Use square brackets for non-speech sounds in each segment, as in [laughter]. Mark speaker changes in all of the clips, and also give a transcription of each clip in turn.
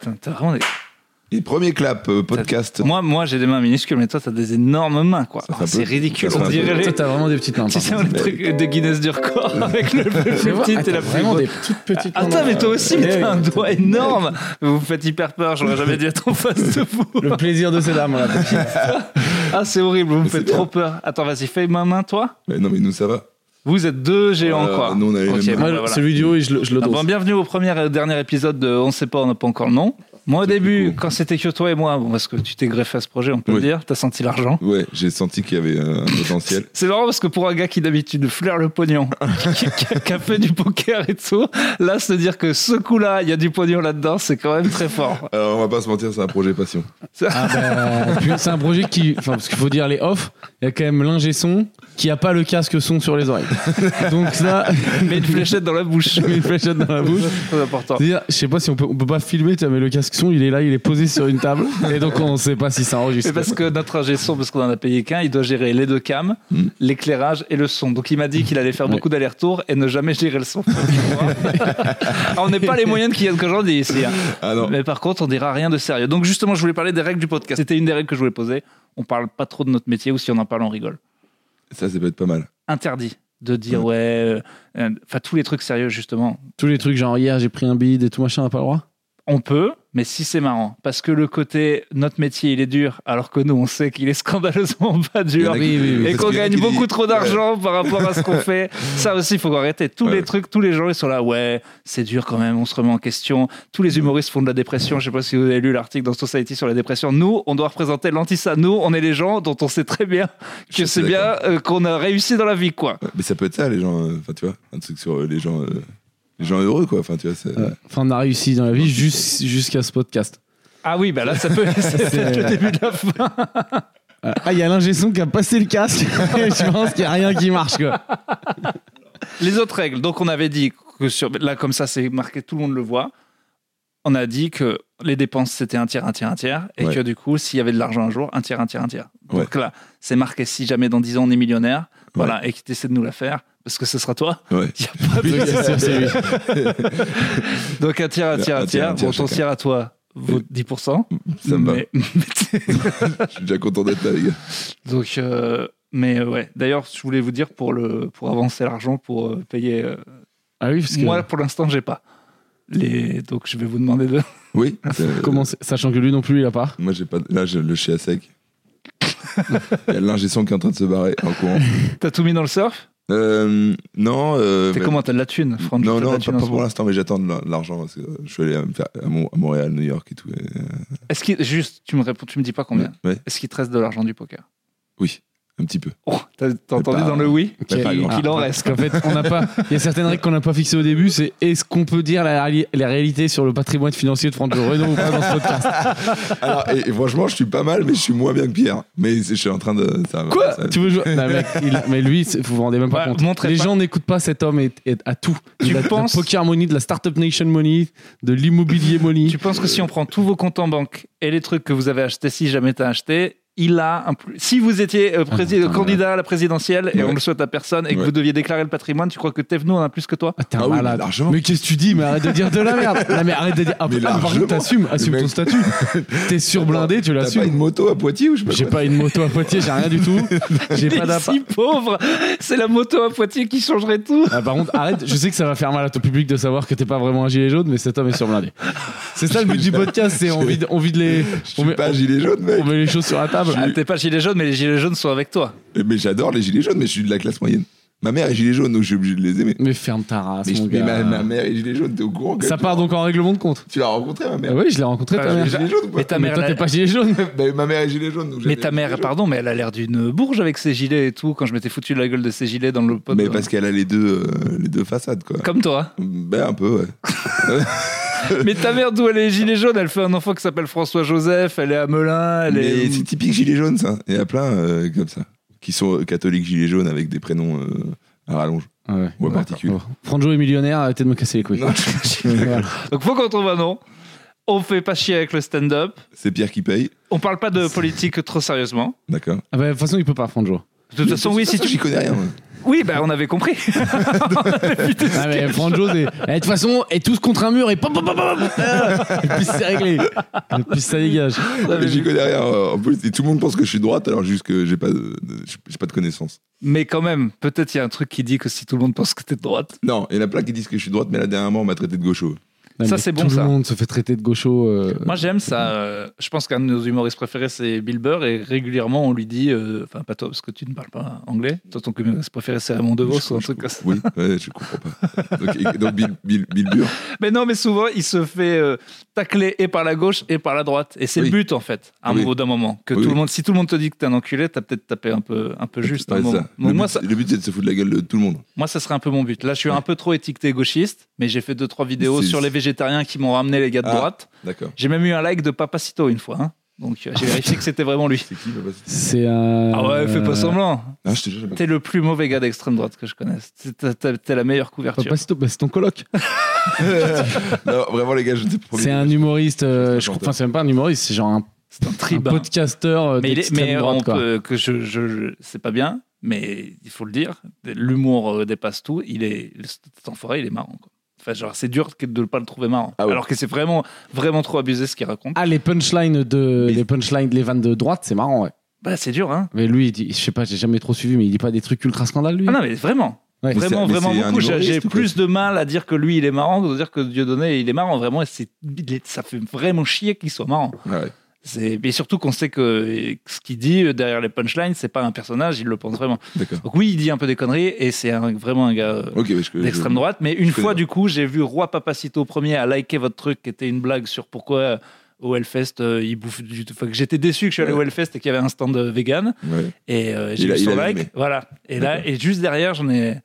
Speaker 1: Putain, t'as vraiment des-
Speaker 2: Et premier clap euh, podcast.
Speaker 1: Moi, moi j'ai des mains minuscules, mais toi, t'as des énormes mains, quoi.
Speaker 2: Ça, ça
Speaker 1: Oh, C'est
Speaker 2: peut-
Speaker 1: ridicule,
Speaker 2: ça, ça
Speaker 1: on
Speaker 2: peut-
Speaker 1: dirait
Speaker 3: Toi,
Speaker 1: les...
Speaker 3: t'as vraiment des petites mains.
Speaker 1: Tu
Speaker 3: par
Speaker 1: sais,
Speaker 3: contre.
Speaker 1: on est le truc de Guinness du record avec le plus
Speaker 2: [laughs]
Speaker 3: C'est vrai,
Speaker 1: petit
Speaker 3: ah,
Speaker 1: et
Speaker 3: t'as
Speaker 1: la plus
Speaker 3: vraiment
Speaker 1: grosse.
Speaker 3: des petites, petites
Speaker 1: Ah,
Speaker 3: mains.
Speaker 2: hein.
Speaker 1: toi, mais toi aussi,
Speaker 2: Eh
Speaker 3: Euh,
Speaker 1: mais
Speaker 3: oui,
Speaker 1: t'as un
Speaker 3: oui.
Speaker 2: [laughs]
Speaker 1: doigt énorme. Vous me faites hyper peur, j'aurais jamais dû être en face de vous.
Speaker 3: Le plaisir de ces dames, là. petit.
Speaker 1: Ah, c'est horrible, vous me
Speaker 2: Mais c'est
Speaker 1: faites
Speaker 2: bien.
Speaker 1: trop peur. Attends, vas-y, fais ma main, toi.
Speaker 2: Mais Euh, non, mais nous, ça va.
Speaker 1: Vous êtes deux géants,
Speaker 2: Euh,
Speaker 1: quoi.
Speaker 2: nous, on a les
Speaker 1: Ok,
Speaker 2: mêmes
Speaker 1: bon,
Speaker 3: Moi,
Speaker 1: bah, voilà.
Speaker 3: celui du haut, je le, je le
Speaker 1: Ah,
Speaker 3: dose.
Speaker 1: bon, bienvenue au premier et dernier épisode de On sait pas, on n'a pas encore le nom. Moi, au début, quand c'était que toi et moi, bon, parce que tu t'es greffé à ce projet, on peut
Speaker 2: Oui.
Speaker 1: le dire, t'as senti l'argent.
Speaker 2: Ouais, j'ai senti qu'il y avait euh, un potentiel.
Speaker 1: C'est marrant parce que pour un gars qui d'habitude flaire le pognon, [laughs] qui, qui a- qui a fait du poker et tout, là, se dire que ce coup-là, il y a du pognon là-dedans, c'est quand même très fort.
Speaker 2: Alors, on va pas se mentir, c'est un projet passion.
Speaker 3: Ah bah, puis c'est un projet qui, enfin parce qu'il faut dire les off, il y a quand même l'ingé son qui a pas le casque son sur les oreilles. Donc
Speaker 1: [laughs]
Speaker 3: ça,
Speaker 1: Mais une fléchette dans la bouche.
Speaker 3: je mets [laughs] une fléchette dans la bouche.
Speaker 1: Très important.
Speaker 3: C'est-à-dire, je sais pas si on peut, on peut pas filmer, tu vois, mais le casque son, il est là, il est posé sur une table, et donc on sait pas si ça enregistre.
Speaker 1: Mais parce que notre ingé son, parce qu'on en a payé qu'un, il doit gérer les deux cams,
Speaker 2: Mm.
Speaker 1: l'éclairage et le son. Donc il m'a dit qu'il allait faire
Speaker 3: Hmm. Ouais.
Speaker 1: beaucoup d'allers-retours et ne jamais gérer le son. [laughs] Ah, on n'est pas les moyennes qui viennent que j'en dis ici. hein.
Speaker 2: Ah non,
Speaker 1: Mais par contre, on dira rien de sérieux. Donc justement, je voulais parler des règles du podcast. C'était une des règles que je voulais poser. On parle pas trop de notre métier ou si on en parle, on rigole.
Speaker 2: ça, ça peut être pas mal.
Speaker 1: Interdit de dire
Speaker 2: Mm.
Speaker 1: ouais, euh, euh, enfin tous les trucs sérieux justement.
Speaker 3: Tous les trucs genre hier j'ai pris un bide et tout machin, on a pas le droit.
Speaker 1: On peut, mais si c'est marrant, parce que le côté notre métier il est dur, alors que nous on sait qu'il est scandaleusement [laughs] pas
Speaker 2: Il y
Speaker 1: dur.
Speaker 2: en a
Speaker 3: oui,
Speaker 2: qui-
Speaker 3: oui, oui.
Speaker 1: et
Speaker 2: parce
Speaker 1: qu'on
Speaker 2: qu'il y en a
Speaker 1: gagne
Speaker 2: qui
Speaker 1: beaucoup
Speaker 2: disent-
Speaker 1: trop d'argent par rapport à ce
Speaker 2: [laughs]
Speaker 1: qu'on fait. Ça aussi, il faut arrêter. Tous
Speaker 2: Ouais.
Speaker 1: les trucs, tous les gens, ils sont là, ouais, c'est dur quand même, on se remet en question. Tous
Speaker 2: Mm.
Speaker 1: les humoristes font de la dépression. Je sais pas si vous avez lu l'article dans Society sur la dépression. Nous, on doit représenter l'anti-ça. Nous, on est les gens dont on sait très bien
Speaker 2: Je
Speaker 1: que
Speaker 2: suis
Speaker 1: c'est bien
Speaker 2: d'accord.
Speaker 1: euh, qu'on a réussi dans la vie, quoi.
Speaker 2: Ouais, Mais ça peut être ça, les gens. euh, Enfin, tu vois, un truc sur euh, les gens. euh, Les gens heureux, quoi. Enfin, tu vois, c'est-
Speaker 3: Ouais. Enfin, on a réussi dans la vie jus- jusqu'à ce podcast.
Speaker 1: Ah oui, bah là, ça peut [laughs] c'est peut-être le début de la fin.
Speaker 3: Voilà. Ah, il y a l'ingé son qui a passé le casque. [laughs] je pense qu'il y a rien qui
Speaker 1: [laughs]
Speaker 3: marche quoi.
Speaker 1: Les autres règles. Donc, on avait dit que sur, là, comme ça, c'est marqué, tout le monde le voit. On a dit que les dépenses, c'était un tiers, un tiers, un tiers. Et
Speaker 2: Ouais.
Speaker 1: que du coup, s'il y avait de l'argent un jour, un tiers, un tiers, un tiers.
Speaker 2: Ouais.
Speaker 1: Donc là, c'est marqué si jamais dans 10 ans, on est millionnaire. Voilà. Et que tu essaies de nous la faire. Parce que ce sera toi.
Speaker 2: ouais.
Speaker 1: Il y a pas de-
Speaker 3: Oui, c'est sûr, c'est lui.
Speaker 1: [laughs] Donc un tiers, un tiers, un tiers. Bon, ton
Speaker 2: chacun.
Speaker 1: tiers à toi vaut
Speaker 2: Et-
Speaker 1: 10%.
Speaker 2: Ça me va.
Speaker 1: mais- mais
Speaker 2: Je suis déjà content d'être là, les gars.
Speaker 1: Donc, euh, mais euh, ouais. D'ailleurs, je voulais vous dire pour, le, pour avancer l'argent, pour euh, payer. euh,
Speaker 3: Ah oui, parce que
Speaker 1: Moi, pour l'instant, j'ai pas. Les... Donc, je vais vous demander de. [laughs]
Speaker 2: Oui.
Speaker 1: Ah,
Speaker 2: c'est- euh,
Speaker 3: comment c'est- sachant que lui non plus il a pas.
Speaker 2: Moi, j'ai pas. Là, j'ai le chien à sec. Il y a l'ingé son qui est en train de se barrer en courant.
Speaker 1: T'as tout mis dans le surf
Speaker 2: Euh, non. euh,
Speaker 1: T'es
Speaker 2: mais-
Speaker 1: comment T'as de la thune, Franck
Speaker 2: Non,
Speaker 1: T'as de la
Speaker 2: non, pas,
Speaker 1: thune en
Speaker 2: pas
Speaker 1: ce
Speaker 2: pour
Speaker 1: moment
Speaker 2: l'instant, mais j'attends de l'ar- l'argent parce que je suis allé à, me faire- à Mon- à Montréal, New York et tout. et, euh,
Speaker 1: Est-ce qu'il. Juste, tu me réponds, tu me dis pas combien.
Speaker 2: ouais,
Speaker 1: Est-ce qu'il te reste de l'argent du poker
Speaker 2: Oui, un petit peu.
Speaker 1: Oh, T'as t'as entendu
Speaker 2: pas-
Speaker 1: dans le oui
Speaker 2: Mais pas grand.
Speaker 1: Qu'il en
Speaker 3: Ah,
Speaker 1: reste.
Speaker 3: Parce qu'en fait, on
Speaker 1: [laughs]
Speaker 3: n'a pas. Il y a certaines règles qu'on n'a pas fixées au début. C'est est-ce qu'on peut dire la, réali- la réalité sur le patrimoine financier de François Renault ou pas dans ce podcast
Speaker 2: [laughs] Alors, et, et franchement, je suis pas mal, mais je suis moins bien que Pierre. Mais c'est- je suis en train de. ça- ça-
Speaker 3: Tu veux jouer Non, mec, il- mais lui, c'est- vous vous rendez même pas
Speaker 1: Ouais,
Speaker 3: compte.
Speaker 1: montrez
Speaker 3: Les
Speaker 1: pas.
Speaker 3: gens n'écoutent pas cet homme et, et à tout.
Speaker 1: Tu
Speaker 3: Il a de la
Speaker 1: penses-
Speaker 3: Poker money, de la startup nation money, de l'immobilier money.
Speaker 1: Tu penses que si on prend tous vos comptes en banque et les trucs que vous avez achetés, si jamais t'as acheté, il a un plus. Si vous étiez euh, prési-
Speaker 2: putain,
Speaker 1: candidat à la présidentielle et
Speaker 2: Ah, Ouais.
Speaker 1: on le souhaite à personne et que
Speaker 2: Ouais.
Speaker 1: vous deviez déclarer le patrimoine, tu crois que Tevno en a plus que
Speaker 2: [laughs]
Speaker 1: toi
Speaker 3: Ah, t'es un
Speaker 2: Ah oui, mais
Speaker 3: malade.
Speaker 2: l'argent.
Speaker 3: mais qu'est-ce que tu dis Mais arrête de dire de la merde. Non, mais arrête de dire. Ah,
Speaker 2: Mais
Speaker 3: ah, par
Speaker 2: largement.
Speaker 3: contre, t'assumes, assume
Speaker 2: mec- [laughs]
Speaker 3: ton statut. T'es surblindé, tu
Speaker 2: T'as pas
Speaker 3: l'assumes.
Speaker 2: une moto à Poitiers ou je sais pas
Speaker 3: J'ai
Speaker 2: quoi
Speaker 3: pas une moto à Poitiers, j'ai rien du tout.
Speaker 1: Il
Speaker 3: J'ai pas
Speaker 1: est
Speaker 3: d'appart.
Speaker 1: si pauvre [laughs] C'est la moto à Poitiers qui changerait tout
Speaker 3: Ah, par contre, arrête, je sais que ça va faire mal à ton public de savoir que t'es pas vraiment un gilet jaune, mais cet homme est surblindé. C'est ça le but du podcast, c'est on vide, on vide les.
Speaker 2: Je
Speaker 3: On
Speaker 2: suis
Speaker 3: met,
Speaker 2: pas gilet jaune, mec.
Speaker 3: on met les choses sur la table.
Speaker 1: Ah, T'es pas gilet jaune, mais les gilets jaunes sont avec toi.
Speaker 2: Mais j'adore les gilets jaunes, mais je suis de la classe moyenne. Ma mère est gilet jaune, donc je suis obligé de les aimer.
Speaker 3: Mais ferme ta race,
Speaker 2: Mais, je-
Speaker 3: mon
Speaker 2: mais
Speaker 3: gars.
Speaker 2: ma, ma mère est gilet jaune, t'es au courant que
Speaker 3: Ça part donc en règlement de compte.
Speaker 2: Tu l'as rencontrée, ma
Speaker 3: Ah
Speaker 2: mère
Speaker 3: oui, je l'ai rencontré
Speaker 2: Bah,
Speaker 1: Ah,
Speaker 3: ta
Speaker 1: je
Speaker 3: mère.
Speaker 1: l'ai-
Speaker 2: Gilet jaune, ou
Speaker 1: Mais
Speaker 2: pas
Speaker 1: ta
Speaker 3: Mais
Speaker 1: mère,
Speaker 3: toi,
Speaker 1: elle a-
Speaker 3: t'es pas gilet jaune.
Speaker 2: Bah, Ma mère est gilet jaune, donc
Speaker 1: mais
Speaker 2: j'avais
Speaker 1: ta
Speaker 2: les
Speaker 1: mère,
Speaker 2: gilets
Speaker 1: pardon, mais elle a l'air d'une bourge avec ses gilets et tout. Quand je m'étais foutu de la gueule de ses gilets dans le
Speaker 2: jaunes.
Speaker 1: pot.
Speaker 2: Mais parce qu'elle a les deux, euh, les deux façades, quoi.
Speaker 1: Comme
Speaker 2: [laughs]
Speaker 1: toi.
Speaker 2: Ben, un peu, ouais.
Speaker 1: Mais ta mère, d'où elle est gilet jaune Elle fait un enfant qui s'appelle François-Joseph, elle est à Melun, elle
Speaker 2: Mais
Speaker 1: est.
Speaker 2: c'est typique gilet jaune, ça. Il y a plein euh, comme ça, qui sont euh, catholiques gilets jaunes avec des prénoms euh, à rallonge
Speaker 3: Ouais.
Speaker 2: ou à particule.
Speaker 3: Franjo est millionnaire, arrêtez de me casser les couilles.
Speaker 2: Non,
Speaker 3: [laughs] Voilà.
Speaker 1: Donc faut qu'on trouve un nom. On fait pas chier avec le stand-up.
Speaker 2: C'est Pierre qui paye,
Speaker 1: On parle pas de politique trop sérieusement.
Speaker 2: d'accord.
Speaker 3: Ah bah, de toute façon, il peut pas, Franjo.
Speaker 1: De toute façon, oui, si tu.
Speaker 2: j'y connais rien. moi.
Speaker 1: Oui, bah, on avait
Speaker 2: [laughs]
Speaker 1: compris.
Speaker 3: Ah, mais Franjo, c'est- Eh, de toute façon, et tous contre un mur et pop, pop, pop, pop, Ah Et puis c'est réglé. Et puis ça dégage.
Speaker 1: Ah,
Speaker 2: Et J'y connais rien. euh, En plus, et tout le monde pense que je suis droite alors juste que j'ai pas, de- de- j'ai- j'ai pas de connaissances.
Speaker 1: Mais quand même, peut-être il y a un truc qui dit que si tout le monde pense que t'es de droite.
Speaker 2: Non, il y en a plein qui disent que je suis droite, mais là dernièrement on m'a traité de gaucho.
Speaker 3: Non,
Speaker 1: Ça,
Speaker 3: mais
Speaker 1: c'est bon,
Speaker 3: Tout
Speaker 1: ça.
Speaker 3: le monde se fait traiter de gaucho. euh,
Speaker 1: Moi, j'aime ça. euh, je pense qu'un de nos humoristes préférés, c'est Bill Burr, et régulièrement, on lui dit. euh, Enfin, pas toi, parce que tu ne parles pas anglais. Toi, ton humoriste préféré, c'est Raymond DeVos
Speaker 2: Je-
Speaker 1: ou un
Speaker 2: je-
Speaker 1: truc comme ça.
Speaker 2: Oui, ouais, je comprends
Speaker 1: [laughs]
Speaker 2: pas. Donc, et- donc, Bill, Bill, Bill Burr.
Speaker 1: Mais non, mais souvent, il se fait euh, tacler et par la gauche et par la droite. Et c'est le
Speaker 2: Oui.
Speaker 1: but, en fait, à un
Speaker 2: Oui.
Speaker 1: bout d'un moment. Que
Speaker 2: Oui,
Speaker 1: tout
Speaker 2: oui.
Speaker 1: le monde, si tout le monde te dit que t'es un enculé, t'as peut-être tapé un peu, un peu juste à un
Speaker 2: Ouais,
Speaker 1: moment.
Speaker 2: ça.
Speaker 1: Donc,
Speaker 2: Le,
Speaker 1: moi,
Speaker 2: but,
Speaker 1: ça,
Speaker 2: le but, c'est de se foutre de la gueule de tout le monde.
Speaker 1: moi, ça serait un peu mon but. Là, je suis un peu trop étiqueté gauchiste, mais j'ai fait deux, trois vidéos
Speaker 2: C'est-
Speaker 1: sur les végétariens qui m'ont ramené les gars de
Speaker 2: Ah.
Speaker 1: droite.
Speaker 2: D'accord.
Speaker 1: J'ai même eu un like de Papacito une fois. hein. Donc, euh,
Speaker 2: [laughs]
Speaker 1: j'ai vérifié que c'était vraiment lui.
Speaker 2: C'est qui Papa City
Speaker 3: C'est un.
Speaker 1: Ah ouais, fais pas semblant.
Speaker 2: Ah, je te
Speaker 1: [laughs]
Speaker 2: jure, j'ai pas-
Speaker 1: T'es le plus mauvais gars d'extrême droite que je connaisse. T'es- t'as- T'as t'as la meilleure couverture.
Speaker 3: Papa Cito, bah, c'est ton coloc.
Speaker 2: Non, vraiment, les gars, je ne sais pas.
Speaker 3: C'est un humoriste. euh,
Speaker 2: C'est un
Speaker 3: je
Speaker 2: chanteur.
Speaker 3: enfin, c'est même pas un humoriste, c'est genre un,
Speaker 1: C'est un
Speaker 3: un
Speaker 1: tribun.
Speaker 3: podcasteur euh,
Speaker 1: mais il est,
Speaker 3: d'extrême
Speaker 1: mais
Speaker 3: droite,
Speaker 1: on
Speaker 3: quoi.
Speaker 1: peut- que je, je- je- c'est pas bien, mais il faut le dire. L'humour euh, dépasse tout. Il est, cet enfoiré, il est marrant. quoi. Enfin, genre, c'est dur que de ne pas le trouver marrant.
Speaker 2: Ah ouais.
Speaker 1: Alors que c'est vraiment, vraiment trop abusé ce qu'il raconte.
Speaker 3: Ah, les punchlines de.
Speaker 2: Mais-
Speaker 3: Les punchlines, les vannes de droite, c'est marrant, ouais.
Speaker 1: Bah, c'est dur, hein.
Speaker 3: Mais lui, il dit, je sais pas, j'ai jamais trop suivi, mais il dit pas des trucs ultra scandales, lui.
Speaker 1: Ah non, mais vraiment.
Speaker 3: Ouais.
Speaker 1: Vraiment,
Speaker 2: Mais c'est- mais
Speaker 1: vraiment
Speaker 2: c'est un
Speaker 1: beaucoup. J'ai- J'ai
Speaker 2: humoriste, ou quoi
Speaker 1: plus de mal à dire que lui, il est marrant que de dire que Dieudonné, il est marrant. Vraiment, et c'est, il est- ça fait vraiment chier qu'il soit marrant.
Speaker 2: Ah ouais.
Speaker 1: C'est, mais surtout qu'on sait que ce qu'il dit derrière les punchlines, c'est pas un personnage, il le pense vraiment.
Speaker 2: D'accord.
Speaker 1: Donc oui, il dit un peu des conneries et c'est un- vraiment un gars euh,
Speaker 2: [laughs] Ok, mais je je-
Speaker 1: d'extrême droite. Mais une
Speaker 2: je connais
Speaker 1: fois,
Speaker 2: pas.
Speaker 1: du coup, j'ai vu Roi Papacito premier à liker votre truc qui était une blague sur pourquoi euh, au Hellfest, euh, il bouffe du. Enfin, que j'étais déçu que je suis allé au Hellfest et qu'il y avait un stand euh, vegan.
Speaker 2: Ouais.
Speaker 1: Et euh, j'ai
Speaker 2: Il a-
Speaker 1: vu
Speaker 2: il
Speaker 1: son
Speaker 2: a
Speaker 1: like.
Speaker 2: aimé.
Speaker 1: Voilà. Et là,
Speaker 2: D'accord.
Speaker 1: et juste derrière, j'en ai.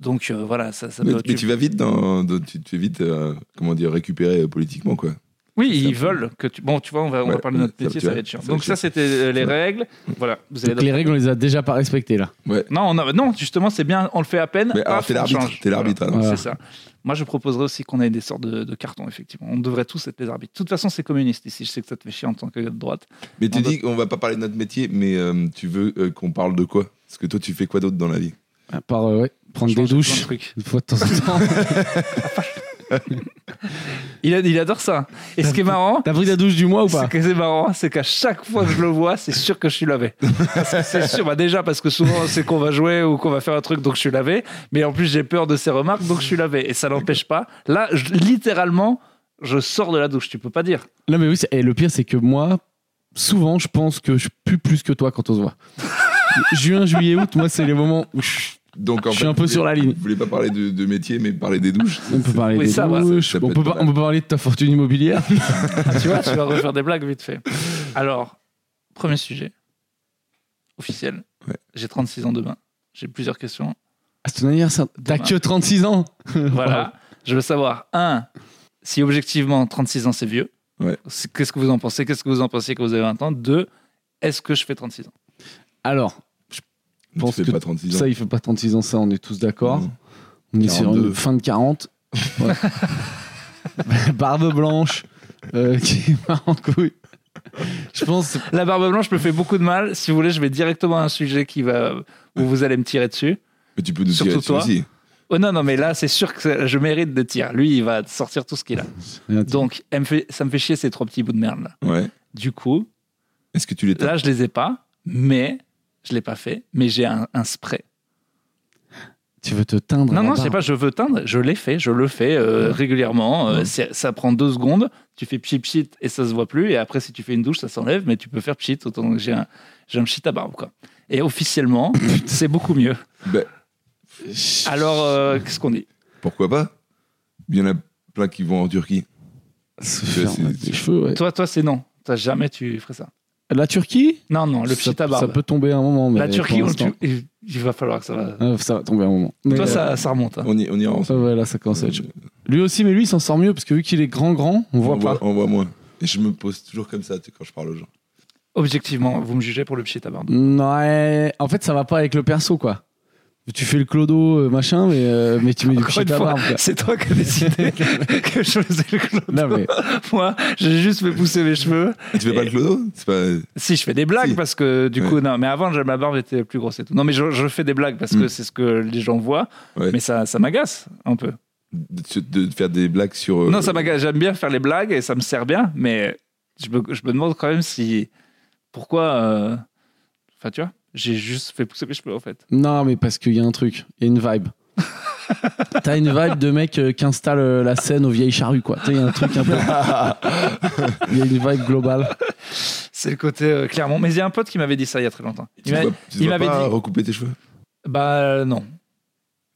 Speaker 1: Donc euh, voilà, ça, ça
Speaker 2: Mais,
Speaker 1: peut.
Speaker 2: mais tu vas vite dans, dans- tu, tu es vite, euh, comment dire, récupéré euh, politiquement, quoi.
Speaker 1: Oui,
Speaker 2: C'est
Speaker 1: ils
Speaker 2: un
Speaker 1: veulent que tu. Bon, tu vois, on va, on va
Speaker 2: Ouais,
Speaker 1: parler de notre
Speaker 2: ça,
Speaker 1: métier, ça
Speaker 2: tu vois,
Speaker 1: va être chiant.
Speaker 2: ça va
Speaker 1: Donc
Speaker 2: être
Speaker 1: ça, c'était euh, les
Speaker 2: Ouais.
Speaker 1: règles. Voilà. Vous avez
Speaker 3: Donc, les règles, on les a déjà pas respectées, là.
Speaker 1: Non, on a- non, justement, c'est bien, on le fait à peine.
Speaker 2: Mais alors,
Speaker 1: paf,
Speaker 2: t'es
Speaker 1: on
Speaker 2: l'arbitre,
Speaker 1: change.
Speaker 2: t'es l'arbitre,
Speaker 1: Voilà,
Speaker 3: alors.
Speaker 1: C'est ça. Moi, je proposerais aussi qu'on ait des sortes de, de cartons, effectivement. On devrait tous être les arbitres. De toute façon, c'est communiste ici. Je sais que ça te fait chier en tant que gars de droite.
Speaker 2: Mais tu
Speaker 1: On
Speaker 2: dis qu'on va pas parler de notre métier, mais euh, tu veux euh, qu'on parle de quoi Parce que toi, tu fais quoi d'autre dans la vie
Speaker 3: À part, euh, ouais,
Speaker 1: Franchement, j'ai
Speaker 3: prendre des
Speaker 1: plein de
Speaker 3: douches.
Speaker 1: trucs.
Speaker 3: Une fois de temps en temps.
Speaker 1: Il, a- il adore ça. Et ce qui est marrant,
Speaker 3: T'as pris la douche du mois [laughs] ou
Speaker 1: c'est
Speaker 3: pas
Speaker 1: que c'est marrant, c'est qu'à chaque fois que je le vois, c'est sûr que je suis lavé. Parce que C'est sûr, bah déjà parce que souvent c'est qu'on va jouer ou qu'on va faire un truc, donc je suis lavé. Mais en plus j'ai peur de ses remarques, donc je suis lavé. Et ça n'empêche pas. Là, je- littéralement, je sors de la douche. Tu peux pas dire.
Speaker 3: Non, mais oui, c'est- et le pire, c'est que moi, souvent, je pense que je pue plus que toi quand on se voit. Juin, juillet, août, moi, c'est les moments où je,
Speaker 2: Donc, en
Speaker 3: je
Speaker 2: fait,
Speaker 3: suis un peu sur la ligne.
Speaker 2: Vous voulez pas parler de, de métier, mais parler des douches
Speaker 3: On peut parler
Speaker 1: Oui,
Speaker 3: des
Speaker 1: ça va, ça-
Speaker 3: douches,
Speaker 2: ça peut
Speaker 3: on,
Speaker 2: être
Speaker 3: peut
Speaker 2: pas
Speaker 3: par-
Speaker 2: mal.
Speaker 3: on peut parler de ta fortune immobilière.
Speaker 1: [laughs] tu vois, tu vas refaire des blagues vite fait. Alors, premier sujet, officiel.
Speaker 2: Ouais.
Speaker 1: J'ai 36 ans demain. J'ai plusieurs questions.
Speaker 3: Ah, C'est ton anniversaire. T'as
Speaker 1: Demain.
Speaker 3: que 36 ans. [laughs]
Speaker 1: Voilà. Je veux savoir, un, si objectivement 36 ans c'est vieux.
Speaker 2: Ouais.
Speaker 1: C'est- Qu'est-ce que vous en pensez Qu'est-ce que vous en pensiez quand vous avez 20 ans Deux, est-ce que je fais 36 ans
Speaker 3: Alors,
Speaker 2: Je
Speaker 3: pense
Speaker 2: pense
Speaker 3: que
Speaker 2: pas 36 ans.
Speaker 3: ça, il fait pas 36 ans, ça, on est tous d'accord.
Speaker 2: Non.
Speaker 3: On est sur
Speaker 2: 42.
Speaker 3: une fin de 40. Ouais. Barbe blanche, euh, qui part en couille. Je pense
Speaker 1: La barbe blanche me fait beaucoup de mal. Si vous voulez, je vais directement à un sujet qui va où vous allez me tirer dessus.
Speaker 2: Mais tu peux nous
Speaker 1: Surtout
Speaker 2: tirer dessus
Speaker 1: toi.
Speaker 2: aussi.
Speaker 1: Oh non, non, mais là, c'est sûr que ça- je mérite des tirs. Lui, il va sortir tout ce qu'il a. Donc, elle me fait- ça me fait chier ces trois petits bouts de merde là.
Speaker 2: Ouais.
Speaker 1: Du coup,
Speaker 2: Est-ce que tu les tapes
Speaker 1: Là, je les ai pas, mais je l'ai pas fait, mais j'ai un, un spray.
Speaker 3: Tu veux te teindre
Speaker 1: Non,
Speaker 3: la
Speaker 1: non, je sais
Speaker 3: barbe.
Speaker 1: pas, je veux teindre, je l'ai fait, je le fais euh, régulièrement. euh,
Speaker 2: Ouais.
Speaker 1: c'est- ça prend deux secondes, tu fais pchit pchit et ça se voit plus, et après, si tu fais une douche, ça s'enlève, mais tu peux faire pchit autant que j'ai un, j'ai un pchit à barbe, quoi. Et
Speaker 3: [laughs]
Speaker 1: officiellement, c'est beaucoup mieux.
Speaker 2: Bah,
Speaker 1: Alors, euh, qu'est-ce qu'on dit
Speaker 2: Pourquoi pas Il y en a plein qui vont en Turquie.
Speaker 3: Se
Speaker 2: Tu vois,
Speaker 3: faire
Speaker 2: c'est-
Speaker 3: mettre des
Speaker 2: c'est-
Speaker 3: cheveux, ouais.
Speaker 1: Toi, toi, c'est non. Toi, jamais tu ferais ça.
Speaker 3: La Turquie
Speaker 1: Non, non, le
Speaker 3: ça,
Speaker 1: pchit à barbe.
Speaker 3: ça peut tomber à un moment. Mais
Speaker 1: La Turquie,
Speaker 3: pour
Speaker 1: on-
Speaker 3: l'instant,
Speaker 1: tu- il va falloir que ça va.
Speaker 3: euh, ça va tomber à un moment. Mais,
Speaker 1: Toi,
Speaker 3: euh,
Speaker 1: ça, ça remonte. hein.
Speaker 2: On y, on y rentre.
Speaker 3: ça, ouais, là, ça commence à être chaud. Lui aussi, mais lui, il s'en sort mieux parce que vu qu'il est grand, grand, on voit
Speaker 2: on,
Speaker 3: pas.
Speaker 2: voit, on voit moins. Et je me pose toujours comme ça tu sais, quand je parle aux gens.
Speaker 1: Objectivement, vous me jugez pour le pchit à barbe.
Speaker 3: eh, Ouais, en fait, ça va pas avec le perso, quoi. tu fais le clodo, euh, machin, mais, euh, mais tu mets du
Speaker 1: Encore
Speaker 3: shit
Speaker 1: une
Speaker 3: à
Speaker 1: fois,
Speaker 3: barbe. quoi.
Speaker 1: c'est toi qui as [laughs] décidé que je faisais le clodo.
Speaker 3: Non, mais
Speaker 1: Moi, j'ai juste fait pousser mes cheveux.
Speaker 2: Tu fais pas le clodo C'est pas.
Speaker 1: Si, je fais des blagues
Speaker 2: Si.
Speaker 1: parce que du
Speaker 2: Ouais.
Speaker 1: coup, non, mais avant, j'avais ma barbe était plus grosse et tout. Non, mais je, je fais des blagues parce que
Speaker 2: Mm.
Speaker 1: c'est ce que les gens voient,
Speaker 2: Ouais.
Speaker 1: mais ça, ça m'agace un peu.
Speaker 2: De, de faire des blagues sur. euh,
Speaker 1: Non, ça m'agace. J'aime bien faire les blagues et ça me sert bien, mais je me, je me demande quand même si. Pourquoi. euh, Enfin, tu vois, j'ai juste fait pousser mes cheveux en fait.
Speaker 3: Non, mais parce qu'il y a un truc, il y a une vibe.
Speaker 1: [laughs]
Speaker 3: T'as une vibe de mec euh, qui installe euh, la scène aux vieilles charrues, quoi. Tu sais, Il y a un truc un peu. [laughs] Il y a une vibe globale.
Speaker 1: C'est le côté euh, Clermont. Mais il y a un pote qui m'avait dit ça il y a très longtemps.
Speaker 2: Tu
Speaker 1: Il m'a-
Speaker 2: vas, tu
Speaker 1: il
Speaker 2: vas
Speaker 1: m'avait
Speaker 2: pas
Speaker 1: dit-
Speaker 2: recouper tes cheveux
Speaker 1: Bah euh, non.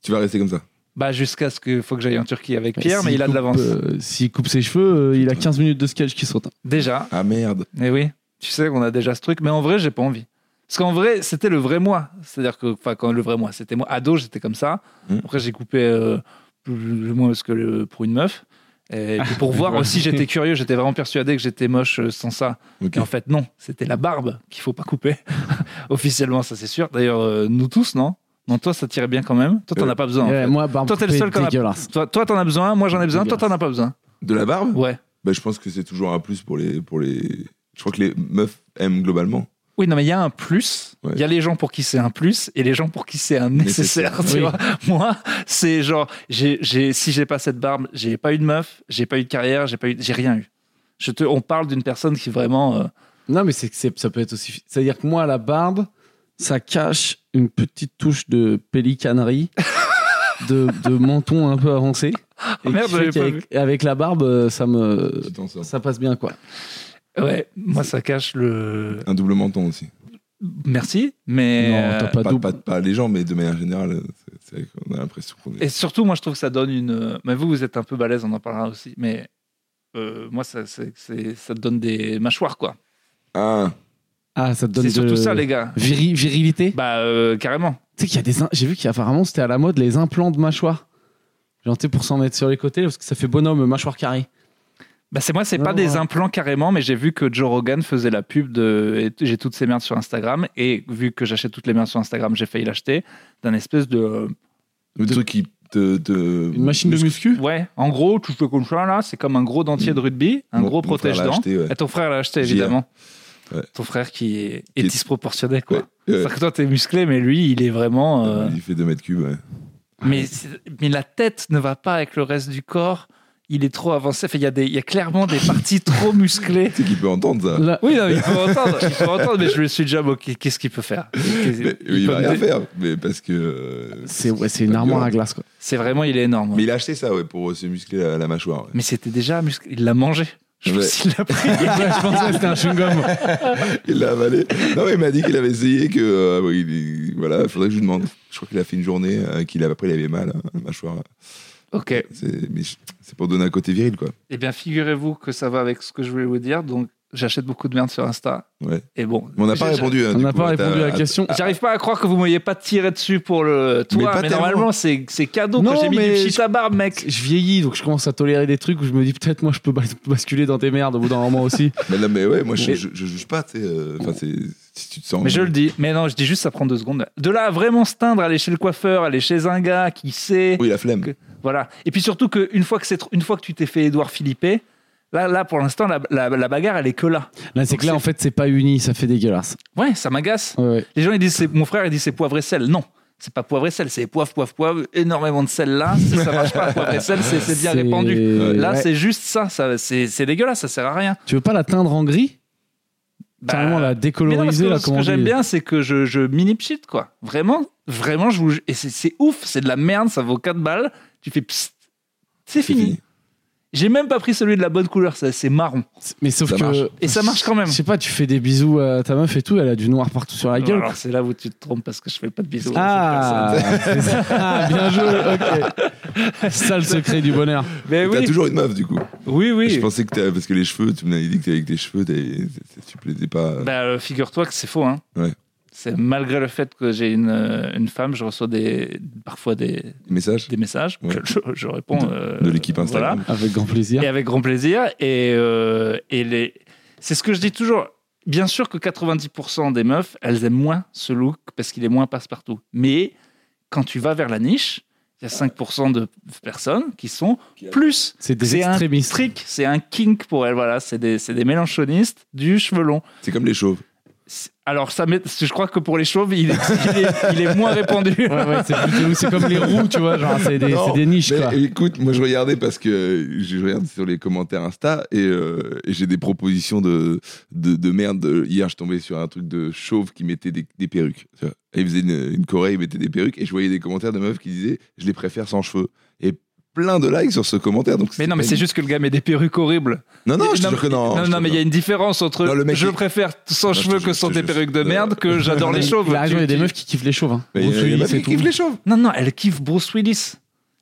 Speaker 2: Tu vas rester comme ça.
Speaker 1: Bah jusqu'à ce qu'il faut que j'aille en Turquie avec Pierre, mais
Speaker 3: s'il
Speaker 1: il a de
Speaker 3: coupe,
Speaker 1: l'avance.
Speaker 3: euh, S'il coupe ses cheveux, euh, il a 15 minutes de sketch qui sautent.
Speaker 1: Déjà.
Speaker 2: Ah merde.
Speaker 1: Mais oui, tu sais qu'on a déjà ce truc, mais en vrai, j'ai pas envie. Parce qu'en vrai, c'était le vrai moi. C'est-à-dire que, enfin, quand le vrai moi, c'était moi. Ado, j'étais comme ça.
Speaker 2: Mm.
Speaker 1: Après, j'ai coupé euh, plus ou moins parce que le- pour une meuf. Et puis pour voir
Speaker 3: ouais.
Speaker 1: aussi, j'étais curieux, j'étais vraiment persuadé que j'étais moche euh, sans ça.
Speaker 2: Ok.
Speaker 1: Et en fait, non, c'était la barbe qu'il faut pas couper. [laughs] Officiellement, ça c'est sûr. D'ailleurs, euh, nous tous, non Non, toi, ça tirait bien quand même. Toi, t'en
Speaker 2: Euh,
Speaker 1: as pas besoin. en
Speaker 3: Ouais,
Speaker 1: fait.
Speaker 3: moi, barbe
Speaker 1: Toi, t'es le
Speaker 3: coupée,
Speaker 1: seul qu'on a-
Speaker 3: dégueulasse.
Speaker 1: Toi, toi, t'en as besoin. Moi, j'en ai besoin. Toi, t'en as pas besoin.
Speaker 2: De la barbe
Speaker 1: Ouais.
Speaker 2: bah, Je pense que c'est toujours un plus pour les, pour les. Je crois que les meufs aiment globalement.
Speaker 1: Oui, non, mais il y a un plus. Il
Speaker 2: Ouais.
Speaker 1: y a les gens pour qui c'est un plus et les gens pour qui c'est un nécessaire.
Speaker 2: Nécessaire.
Speaker 1: Tu
Speaker 3: Oui.
Speaker 1: vois Moi, c'est genre, j'ai, j'ai, si j'ai pas cette barbe, j'ai pas eu de meuf, j'ai pas eu de carrière, j'ai pas eu, j'ai rien eu. Je te, on parle d'une personne qui vraiment. euh,
Speaker 3: Non, mais c'est que c'est- ça peut être aussi. C'est-à-dire que moi, la barbe, ça cache une petite touche de
Speaker 1: [laughs]
Speaker 3: pélicanerie, de, de menton un peu avancé.
Speaker 1: Ah, merde,
Speaker 3: qui fait
Speaker 1: j'avais pas
Speaker 3: qu'avec- Avec la barbe, euh, ça me.
Speaker 2: Tu t'en sors.
Speaker 3: Ça passe bien, quoi.
Speaker 1: ouais, moi ça cache le.
Speaker 2: Un double menton aussi.
Speaker 1: Merci, mais.
Speaker 3: non, t'as
Speaker 1: euh,
Speaker 3: pas
Speaker 2: Pas,
Speaker 3: double.
Speaker 2: pas, pas les gens, mais de manière générale, c'est- c'est vrai qu'on a l'impression qu'on est.
Speaker 1: Et surtout, moi je trouve que ça donne une. Mais vous, vous êtes un peu balèze, on en parlera aussi, mais. euh, moi, ça, c'est, c'est- ça te donne des mâchoires, quoi.
Speaker 2: Ah
Speaker 3: Ah, ça te donne
Speaker 1: C'est
Speaker 3: de...
Speaker 1: surtout ça, les gars.
Speaker 3: Viri- virilité.
Speaker 1: Bah, euh, carrément.
Speaker 3: Tu sais qu'il y a des. in- J'ai vu qu'apparemment c'était à la mode les implants de mâchoire. Genre, tu sais, pour s'en mettre sur les côtés, parce que ça fait bonhomme, mâchoire carrée.
Speaker 1: Bah c'est moi, c'est
Speaker 2: Ah.
Speaker 3: Ouais,
Speaker 1: pas des
Speaker 3: ouais.
Speaker 1: implants carrément, mais j'ai vu que Joe Rogan faisait la pub de. et J'ai toutes ces merdes sur Instagram et vu que j'achète toutes les merdes sur Instagram, j'ai failli l'acheter d'un espèce de.
Speaker 2: Le truc qui te. te-
Speaker 3: Une machine de muscu
Speaker 1: Ouais, en gros, tout ce comme ça là, c'est comme un gros dentier de rugby, un
Speaker 2: Mm. Mon-
Speaker 1: gros
Speaker 2: mon frère l'a
Speaker 1: protège-dent.
Speaker 2: acheté, ouais.
Speaker 1: Et ton frère l'a acheté
Speaker 2: J.R.
Speaker 1: évidemment.
Speaker 2: Ouais.
Speaker 1: Ton frère qui est, est
Speaker 2: Qui est-
Speaker 1: disproportionné quoi.
Speaker 2: Ouais, ouais.
Speaker 1: C'est-à-dire que toi t'es musclé, mais lui il est vraiment. euh,
Speaker 2: Il fait 2 mètres cubes. ouais.
Speaker 1: Mais, c'est- mais la tête ne va pas avec le reste du corps. Il est trop avancé. Enfin, Il y, a des- il y a clairement des parties trop musclées.
Speaker 2: Tu sais qu'il peut entendre ça.
Speaker 3: Là-
Speaker 1: Oui, non, mais [laughs] il faut entendre, il faut entendre, mais je me suis déjà moqué. Qu'est-ce qu'il peut faire Qu'est-ce-
Speaker 2: Mais-
Speaker 1: il
Speaker 2: il
Speaker 1: peut
Speaker 2: va
Speaker 1: me
Speaker 2: rien
Speaker 1: dé-
Speaker 2: faire, mais parce que. euh,
Speaker 3: C'est ouais, c'est une
Speaker 2: pas
Speaker 3: armoire
Speaker 2: violent.
Speaker 3: à glace, quoi.
Speaker 1: C'est vraiment, il est énorme. ouais.
Speaker 2: Mais
Speaker 1: Mais,
Speaker 2: il a acheté ça, ouais, pour euh, se muscler la, la mâchoire. ouais.
Speaker 1: c'était déjà musclé. Il l'a mangé. Je
Speaker 2: Ouais.
Speaker 1: pense qu'il l'a
Speaker 3: [laughs]
Speaker 1: pris.
Speaker 3: je pensais que c'était un chewing-gum.
Speaker 2: Il l'a avalé. Non, mais il m'a dit qu'il avait essayé, que. euh, bon, il, il- voilà, il faudrait que je lui demande. Je crois qu'il a fait une journée, euh, qu'il avait, après, il avait mal, hein, la mâchoire.
Speaker 1: Ok.
Speaker 2: C'est mais je- c'est pour donner un côté viril, quoi.
Speaker 1: Eh bien, figurez-vous que ça va avec ce que je voulais vous dire. Donc, j'achète beaucoup de merde sur Insta.
Speaker 2: Ouais.
Speaker 1: Et bon.
Speaker 2: Mais on n'a pas
Speaker 1: j'ai-
Speaker 2: répondu. hein,
Speaker 3: On
Speaker 2: du
Speaker 3: n'a
Speaker 2: coup,
Speaker 3: pas
Speaker 2: à ta-
Speaker 3: répondu à
Speaker 2: à
Speaker 3: la
Speaker 2: ta-
Speaker 3: question.
Speaker 1: J'arrive pas à croire que vous m'ayez pas tiré dessus pour le
Speaker 2: Mais
Speaker 1: toit,
Speaker 2: pas
Speaker 1: mais,
Speaker 2: tellement.
Speaker 1: normalement c'est c'est cadeau
Speaker 3: Non,
Speaker 1: quand j'ai mis
Speaker 3: mais
Speaker 1: du shit
Speaker 3: je-
Speaker 1: à barbe, mec.
Speaker 3: Ah, Je vieillis, donc je commence à tolérer des trucs où je me dis peut-être moi je peux bas- basculer dans tes merdes au bout d'un moment [laughs] aussi.
Speaker 2: Mais non, mais ouais, moi, je,
Speaker 1: Mais-
Speaker 2: je, je juge pas, tu sais. euh, Enfin, c'est. Si tu te sens.
Speaker 1: Mais je le dis. Mais non, je dis juste ça prend deux secondes. De là à vraiment se teindre, aller chez le coiffeur, aller chez un gars qui sait.
Speaker 2: Oui, la flemme.
Speaker 1: Que- Voilà. Et puis surtout qu'une fois que c'est tr- une fois que tu t'es fait Édouard Philippe, là, là pour l'instant la, la- la bagarre elle est que là.
Speaker 3: Là, c'est
Speaker 1: Donc
Speaker 3: que là,
Speaker 1: c'est-
Speaker 3: en fait, c'est pas uni, ça fait dégueulasse.
Speaker 1: Ouais, ça m'agace.
Speaker 3: Ouais, ouais.
Speaker 1: Les gens ils disent c'est mon frère il dit c'est poivre et sel. Non, c'est pas poivre et sel, c'est poivre poivre poivre énormément de sel là. Ça, ça marche pas poivre et sel, c'est c'est bien répandu. Là
Speaker 3: ouais.
Speaker 1: c'est juste ça, ça c'est c'est dégueulasse, ça sert à rien.
Speaker 3: Tu veux pas la teindre en gris
Speaker 1: Bah,
Speaker 3: Carrément
Speaker 1: Mais non,
Speaker 3: la
Speaker 1: parce
Speaker 3: décoloriser,
Speaker 1: que
Speaker 3: là,
Speaker 1: ce
Speaker 3: comment
Speaker 1: que
Speaker 3: on dit.
Speaker 1: j'aime bien, c'est que je, je mini cheat quoi. Vraiment, vraiment, je vous... et c'est- c'est ouf, c'est de la merde, ça vaut 4 balles. Tu fais psst, c'est
Speaker 2: C'est
Speaker 1: fini. J'ai même pas pris celui de la bonne couleur, ça, c'est marron.
Speaker 3: Mais sauf
Speaker 2: Ça
Speaker 3: que.
Speaker 2: marche.
Speaker 1: Et ça marche quand même.
Speaker 3: Je sais pas, tu fais des bisous à ta meuf et tout, elle a du noir partout sur la gueule.
Speaker 1: Alors, c'est là où tu te trompes parce que je fais pas de bisous. à
Speaker 3: Ah,
Speaker 1: cette
Speaker 3: c'est ça. Ah, bien joué,
Speaker 1: [laughs]
Speaker 3: ok. Ça, le secret du bonheur.
Speaker 1: personne. mais
Speaker 2: T'as
Speaker 1: oui,
Speaker 2: toujours une meuf, du coup.
Speaker 1: oui,
Speaker 2: Je
Speaker 1: oui.
Speaker 2: pensais que t'as. Parce que les cheveux, tu m'avais dit que avec tes cheveux, t'avais- tu plaisais pas.
Speaker 1: Bah, euh, figure-toi que c'est faux. Hein.
Speaker 2: Ouais.
Speaker 1: C'est malgré le fait que j'ai une, euh, une femme, je reçois des, parfois des,
Speaker 2: Message
Speaker 1: des messages
Speaker 2: Ouais.
Speaker 1: que je, je réponds. euh,
Speaker 2: de l'équipe
Speaker 1: voilà.
Speaker 2: Instagram.
Speaker 3: Avec grand plaisir.
Speaker 1: Et avec grand plaisir. Et, euh, et les... c'est ce que je dis toujours. Bien sûr que 90% des meufs, elles aiment moins ce look parce qu'il est moins passe-partout. Mais quand tu vas vers la niche, il y a 5% de personnes qui sont plus.
Speaker 3: C'est des
Speaker 1: C'est un
Speaker 3: extrémistes.
Speaker 1: Trick, c'est un kink pour elles, voilà. C'est des, c'est des mélanchonistes du cheveu long.
Speaker 2: C'est comme les chauves.
Speaker 1: C'est- Alors, ça m'é- je crois que pour les chauves, il est, il est- il est moins répandu.
Speaker 3: [laughs] Ouais, ouais, c'est plutôt- c'est comme les roues, tu vois, genre, c'est des,
Speaker 2: Non,
Speaker 3: c'est des niches,
Speaker 2: Mais
Speaker 3: quoi.
Speaker 2: Ben, écoute, moi je regardais parce que je regarde sur les commentaires Insta et, euh, et j'ai des propositions de, de, de merde. Hier, je tombais sur un truc de chauve qui mettait des, des perruques. tu vois. Et il faisait une, une corée, il mettait des perruques et je voyais des commentaires de meufs qui disaient Je les préfère sans cheveux. Et plein de likes sur ce commentaire. Donc
Speaker 1: Mais non, mais c'est juste que le gars met des perruques horribles.
Speaker 2: Ah Non, non,
Speaker 1: Et-
Speaker 2: je te jure que non.
Speaker 1: Non,
Speaker 2: je te
Speaker 1: non, mais il y a une différence entre
Speaker 2: Non, le mec
Speaker 1: je
Speaker 2: qui-
Speaker 1: préfère sans
Speaker 2: Non, je te
Speaker 1: cheveux
Speaker 2: jure,
Speaker 1: que
Speaker 2: je
Speaker 1: sans
Speaker 2: te
Speaker 1: des
Speaker 2: jure. Euh,
Speaker 1: perruques de merde que j'adore les chauves.
Speaker 3: Il a raison, il y a des
Speaker 1: Tu-
Speaker 3: meufs qui kiffent les chauves. hein.
Speaker 2: Mais euh, il y a
Speaker 3: Bruce
Speaker 2: des
Speaker 3: Willis
Speaker 2: meufs
Speaker 3: et
Speaker 2: qui
Speaker 3: tout.
Speaker 2: kiffent les chauves.
Speaker 1: Non, non, elle kiffe Bruce Willis.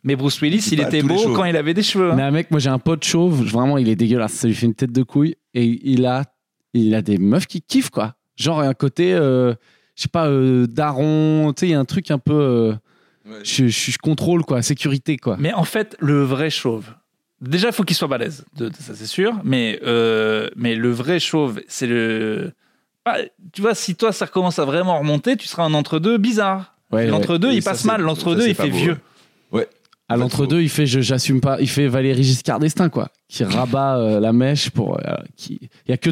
Speaker 1: Mais Bruce Willis,
Speaker 2: C'est
Speaker 1: il
Speaker 2: pas
Speaker 1: était
Speaker 2: tous les
Speaker 1: beau
Speaker 2: chauves.
Speaker 1: quand il avait des cheveux. hein.
Speaker 3: Mais un mec, moi j'ai un pote chauve, vraiment il est dégueulasse, ça lui fait une tête de couille et il a, il a des meufs qui kiffent quoi. Genre un côté, euh, je sais pas, euh, daron, tu sais, il y a un truc un peu, euh, je, je- je contrôle quoi, sécurité quoi.
Speaker 1: Mais en fait, le vrai chauve. Déjà, il faut qu'il soit balèze, de- de- ça c'est sûr. Mais, euh, mais le vrai chauve, c'est le. Ah, tu vois, si toi ça recommence à vraiment remonter, tu seras un entre-deux bizarre.
Speaker 3: Ouais, ouais.
Speaker 1: l'entre-deux,
Speaker 2: Et
Speaker 1: il
Speaker 2: ça,
Speaker 1: passe
Speaker 2: c'est-
Speaker 1: mal.
Speaker 2: ça,
Speaker 1: L'entre-deux,
Speaker 2: c'est
Speaker 1: il
Speaker 2: pas
Speaker 1: fait
Speaker 2: beau,
Speaker 1: vieux.
Speaker 2: ouais.
Speaker 3: À l'entre-deux, il fait, je- j'assume pas, il fait Valérie Giscard d'Estaing quoi, qui rabat euh, la mèche pour, euh, qui, il y a que,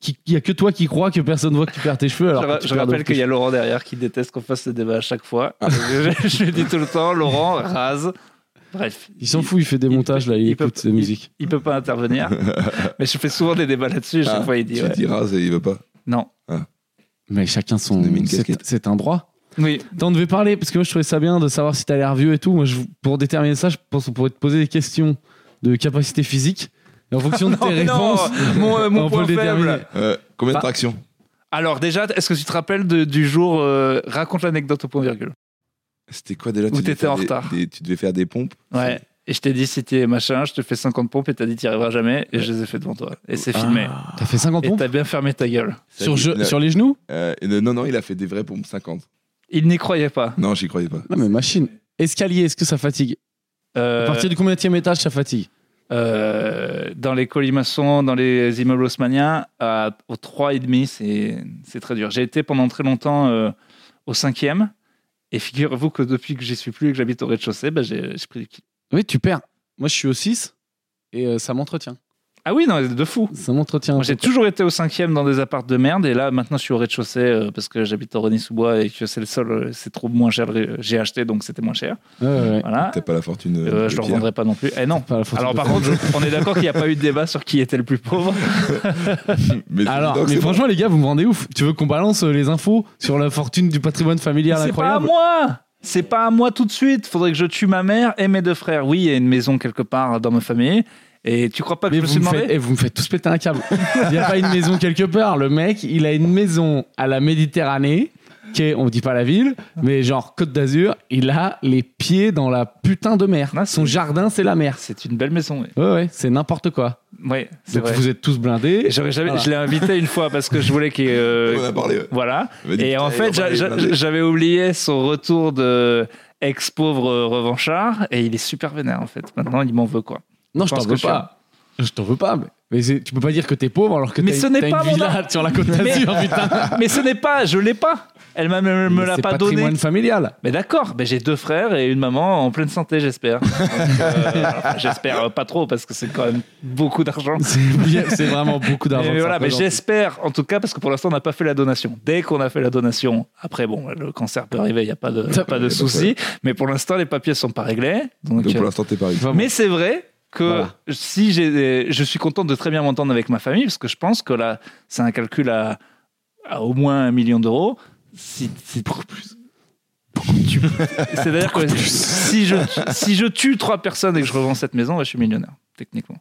Speaker 3: qui- il y a que toi qui crois que personne voit que tu perds tes cheveux. Alors
Speaker 1: je,
Speaker 3: que
Speaker 1: ra-
Speaker 3: tu
Speaker 1: je
Speaker 3: perds
Speaker 1: rappelle
Speaker 3: d'autres
Speaker 1: qu'il y a Laurent derrière qui déteste qu'on fasse ce débat à chaque fois.
Speaker 2: Ah.
Speaker 1: [laughs] je, je le dis tout le temps, Laurent rase. Bref,
Speaker 3: Il s'en fout, il fait des
Speaker 1: il-
Speaker 3: montages là, il,
Speaker 1: il peut-
Speaker 3: écoute ses musiques.
Speaker 1: il peut pas
Speaker 2: [laughs]
Speaker 1: intervenir. mais je fais souvent des débats là-dessus. Chaque
Speaker 2: Ah,
Speaker 1: fois, il dit
Speaker 2: Tu
Speaker 1: ouais.
Speaker 2: diras, c'est- il veut pas.
Speaker 1: non.
Speaker 3: Mais chacun son,
Speaker 2: Il a mis une
Speaker 3: c'est-
Speaker 2: casquette.
Speaker 3: c'est un droit.
Speaker 1: Oui,
Speaker 3: T'en devais parler, parce que moi je trouvais ça bien de savoir si t'as l'air vieux et tout. Moi, je, pour déterminer ça, je pense qu'on pourrait te poser des questions de capacité physique. Et
Speaker 1: [laughs]
Speaker 3: en fonction de
Speaker 1: Non,
Speaker 3: tes
Speaker 1: non,
Speaker 3: réponses,
Speaker 1: mon, euh, mon
Speaker 3: on
Speaker 1: point
Speaker 3: peut le déterminer.
Speaker 1: faible.
Speaker 2: Euh, combien
Speaker 1: Bah.
Speaker 2: de tractions
Speaker 1: Alors déjà, est-ce que tu te rappelles de- du jour euh, raconte l'anecdote au point virgule
Speaker 2: C'était quoi déjà
Speaker 1: Ou
Speaker 2: tu devais
Speaker 1: t'étais en
Speaker 2: faire des-
Speaker 1: retard.
Speaker 2: des- Tu devais faire des pompes
Speaker 1: Ouais. Et je t'ai dit si t'es machin, je te fais 50 pompes et t'as dit t'y arriveras jamais et je les ai fait devant toi et
Speaker 3: Ah.
Speaker 1: c'est filmé.
Speaker 3: T'as fait 50
Speaker 1: Et
Speaker 3: pompes
Speaker 1: t'as bien fermé ta gueule.
Speaker 3: sur,
Speaker 2: Ça,
Speaker 3: je-
Speaker 2: il-
Speaker 3: sur les genoux
Speaker 2: Euh, et non, non, il a fait des vrais pompes 50.
Speaker 1: Il n'y croyait pas.
Speaker 2: Non, j'y croyais pas.
Speaker 3: Non, mais machine. Escalier, est-ce que ça fatigue
Speaker 1: Euh,
Speaker 3: À partir du combien étage ça fatigue
Speaker 1: euh, dans les colimaçons, dans les immeubles haussmanniens, à, au 3,5, c'est, c'est très dur. J'ai été pendant très longtemps euh, au 5e, et figurez-vous que depuis que j'y suis plus et que j'habite au rez-de-chaussée, bah, j'ai, j'ai pris du kilo.
Speaker 3: Oui, tu perds. Moi, je suis au 6 et euh, ça m'entretient.
Speaker 1: Ah oui, non, de fou.
Speaker 3: Ça m'entretient.
Speaker 1: Moi, j'ai toujours été au 5e dans des appartes de merde, et là, maintenant, je suis au rez-de-chaussée euh, parce que j'habite au Rony-sous-Bois et que c'est le sol, euh, c'est trop moins cher. le- J'ai acheté, donc c'était moins cher.
Speaker 3: Ouais, ouais, ouais.
Speaker 1: Voilà.
Speaker 2: T'as pas la fortune. euh,
Speaker 1: Euh,
Speaker 2: de
Speaker 1: je le
Speaker 2: Pierre.
Speaker 1: revendrai pas non plus. Eh non.
Speaker 3: Pas la faute
Speaker 1: Alors,
Speaker 3: de
Speaker 1: par
Speaker 3: faire.
Speaker 1: contre, je- on est d'accord qu'il n'y a pas eu de débat sur qui était le plus
Speaker 3: [laughs]
Speaker 1: pauvre.
Speaker 2: [laughs] Mais c'est-
Speaker 3: Alors,
Speaker 2: donc,
Speaker 3: mais
Speaker 2: c'est bon.
Speaker 3: franchement, les gars, vous me rendez ouf. Tu veux qu'on balance euh, les infos sur la fortune du patrimoine familial
Speaker 1: C'est pas à
Speaker 3: incroyable
Speaker 1: moi C'est pas à moi tout de suite Faudrait que je tue ma mère et mes deux frères. Oui, il y a une maison quelque part dans ma famille. Et tu crois pas que
Speaker 3: Mais
Speaker 1: je me
Speaker 3: vous
Speaker 1: suis
Speaker 3: me,
Speaker 1: demandé
Speaker 3: faites, eh, vous me faites tous péter un câble. Il n'y a pas une maison quelque part. Le mec, il a une maison à la Méditerranée, qui est, on ne dit pas la ville, mais genre Côte d'Azur. Il a les pieds dans la putain de mer.
Speaker 1: Ah, c'est-
Speaker 3: Son jardin, c'est la mer.
Speaker 1: C'est une belle maison. Ouais,
Speaker 3: Ouais, ouais, c'est n'importe quoi.
Speaker 1: Ouais, c'est
Speaker 3: Donc
Speaker 1: vrai.
Speaker 3: vous êtes tous blindés.
Speaker 1: J'aurais jamais-
Speaker 3: Voilà.
Speaker 1: Je l'ai invité une fois parce que je voulais qu'il.
Speaker 3: [laughs]
Speaker 1: euh,
Speaker 2: On en a parlé. ouais.
Speaker 1: Voilà.
Speaker 2: On m'a dit,
Speaker 1: Et en fait,
Speaker 2: putain, il en
Speaker 1: j'a-
Speaker 2: parlait,
Speaker 1: j'a-
Speaker 2: blindé.
Speaker 1: j'avais oublié son retour de ex-pauvre euh, revanchard et il est super vénère en fait. Maintenant, il m'en veut quoi.
Speaker 3: Non,
Speaker 1: je
Speaker 3: je t'en
Speaker 1: pense
Speaker 3: veux
Speaker 1: que je
Speaker 3: pas. Je t'en veux pas. Mais, mais c'est- tu peux pas dire que t'es pauvre alors que
Speaker 1: Mais
Speaker 3: t'as
Speaker 1: ce
Speaker 3: une-
Speaker 1: n'est
Speaker 3: t'as
Speaker 1: pas
Speaker 3: une
Speaker 1: mon
Speaker 3: villa sur la Côte d'Azur, putain.
Speaker 1: Mais ce n'est pas, je l'ai pas. Elle m'a- me, me
Speaker 3: Mais
Speaker 1: l'a
Speaker 3: c'est
Speaker 1: pas donné. [laughs]
Speaker 3: patrimoine familial.
Speaker 1: Mais d'accord, ben j'ai deux frères et une maman en pleine santé, j'espère. Donc, euh, enfin, j'espère euh, pas trop parce que c'est quand même beaucoup d'argent.
Speaker 3: C'est bien- c'est vraiment beaucoup
Speaker 1: Mais,
Speaker 3: d'argent. que ça
Speaker 1: voilà, mais
Speaker 3: représente.
Speaker 1: j'espère en tout cas parce que pour l'instant on n'a pas fait la donation. Dès qu'on a fait la donation, après bon, le cancer peut arriver, il n'y a pas de,
Speaker 3: Ça-
Speaker 1: pas de
Speaker 2: y a pas de
Speaker 1: souci. Mais pour l'instant les papiers sont pas réglés. Donc,
Speaker 2: Donc
Speaker 1: euh,
Speaker 2: pour l'instant, t'es pareil.
Speaker 3: Vraiment.
Speaker 1: mais c'est vrai que
Speaker 3: Voilà.
Speaker 1: si j'ai, je suis content de très bien m'entendre avec ma famille, parce que je pense que là, c'est un calcul à, à au moins un million d'euros. Si, si-
Speaker 3: [laughs]
Speaker 1: Tu- C'est-à-dire que si je, si je tue trois personnes et que je revends cette maison, ouais, je suis millionnaire, techniquement.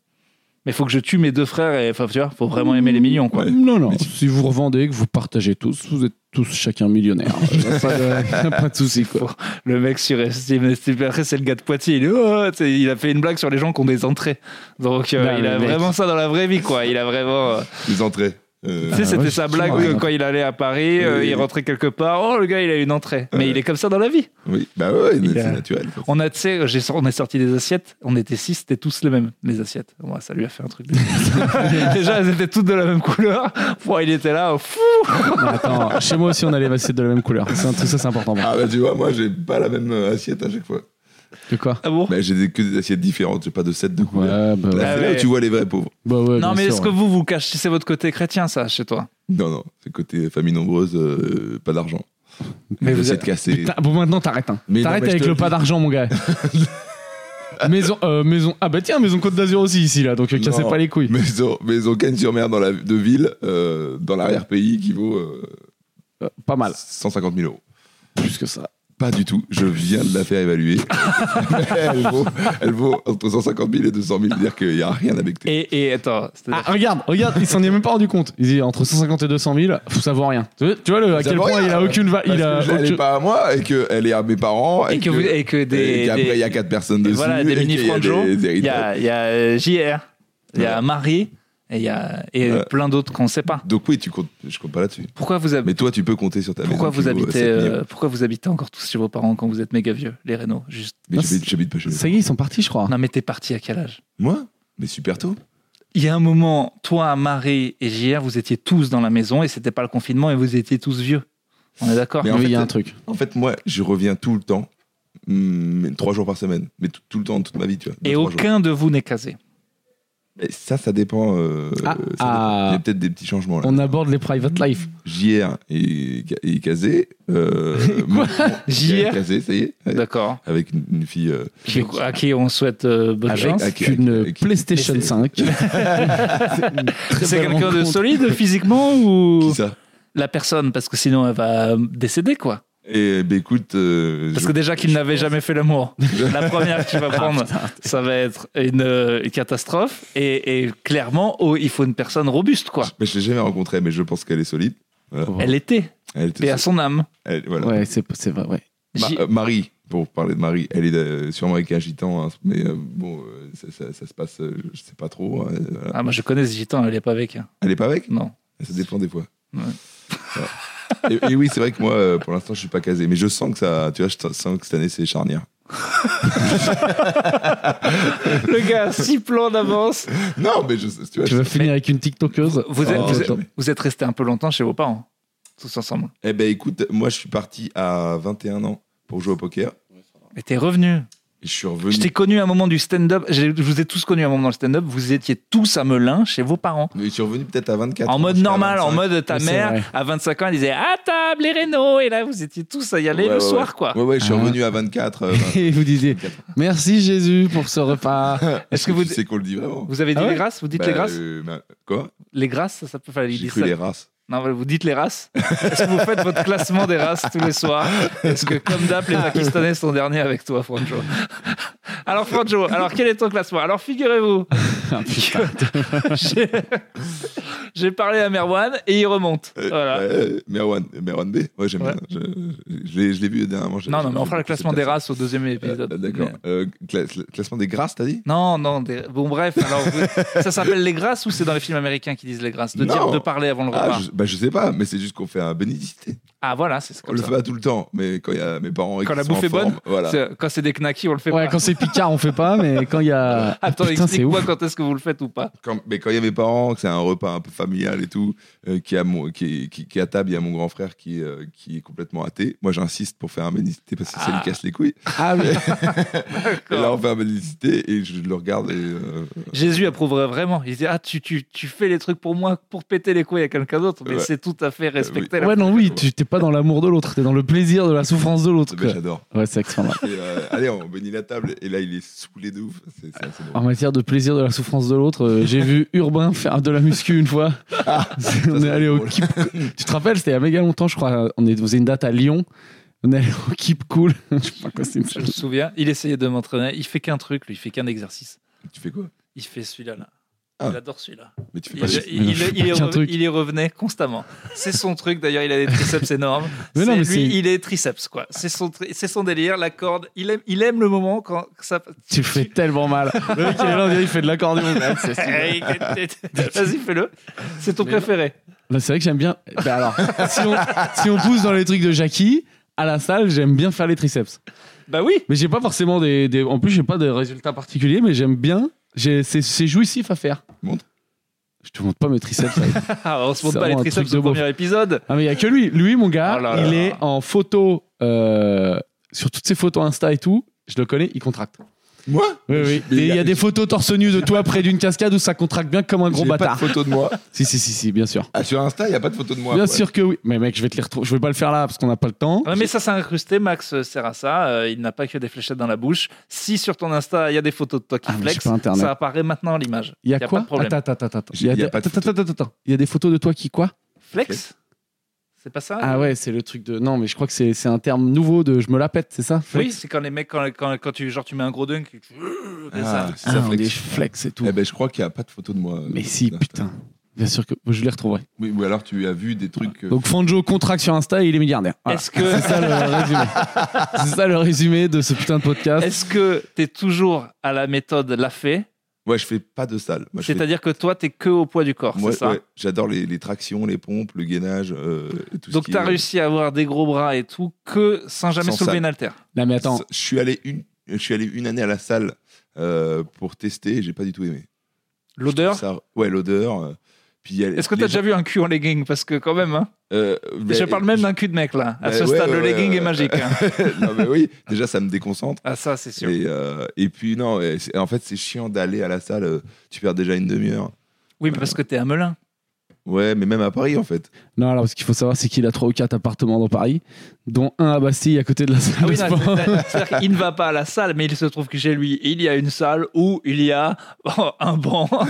Speaker 1: Mais il faut que je tue mes deux frères et enfin, tu vois, faut vraiment aimer les millions, quoi.
Speaker 2: Ouais.
Speaker 3: Non, non.
Speaker 2: Mais tu-
Speaker 3: Si vous revendez, que vous partagez tous, vous êtes tous chacun
Speaker 1: [laughs]
Speaker 3: millionnaire. Euh, pas, de, pas de soucis, quoi.
Speaker 1: Le mec surestime. c'est- Après, c'est le gars de Poitiers. Il, est, Oh Tu sais, il a fait une blague sur les gens qui ont des entrées. Donc, euh,
Speaker 3: Non,
Speaker 1: il
Speaker 3: mais
Speaker 1: a
Speaker 3: Bah, mec.
Speaker 1: vraiment ça dans la vraie vie, quoi. Il a vraiment. euh,
Speaker 2: Les entrées. Euh,
Speaker 1: Tu sais,
Speaker 3: Ah,
Speaker 1: c'était
Speaker 3: ouais,
Speaker 1: sa
Speaker 3: je-
Speaker 1: blague
Speaker 3: je-
Speaker 1: euh, quand il allait à Paris, euh,
Speaker 2: Oui.
Speaker 1: il rentrait quelque part. Oh, le gars, il a une entrée. Mais il est comme ça dans la vie.
Speaker 2: Oui, bah ouais,
Speaker 1: Il
Speaker 2: c'est
Speaker 1: a-
Speaker 2: naturel. ça.
Speaker 1: On a, tu sais, j'ai- on est sorti des assiettes. On était six, c'était tous les mêmes, les assiettes. Moi, ça lui a fait un truc.
Speaker 2: [laughs]
Speaker 1: de- Déjà, elles étaient toutes de la même couleur. Pouah, il était là. oh, fou.
Speaker 3: Non, attends, chez moi aussi, on a les assiettes de la même couleur. C'est un- Tout ça, c'est important. bon.
Speaker 2: Ah bah tu vois, moi j'ai pas la même euh, assiette à chaque fois.
Speaker 3: De quoi
Speaker 1: Ah bon
Speaker 2: Bah, j'ai des- que des assiettes différentes, j'ai pas de set de couleurs.
Speaker 3: Ouais, bah,
Speaker 2: Là,
Speaker 3: ouais.
Speaker 2: c'est
Speaker 1: Ah
Speaker 2: là où
Speaker 1: ouais.
Speaker 2: tu vois les vrais pauvres.
Speaker 3: Bah
Speaker 1: Non,
Speaker 3: ouais, bien
Speaker 1: mais
Speaker 3: sûr,
Speaker 1: est-ce que
Speaker 3: ouais.
Speaker 1: vous vous cachez C'est votre côté chrétien, ça, chez toi.
Speaker 2: Non, non, c'est côté famille nombreuse, euh, pas d'argent.
Speaker 1: Mais
Speaker 2: Mais
Speaker 1: vous
Speaker 2: vous
Speaker 1: êtes-
Speaker 2: cassées.
Speaker 3: Putain, bon, maintenant, t'arrêtes. hein.
Speaker 2: Mais non,
Speaker 3: T'arrêtes
Speaker 2: mais je
Speaker 3: avec
Speaker 2: te
Speaker 3: le
Speaker 2: le
Speaker 3: pas
Speaker 2: dis.
Speaker 3: d'argent,
Speaker 2: [laughs]
Speaker 3: mon gars. maison, euh, maison. Ah bah tiens, maison Côte d'Azur aussi, ici, là. Donc, euh, cassez
Speaker 2: Non.
Speaker 3: pas les couilles.
Speaker 2: Maison, maison Cannes-sur-Mer dans la de ville, euh, dans l'arrière-pays, qui vaut euh,
Speaker 3: Euh, pas mal.
Speaker 2: 150 000 euros.
Speaker 3: Plus que ça.
Speaker 2: Pas du tout, je viens de la faire
Speaker 1: [laughs]
Speaker 2: évaluer. elle, vaut, elle vaut entre 150 000 et 200 000, c'est-à-dire qu'il n'y a rien à becquer.
Speaker 1: Et, et attends, c'était-
Speaker 3: Ah, regarde, regarde, il s'en est même pas rendu compte. Il dit entre 150 et 200 000, pff, ça vaut rien. Tu vois, tu vois le- à
Speaker 2: Ça
Speaker 3: quel
Speaker 2: vaut
Speaker 3: point
Speaker 2: rien.
Speaker 3: il a aucune. Va,
Speaker 2: Parce
Speaker 3: il a
Speaker 2: que je- elle
Speaker 3: aucune-
Speaker 2: n'est pas à moi et qu'elle est à mes parents.
Speaker 1: Ah, et, que vous- et que des.
Speaker 2: et qu'après, il y a
Speaker 1: des-
Speaker 2: quatre personnes
Speaker 1: et
Speaker 2: dessus.
Speaker 1: voilà, des
Speaker 2: et qu'il y a
Speaker 1: mini franjo.
Speaker 2: des- des
Speaker 1: Il y a, il y a euh, JR, il y a
Speaker 2: Ouais.
Speaker 1: Marie, et il y a et
Speaker 2: Ouais.
Speaker 1: plein d'autres qu'on ne sait pas.
Speaker 2: Donc oui, tu comptes, je compte pas là-dessus.
Speaker 1: Pourquoi vous, hab-
Speaker 2: Mais toi, tu peux compter sur ta
Speaker 1: pourquoi
Speaker 2: maison
Speaker 1: vous
Speaker 2: qui vaut, euh,
Speaker 1: habitez
Speaker 2: 7 millions.
Speaker 1: euh, pourquoi vous habitez encore tous chez vos parents quand vous êtes méga vieux, les Renault juste...
Speaker 2: Mais
Speaker 3: Non,
Speaker 2: j'habite j'habite pas chez moi.
Speaker 3: Ça y est, ils sont partis,
Speaker 2: Ah.
Speaker 3: je crois.
Speaker 1: Non, mais t'es parti à quel âge
Speaker 2: Moi Mais super tôt.
Speaker 1: Il y a un moment, toi, Marie et JR, vous étiez tous dans la maison et c'était pas le confinement et vous étiez tous vieux. On est d'accord
Speaker 2: Mais
Speaker 3: Oui,
Speaker 2: en
Speaker 3: il y a
Speaker 2: fait, euh,
Speaker 3: un truc.
Speaker 2: En fait, moi, je reviens tout le temps, hum, mais trois jours par semaine, mais tout, tout le temps, toute ma vie, tu vois. deux,
Speaker 1: Et
Speaker 2: trois jours.
Speaker 1: aucun de vous n'est casé.
Speaker 2: Et ça, ça dépend. euh,
Speaker 3: Ah,
Speaker 2: ça dépend.
Speaker 3: ah.
Speaker 2: Il y a peut-être des petits changements là.
Speaker 3: On aborde les private life.
Speaker 2: JR et, et Kazé.
Speaker 1: [laughs]
Speaker 2: Euh, mon-
Speaker 1: JR
Speaker 2: Kazé, ça y est. ouais,
Speaker 1: D'accord.
Speaker 2: Avec une, une fille. euh,
Speaker 1: Qui- À qui on souhaite euh, bonne
Speaker 3: Avec
Speaker 1: chance.
Speaker 2: avec-
Speaker 3: une
Speaker 2: avec-
Speaker 3: PlayStation
Speaker 1: Mais [laughs]
Speaker 3: 5.
Speaker 1: C'est
Speaker 3: belle
Speaker 1: quelqu'un de
Speaker 2: [laughs]
Speaker 3: rencontre.
Speaker 1: solide physiquement ou
Speaker 2: qui ça
Speaker 1: la personne parce que sinon elle va décéder quoi.
Speaker 2: Et bah, écoute. euh,
Speaker 1: Parce
Speaker 2: je-
Speaker 1: que déjà qu'il
Speaker 2: je
Speaker 1: n'avait
Speaker 2: pense- Ah,
Speaker 1: jamais fait
Speaker 2: [laughs]
Speaker 1: l'amour. La première qu'il va prendre, ça va être une, euh, une catastrophe et, et clairement oh, il faut une personne robuste quoi.
Speaker 2: Mais je l'ai jamais rencontrée, mais je pense qu'elle est solide.
Speaker 1: Elle était
Speaker 2: Elle
Speaker 1: et
Speaker 2: était.
Speaker 1: à son âme.
Speaker 2: elle- voilà.
Speaker 3: Ouais, c'est c'est vrai. Ouais.
Speaker 2: Ma-
Speaker 1: J-
Speaker 2: euh, Marie, pour parler de Marie, elle est euh, sûrement avec un gitan, hein, mais euh, bon, euh, ça, ça- ça se passe, euh, je sais pas trop. hein, euh, voilà.
Speaker 1: Ah moi je connais ce gitan, elle est pas avec. hein.
Speaker 2: Elle est pas avec
Speaker 1: Non.
Speaker 2: Ça dépend des fois.
Speaker 1: Ouais.
Speaker 2: Ouais. Et, et oui, c'est vrai que moi, euh, pour l'instant, je suis pas casé, mais je sens que ça, tu vois, je sens que cette année c'est charnière.
Speaker 1: Le gars a six plans d'avance.
Speaker 2: Non, mais je, tu vois,
Speaker 3: Tu
Speaker 2: je-
Speaker 3: veux finir avec une TikTokeuse
Speaker 1: Vous êtes,
Speaker 2: Oh,
Speaker 1: vous, êtes,
Speaker 2: attends.
Speaker 1: vous êtes restés un peu longtemps chez vos parents tous ensemble.
Speaker 2: eh ben écoute, moi, je suis parti à 21 ans pour jouer au poker.
Speaker 1: Mais t'es revenu.
Speaker 2: Et je suis revenu.
Speaker 1: Je t'ai connu à un moment du stand-up. J'ai- Je vous ai tous connu à un moment dans le stand-up. Vous étiez tous à Melun chez vos parents.
Speaker 2: mais Je suis revenu peut-être à 24.
Speaker 1: En
Speaker 2: ans,
Speaker 1: mode
Speaker 2: jusqu'à
Speaker 1: normal, en
Speaker 2: 25.
Speaker 1: mode ta
Speaker 3: Oui, c'est vrai.
Speaker 1: mère, à 25 ans, elle disait à table les rénaux. Et là, vous étiez tous à y aller
Speaker 2: Ouais,
Speaker 1: le
Speaker 2: ouais,
Speaker 1: soir, quoi.
Speaker 2: Ouais, ouais, je suis
Speaker 3: Ah.
Speaker 2: revenu à 24. euh, vingt-
Speaker 3: Et vous disiez merci Jésus pour
Speaker 2: [laughs]
Speaker 3: ce repas.
Speaker 1: [laughs] Est-ce que vous,
Speaker 2: Tu sais qu'on le dit vraiment.
Speaker 1: vous avez dit
Speaker 3: Ah ouais
Speaker 1: les races Vous dites les
Speaker 2: Bah,
Speaker 1: grâces
Speaker 2: euh, bah, Quoi
Speaker 1: Les grâces, ça, ça peut falloir
Speaker 2: J'ai
Speaker 1: dire
Speaker 2: cru
Speaker 1: ça.
Speaker 2: les races.
Speaker 1: Non, mais vous dites les races. Est-ce que vous faites votre classement des races tous les soirs Est-ce que, comme d'hab, les Pakistanais sont derniers avec toi, Franjo Alors, Franjo, alors quel est ton classement Alors,
Speaker 2: [laughs]
Speaker 1: figurez-vous
Speaker 3: Ah, putain.
Speaker 1: J'ai- J'ai parlé à Merwan et il remonte.
Speaker 2: Euh,
Speaker 1: Voilà.
Speaker 2: euh, Merwan, Merwan B. Ouais, j'aime
Speaker 1: Ah. Ouais.
Speaker 2: bien. Je, je l'ai- je l'ai vu dernièrement. j'ai-
Speaker 1: Non,
Speaker 2: j'ai-
Speaker 1: non, mais on
Speaker 2: j'ai
Speaker 1: fera le
Speaker 2: beaucoup cette
Speaker 1: classement des
Speaker 2: personne.
Speaker 1: races au deuxième épisode.
Speaker 2: Euh, D'accord.
Speaker 1: Mais-
Speaker 2: Euh, cla- classement des grâces, t'as dit
Speaker 1: Non, non, des- bon, bref, alors, vous- ça s'appelle les grâces ou c'est dans les films américains qui disent les grâces De dire,
Speaker 2: Non.
Speaker 1: de parler avant le repas.
Speaker 2: ah, je, bah, je sais pas, mais c'est juste qu'on fait un bénédicité.
Speaker 1: Ah, voilà, c'est
Speaker 2: On
Speaker 1: comme
Speaker 2: le
Speaker 1: ça.
Speaker 2: fait pas tout le temps, mais quand il y a mes parents et
Speaker 1: Quand
Speaker 2: qu'ils
Speaker 1: la
Speaker 2: sont
Speaker 1: bouffe
Speaker 2: en
Speaker 1: est bonne,
Speaker 2: forme, voilà.
Speaker 1: C'est- Quand c'est des knackis, on le fait
Speaker 3: Ouais,
Speaker 1: pas.
Speaker 3: quand c'est Picard, on fait pas, mais quand il y a.
Speaker 2: [laughs]
Speaker 1: Attends,
Speaker 3: Putain, c'est
Speaker 1: explique-moi
Speaker 3: ouf.
Speaker 1: quand est-ce que vous le faites ou pas.
Speaker 2: Quand- mais quand il y a mes parents, que c'est un repas un peu familial et tout, euh, qui, a mon, qui, qui, qui est à table, il y a mon grand frère qui, euh, qui est complètement athée. Moi, j'insiste pour faire un bénédicité parce que ça
Speaker 1: Ah.
Speaker 2: lui casse les couilles.
Speaker 3: Ah oui.
Speaker 2: Et là, on fait un bénédicité et je le regarde et. euh,
Speaker 1: Jésus approuverait vraiment. Il dit Ah, tu, tu, tu fais les trucs pour moi, pour péter les couilles à quelqu'un d'autre, mais
Speaker 2: Ouais.
Speaker 1: c'est tout à fait respecté.
Speaker 2: oui.
Speaker 1: là.
Speaker 3: Ouais, non, oui, tu t'es pas dans l'amour de l'autre, t'es dans le plaisir de la souffrance de l'autre.
Speaker 2: ben,
Speaker 3: quoi.
Speaker 2: J'adore.
Speaker 3: Ouais, c'est extrêmement.
Speaker 2: Et, euh, allez, on bénit la table. Et là, il est saoulé de ouf. C'est c'est assez
Speaker 3: En
Speaker 2: drôle.
Speaker 3: matière de plaisir de la souffrance de l'autre, euh, j'ai vu Urbain faire de la muscu une fois. [laughs] C'est- on
Speaker 2: Ah, ça,
Speaker 3: est
Speaker 2: c'est
Speaker 3: allé au
Speaker 2: drôle.
Speaker 3: Keep Cool. Tu te rappelles, c'était il y a méga longtemps, je crois. On, est, on faisait une date à Lyon. On est allé au Keep Cool. [laughs] je sais pas quoi c'est une
Speaker 1: Je me souviens, il essayait de m'entraîner. Il fait qu'un truc, lui, il fait qu'un exercice.
Speaker 2: Tu fais quoi
Speaker 1: Il fait celui-là. Là.
Speaker 2: Ah.
Speaker 1: Il adore celui-là.
Speaker 2: Mais tu fais
Speaker 1: Il,
Speaker 2: pas
Speaker 1: il-
Speaker 2: chier.
Speaker 1: il-
Speaker 3: non, je fais
Speaker 1: il- il-
Speaker 3: pas qu'un
Speaker 1: il-
Speaker 3: truc.
Speaker 1: il y revenait constamment. C'est son truc, d'ailleurs, il a des triceps énormes.
Speaker 3: [laughs] Mais non,
Speaker 1: C'est
Speaker 3: mais c'est-
Speaker 1: lui, il est triceps, quoi. C'est son, tri- c'est son délire, la corde. Il aime, il aime le moment quand ça.
Speaker 3: Tu fais
Speaker 2: [laughs]
Speaker 3: tellement mal. Le mec, il est là, on dirait, il fait de l'accordéon.
Speaker 1: Vas-y, fais-le. C'est ton
Speaker 3: Mais
Speaker 1: préféré.
Speaker 3: Bah, c'est vrai que j'aime bien. Bah, alors, si on, si on pousse dans les trucs de Jackie, à la salle, j'aime bien faire les triceps.
Speaker 1: Bah oui.
Speaker 3: Mais j'ai pas forcément des, des- En plus, j'ai pas de résultats particuliers, mais j'aime bien. J'ai- C'est c'est jouissif à faire.
Speaker 2: Montre.
Speaker 3: Je te montre pas mes triceps. ça va être-
Speaker 1: Ah, on se montre pas
Speaker 3: C'est
Speaker 1: les
Speaker 3: vraiment un
Speaker 1: triceps
Speaker 3: truc de
Speaker 1: au premier épisode.
Speaker 3: ah, mais il y a que lui. Lui, mon gars,
Speaker 1: Oh là là.
Speaker 3: il est en photo. euh, sur toutes ses photos Insta et tout, je le connais, il contracte.
Speaker 2: Moi
Speaker 3: Oui, oui.
Speaker 2: Mais
Speaker 3: Et il y a des
Speaker 2: j'ai-
Speaker 3: photos torse nu de toi près d'une cascade où ça contracte bien comme un gros
Speaker 2: j'ai pas
Speaker 3: bâtard.
Speaker 2: de photo de moi.
Speaker 3: Si, si, si, si, bien sûr.
Speaker 2: Ah, sur Insta, il n'y a pas de photo de moi.
Speaker 3: Bien
Speaker 2: quoi.
Speaker 3: sûr que oui. Mais mec, je vais te les retrouver. Je vais pas le faire là parce qu'on n'a pas le temps.
Speaker 1: Ouais, mais ça, c'est incrusté. Max euh, sert à ça. Euh, il n'a pas que des fléchettes dans la bouche. Si sur ton Insta, il y a des photos de toi qui
Speaker 3: Ah, mais j'ai
Speaker 1: flex,
Speaker 3: pas Internet.
Speaker 1: ça apparaît maintenant à l'image.
Speaker 3: Il y a,
Speaker 1: y a
Speaker 3: quoi
Speaker 1: pas de problème.
Speaker 3: Attends, attends, attends, attends.
Speaker 2: J'ai- il y a
Speaker 3: des-
Speaker 2: pas de
Speaker 3: attends, attends, attends, attends. Il y a des photos de toi qui quoi
Speaker 1: Flex C'est pas ça
Speaker 3: Ah ouais, c'est le truc de. Non, mais je crois que c'est c'est un terme nouveau de je me la pète, c'est ça
Speaker 1: Oui,
Speaker 3: Flex
Speaker 1: c'est quand les mecs, quand, quand, quand tu, genre, tu mets un gros dunk, tu- c'est
Speaker 2: Ah,
Speaker 1: ça.
Speaker 2: c'est
Speaker 3: Ah,
Speaker 2: ça,
Speaker 3: on
Speaker 2: flex.
Speaker 3: est flex et tout.
Speaker 2: Eh ben, je crois qu'il n'y a pas de photo de moi.
Speaker 3: mais si,
Speaker 2: Insta.
Speaker 3: putain. Bien sûr que je les retrouverai.
Speaker 2: Oui, ou alors tu as vu des trucs. euh,
Speaker 3: Donc Fanjo contracte sur Insta et il est milliardaire.
Speaker 2: Ah.
Speaker 3: Voilà.
Speaker 1: Est-ce
Speaker 2: [laughs]
Speaker 1: que
Speaker 3: C'est ça
Speaker 1: [laughs]
Speaker 3: le résumé. c'est ça le résumé de ce putain de podcast.
Speaker 1: est-ce que t'es toujours à la méthode la fée
Speaker 3: Ah.
Speaker 2: Ouais, je fais pas de salle. Moi, je fais-
Speaker 1: C'est-à-dire que toi, t'es que au poids du corps,
Speaker 2: Moi,
Speaker 1: c'est ça
Speaker 2: ouais, j'adore les, les tractions, les pompes, le gainage, euh, et tout ce
Speaker 1: Donc
Speaker 2: qui
Speaker 1: t'as
Speaker 2: est-
Speaker 1: réussi à avoir des gros bras et tout que sans jamais
Speaker 2: Sans
Speaker 1: soulever
Speaker 2: ça.
Speaker 1: une haltère.
Speaker 3: Non mais attends,
Speaker 2: Je suis allé une, je suis allé une année à la salle euh, pour tester. et J'ai pas du tout aimé.
Speaker 1: L'odeur
Speaker 2: Ça- Ouais, l'odeur. euh, Puis il y a les-
Speaker 1: Est-ce que t'as
Speaker 2: les
Speaker 1: déjà
Speaker 2: gens-
Speaker 1: vu un cul en legging Parce que quand même, hein,
Speaker 2: Euh, mais-
Speaker 1: je parle même hein. d'un cul de mec là. À
Speaker 2: Mais
Speaker 1: ce
Speaker 2: ouais,
Speaker 1: stade, le
Speaker 2: ouais, ouais,
Speaker 1: legging
Speaker 2: ouais.
Speaker 1: est magique. hein.
Speaker 2: [laughs] non, mais oui, déjà ça me
Speaker 1: [laughs]
Speaker 2: déconcentre.
Speaker 1: Ah ça, c'est sûr.
Speaker 2: Et, euh, et puis non, et c'est- en fait c'est chiant d'aller à la salle. euh, Tu perds déjà une demi-heure.
Speaker 1: Oui, mais parce que t'es à Melun.
Speaker 2: [laughs] Ouais, mais même à Paris en fait.
Speaker 3: non alors ce qu'il faut savoir c'est qu'il a trois ou quatre appartements dans Paris, dont un à Bastille à côté de la salle
Speaker 1: Ah oui,
Speaker 3: de
Speaker 1: non,
Speaker 3: sport.
Speaker 1: c'est-à-dire qu'il ne va pas à la salle, mais il se trouve que chez lui, il y a une salle où il y a oh, un
Speaker 2: [laughs]
Speaker 1: banc, [laughs] une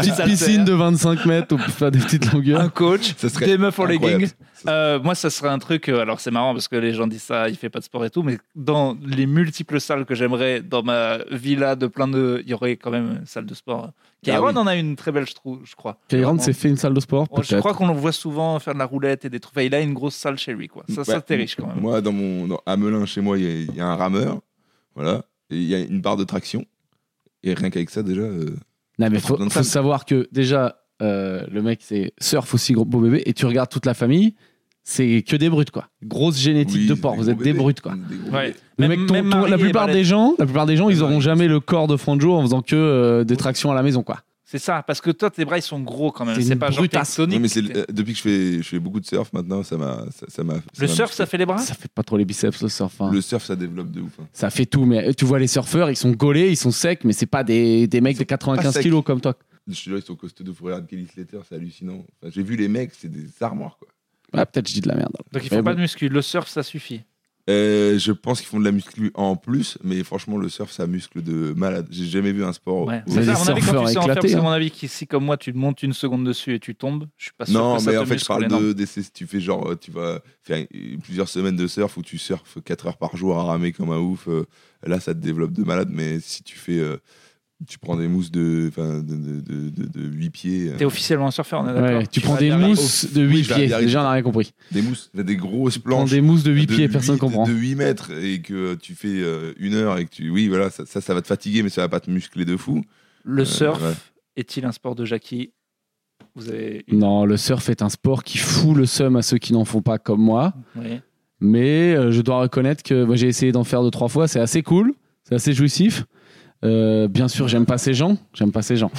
Speaker 3: petite piscine de 25 mètres pour faire des petites longueurs.
Speaker 1: un coach,
Speaker 2: Ça serait
Speaker 1: des meufs en
Speaker 2: incroyable.
Speaker 1: leggings. Euh, moi, ça serait un truc. euh, alors, c'est marrant parce que les gens disent ça, il fait pas de sport et tout, mais dans les multiples salles que j'aimerais, dans ma villa de plein de. Il y aurait quand même une salle de sport. Kairon
Speaker 2: Ah oui.
Speaker 1: en a une très belle, je trouve, je crois.
Speaker 3: Kairon
Speaker 1: Vraiment.
Speaker 3: s'est fait une salle de sport,
Speaker 1: Oh, Je
Speaker 3: peut-être.
Speaker 1: crois qu'on le voit souvent faire de la roulette et des trucs. Enfin, il a une grosse salle chez lui, quoi. Ça, ça
Speaker 2: Ouais.
Speaker 1: t'es riche quand même.
Speaker 2: Bah, Moi, dans mon, dans- à Melun, chez moi, il y, a- il y a un rameur. Voilà. Et il y a une barre de traction. Et rien qu'avec ça, déjà. euh,
Speaker 3: Non, mais faut,
Speaker 2: Dans une
Speaker 3: faut
Speaker 2: salle.
Speaker 3: savoir que déjà, euh, le mec, c'est surf aussi, gros beau bébé, et tu regardes toute la famille, c'est que des brutes, quoi. Grosse génétique
Speaker 2: oui,
Speaker 3: de
Speaker 2: c'est
Speaker 3: porc,
Speaker 2: des
Speaker 3: vous
Speaker 2: gros
Speaker 3: êtes des
Speaker 2: bébés.
Speaker 3: brutes, quoi.
Speaker 2: gros
Speaker 1: Ouais.
Speaker 2: bébés.
Speaker 3: Le
Speaker 1: Même-
Speaker 3: mec, ton-
Speaker 1: même
Speaker 3: ton- la,
Speaker 1: Marie est
Speaker 3: plupart des
Speaker 1: balèze.
Speaker 3: gens, la plupart des gens, ils
Speaker 2: Même
Speaker 3: auront
Speaker 2: Marie,
Speaker 3: jamais le corps de Franjo en faisant que euh, des tractions à la maison, quoi.
Speaker 1: C'est ça, parce que toi, tes bras, ils sont gros quand même.
Speaker 3: T'es
Speaker 1: C'est
Speaker 3: une
Speaker 1: pas genre
Speaker 3: brutasse.
Speaker 1: tectonique.
Speaker 2: Non, mais c'est
Speaker 1: T'es-
Speaker 2: le- euh, depuis que je fais, je fais beaucoup de surf maintenant, ça m'a. Ça, ça m'a- ça
Speaker 1: Le
Speaker 2: m'a-
Speaker 1: surf, ça fait les bras
Speaker 3: Ça fait pas trop les biceps, le surf. hein.
Speaker 2: Le surf, ça développe de ouf. hein.
Speaker 3: Ça fait tout, mais euh, tu vois les surfeurs, ils sont gaulés, ils sont secs, mais c'est pas des, des mecs de 95
Speaker 2: secs.
Speaker 3: kilos comme toi.
Speaker 2: Je te jure, ils sont costauds de fourrure de Kelly Slater, c'est hallucinant. Enfin, J'ai vu les mecs, c'est des armoires, quoi.
Speaker 3: Ouais, peut-être je dis de la merde.
Speaker 1: Donc, il
Speaker 3: Mais
Speaker 1: faut pas
Speaker 3: bon.
Speaker 1: de muscu. Le surf, ça suffit.
Speaker 2: Euh, je pense qu'ils font de la muscu en plus, mais franchement, le surf, ça muscle de malade. J'ai jamais vu un sport.
Speaker 1: Ouais.
Speaker 2: où-
Speaker 3: C'est
Speaker 1: C'est Oh. ça,
Speaker 3: des
Speaker 1: à mon avis, quand
Speaker 3: surfeurs
Speaker 1: tu sais en faire,
Speaker 3: éclatés,
Speaker 1: parce qu'à
Speaker 3: hein.
Speaker 1: mon avis, si comme moi, tu te montes une seconde dessus et tu tombes, je
Speaker 3: Ah,
Speaker 1: suis pas sûr
Speaker 2: Non,
Speaker 1: que ça
Speaker 2: mais
Speaker 1: te
Speaker 2: en fait, je
Speaker 1: muscle
Speaker 2: parle
Speaker 1: énorme.
Speaker 2: de, des sé- tu fais genre, euh, tu vas faire euh, plusieurs semaines de surf où tu surfes 4 heures par jour à ramer comme un ouf. euh, Là, ça te développe de malade, mais si tu fais, euh, tu prends des mousses de, 8 pieds, euh,
Speaker 1: T'es officiellement surfeur, on est d'accord.
Speaker 3: Ouais, tu
Speaker 1: Je
Speaker 3: prends
Speaker 1: vais
Speaker 3: des
Speaker 1: dire, bah,
Speaker 3: mousses de
Speaker 2: Oh, Oui,
Speaker 3: 8
Speaker 2: je vais
Speaker 3: pieds,
Speaker 2: y arriver.
Speaker 3: déjà on n'a rien compris.
Speaker 2: des mousses, des grosses
Speaker 3: Prends
Speaker 2: planches.
Speaker 3: des mousses de 8 pieds, personne
Speaker 2: huit-
Speaker 3: comprend.
Speaker 2: De 8 mètres et que euh, tu fais euh, une heure et que tu. Oui, voilà, ça, ça, ça va te fatiguer, mais ça va pas te muscler de fou. [laughs]
Speaker 1: Le
Speaker 2: Euh,
Speaker 1: surf
Speaker 2: ouais.
Speaker 1: est-il un sport de Jackie Vous avez une-
Speaker 3: Non, le surf est un sport qui fout le seum à ceux qui n'en font pas comme moi.
Speaker 1: Oui.
Speaker 3: Mais euh, je dois reconnaître que moi, j'ai essayé d'en faire deux, trois fois. C'est assez cool, c'est assez jouissif. Euh, bien sûr, j'aime pas ces gens. J'aime pas ces gens.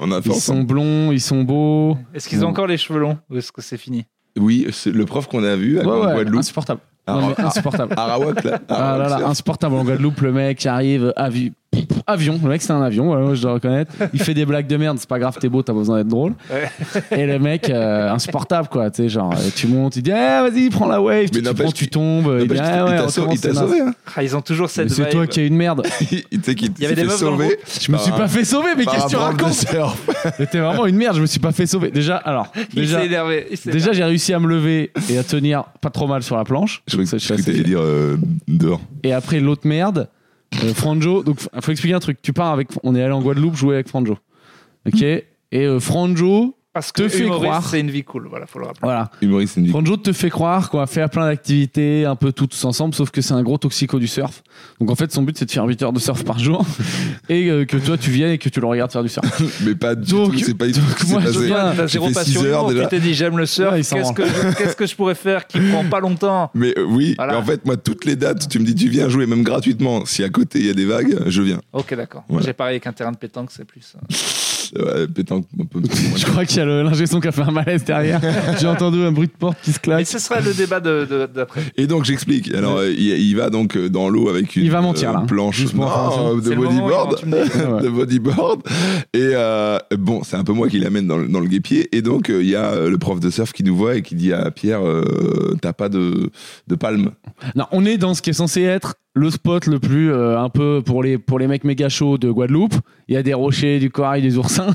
Speaker 2: On a fait
Speaker 3: Ils
Speaker 2: ensemble.
Speaker 3: sont blonds, ils sont beaux.
Speaker 1: Est-ce qu'ils ont
Speaker 3: Non.
Speaker 1: encore les cheveux longs ou est-ce que c'est fini
Speaker 2: Oui, c'est le prof qu'on a vu à
Speaker 3: Ouais, ouais,
Speaker 2: Guadeloupe.
Speaker 3: insupportable.
Speaker 2: à
Speaker 3: Non,
Speaker 2: Ra-
Speaker 3: mais insupportable.
Speaker 2: à Arawak, là.
Speaker 3: Ah
Speaker 2: Arawak
Speaker 3: là là,
Speaker 2: surf.
Speaker 3: insupportable en Guadeloupe, le mec qui arrive avi- avion, le mec c'est un avion, voilà, moi, je dois reconnaître. Il fait des blagues de merde, c'est pas grave, t'es beau, t'as pas besoin d'être drôle.
Speaker 1: Ouais.
Speaker 3: Et le mec euh, insupportable quoi, tu sais genre euh, tu montes, il dit eh, vas-y prends la wave, tu, tu
Speaker 2: n'empêche
Speaker 3: prends, tu
Speaker 2: qu'il-
Speaker 3: tombes, il dit
Speaker 2: N'empêche,
Speaker 3: ah ouais,
Speaker 2: il t'a
Speaker 3: on
Speaker 2: sau-
Speaker 3: commence,
Speaker 2: il t'a
Speaker 3: c'est
Speaker 2: sauvé, hein.
Speaker 1: Ah, Ils ont toujours
Speaker 3: naze.
Speaker 1: cette
Speaker 3: Mais C'est
Speaker 1: vibe.
Speaker 3: toi qui as une merde.
Speaker 2: [laughs] il, il- tu sais qu'il
Speaker 1: Il y avait
Speaker 2: s'est
Speaker 1: des
Speaker 2: fait
Speaker 1: meufs dans le
Speaker 2: sauver.
Speaker 3: Je me suis pas fait sauver, mais
Speaker 2: par
Speaker 3: qu'est-ce que tu
Speaker 2: un branle de
Speaker 3: racontes
Speaker 2: surf.
Speaker 3: T'es vraiment une merde, je me suis pas fait sauver.
Speaker 2: [laughs]
Speaker 3: Déjà, alors,
Speaker 1: Il
Speaker 3: déjà,
Speaker 1: s'est énervé. il s'est
Speaker 3: déjà j'ai réussi à me lever et à tenir pas trop mal sur la planche.
Speaker 2: Je crois
Speaker 3: Ça,
Speaker 2: que
Speaker 3: je suis
Speaker 2: je
Speaker 3: assez
Speaker 2: t'allais
Speaker 3: fier.
Speaker 2: dire euh, dehors.
Speaker 3: Et après l'autre merde, euh, Franjo. Donc f- faut expliquer un truc. Tu pars avec. On est allé en Guadeloupe jouer avec Franjo. Ok. Et euh, Franjo,
Speaker 1: Parce que
Speaker 3: Te fait
Speaker 1: humoriste,
Speaker 3: croire.
Speaker 1: c'est une vie cool, voilà, faut le rappeler.
Speaker 3: Voilà.
Speaker 2: Humoriste, c'est une vie.
Speaker 3: Franjo te fait croire qu'on va faire plein d'activités, un peu toutes ensemble, sauf que c'est un gros toxico du surf. Donc en fait, son but, c'est de faire 8 heures de surf par jour [laughs] et euh, que toi, tu viennes et que tu le regardes faire du surf.
Speaker 2: Mais pas du
Speaker 3: Donc-
Speaker 2: tout, c'est pas du tout ce qui
Speaker 3: [laughs]
Speaker 2: s'est
Speaker 3: donc, moi, je
Speaker 2: passé.
Speaker 3: viens-
Speaker 1: Toi,
Speaker 2: j'ai
Speaker 1: t'as zéro
Speaker 2: fait six
Speaker 1: passion
Speaker 2: heures
Speaker 1: humour,
Speaker 2: déjà.
Speaker 1: tu t'es dit j'aime le surf,
Speaker 3: Ouais, il s'en
Speaker 1: qu'est-ce
Speaker 3: rend.
Speaker 1: que, je- qu'est-ce que je pourrais faire qui prend pas longtemps
Speaker 2: Mais euh, oui,
Speaker 1: Voilà.
Speaker 2: mais en fait, moi, toutes les dates, tu me dis, tu viens jouer, même gratuitement. Si à côté, il y a des vagues, je viens.
Speaker 1: Ok, d'accord.
Speaker 2: Voilà.
Speaker 1: J'ai pareil avec un terrain de pétanque, c'est plus. euh,
Speaker 2: Euh, ouais, pétanque, un peu.
Speaker 3: [laughs] Je crois qu'il y a le- l'ingé son qui a fait un malaise derrière. J'ai entendu un bruit de porte qui se
Speaker 1: Mais
Speaker 3: claque.
Speaker 1: ce sera le débat de- de- d'après.
Speaker 2: Et donc, j'explique. Alors, euh, il, il va donc euh, dans l'eau avec une
Speaker 3: Il va mentir,
Speaker 2: euh,
Speaker 3: là.
Speaker 2: planche
Speaker 3: Juste pour
Speaker 2: Non,
Speaker 3: information.
Speaker 2: de
Speaker 1: C'est le moment où il
Speaker 2: bodyboard.
Speaker 1: rentre, tu me dis.
Speaker 3: Ouais.
Speaker 2: de bodyboard. Et euh, bon, c'est un peu moi qui l'amène dans, le- dans le guépier. Et donc, euh, il y a euh, le prof de surf qui nous voit et qui dit à Pierre euh, T'as pas de, de palme.
Speaker 3: Non, on est dans ce qui est censé être le spot le plus euh, un peu pour les, pour les mecs méga chauds de Guadeloupe. Il y a des rochers, du corail, des oursins.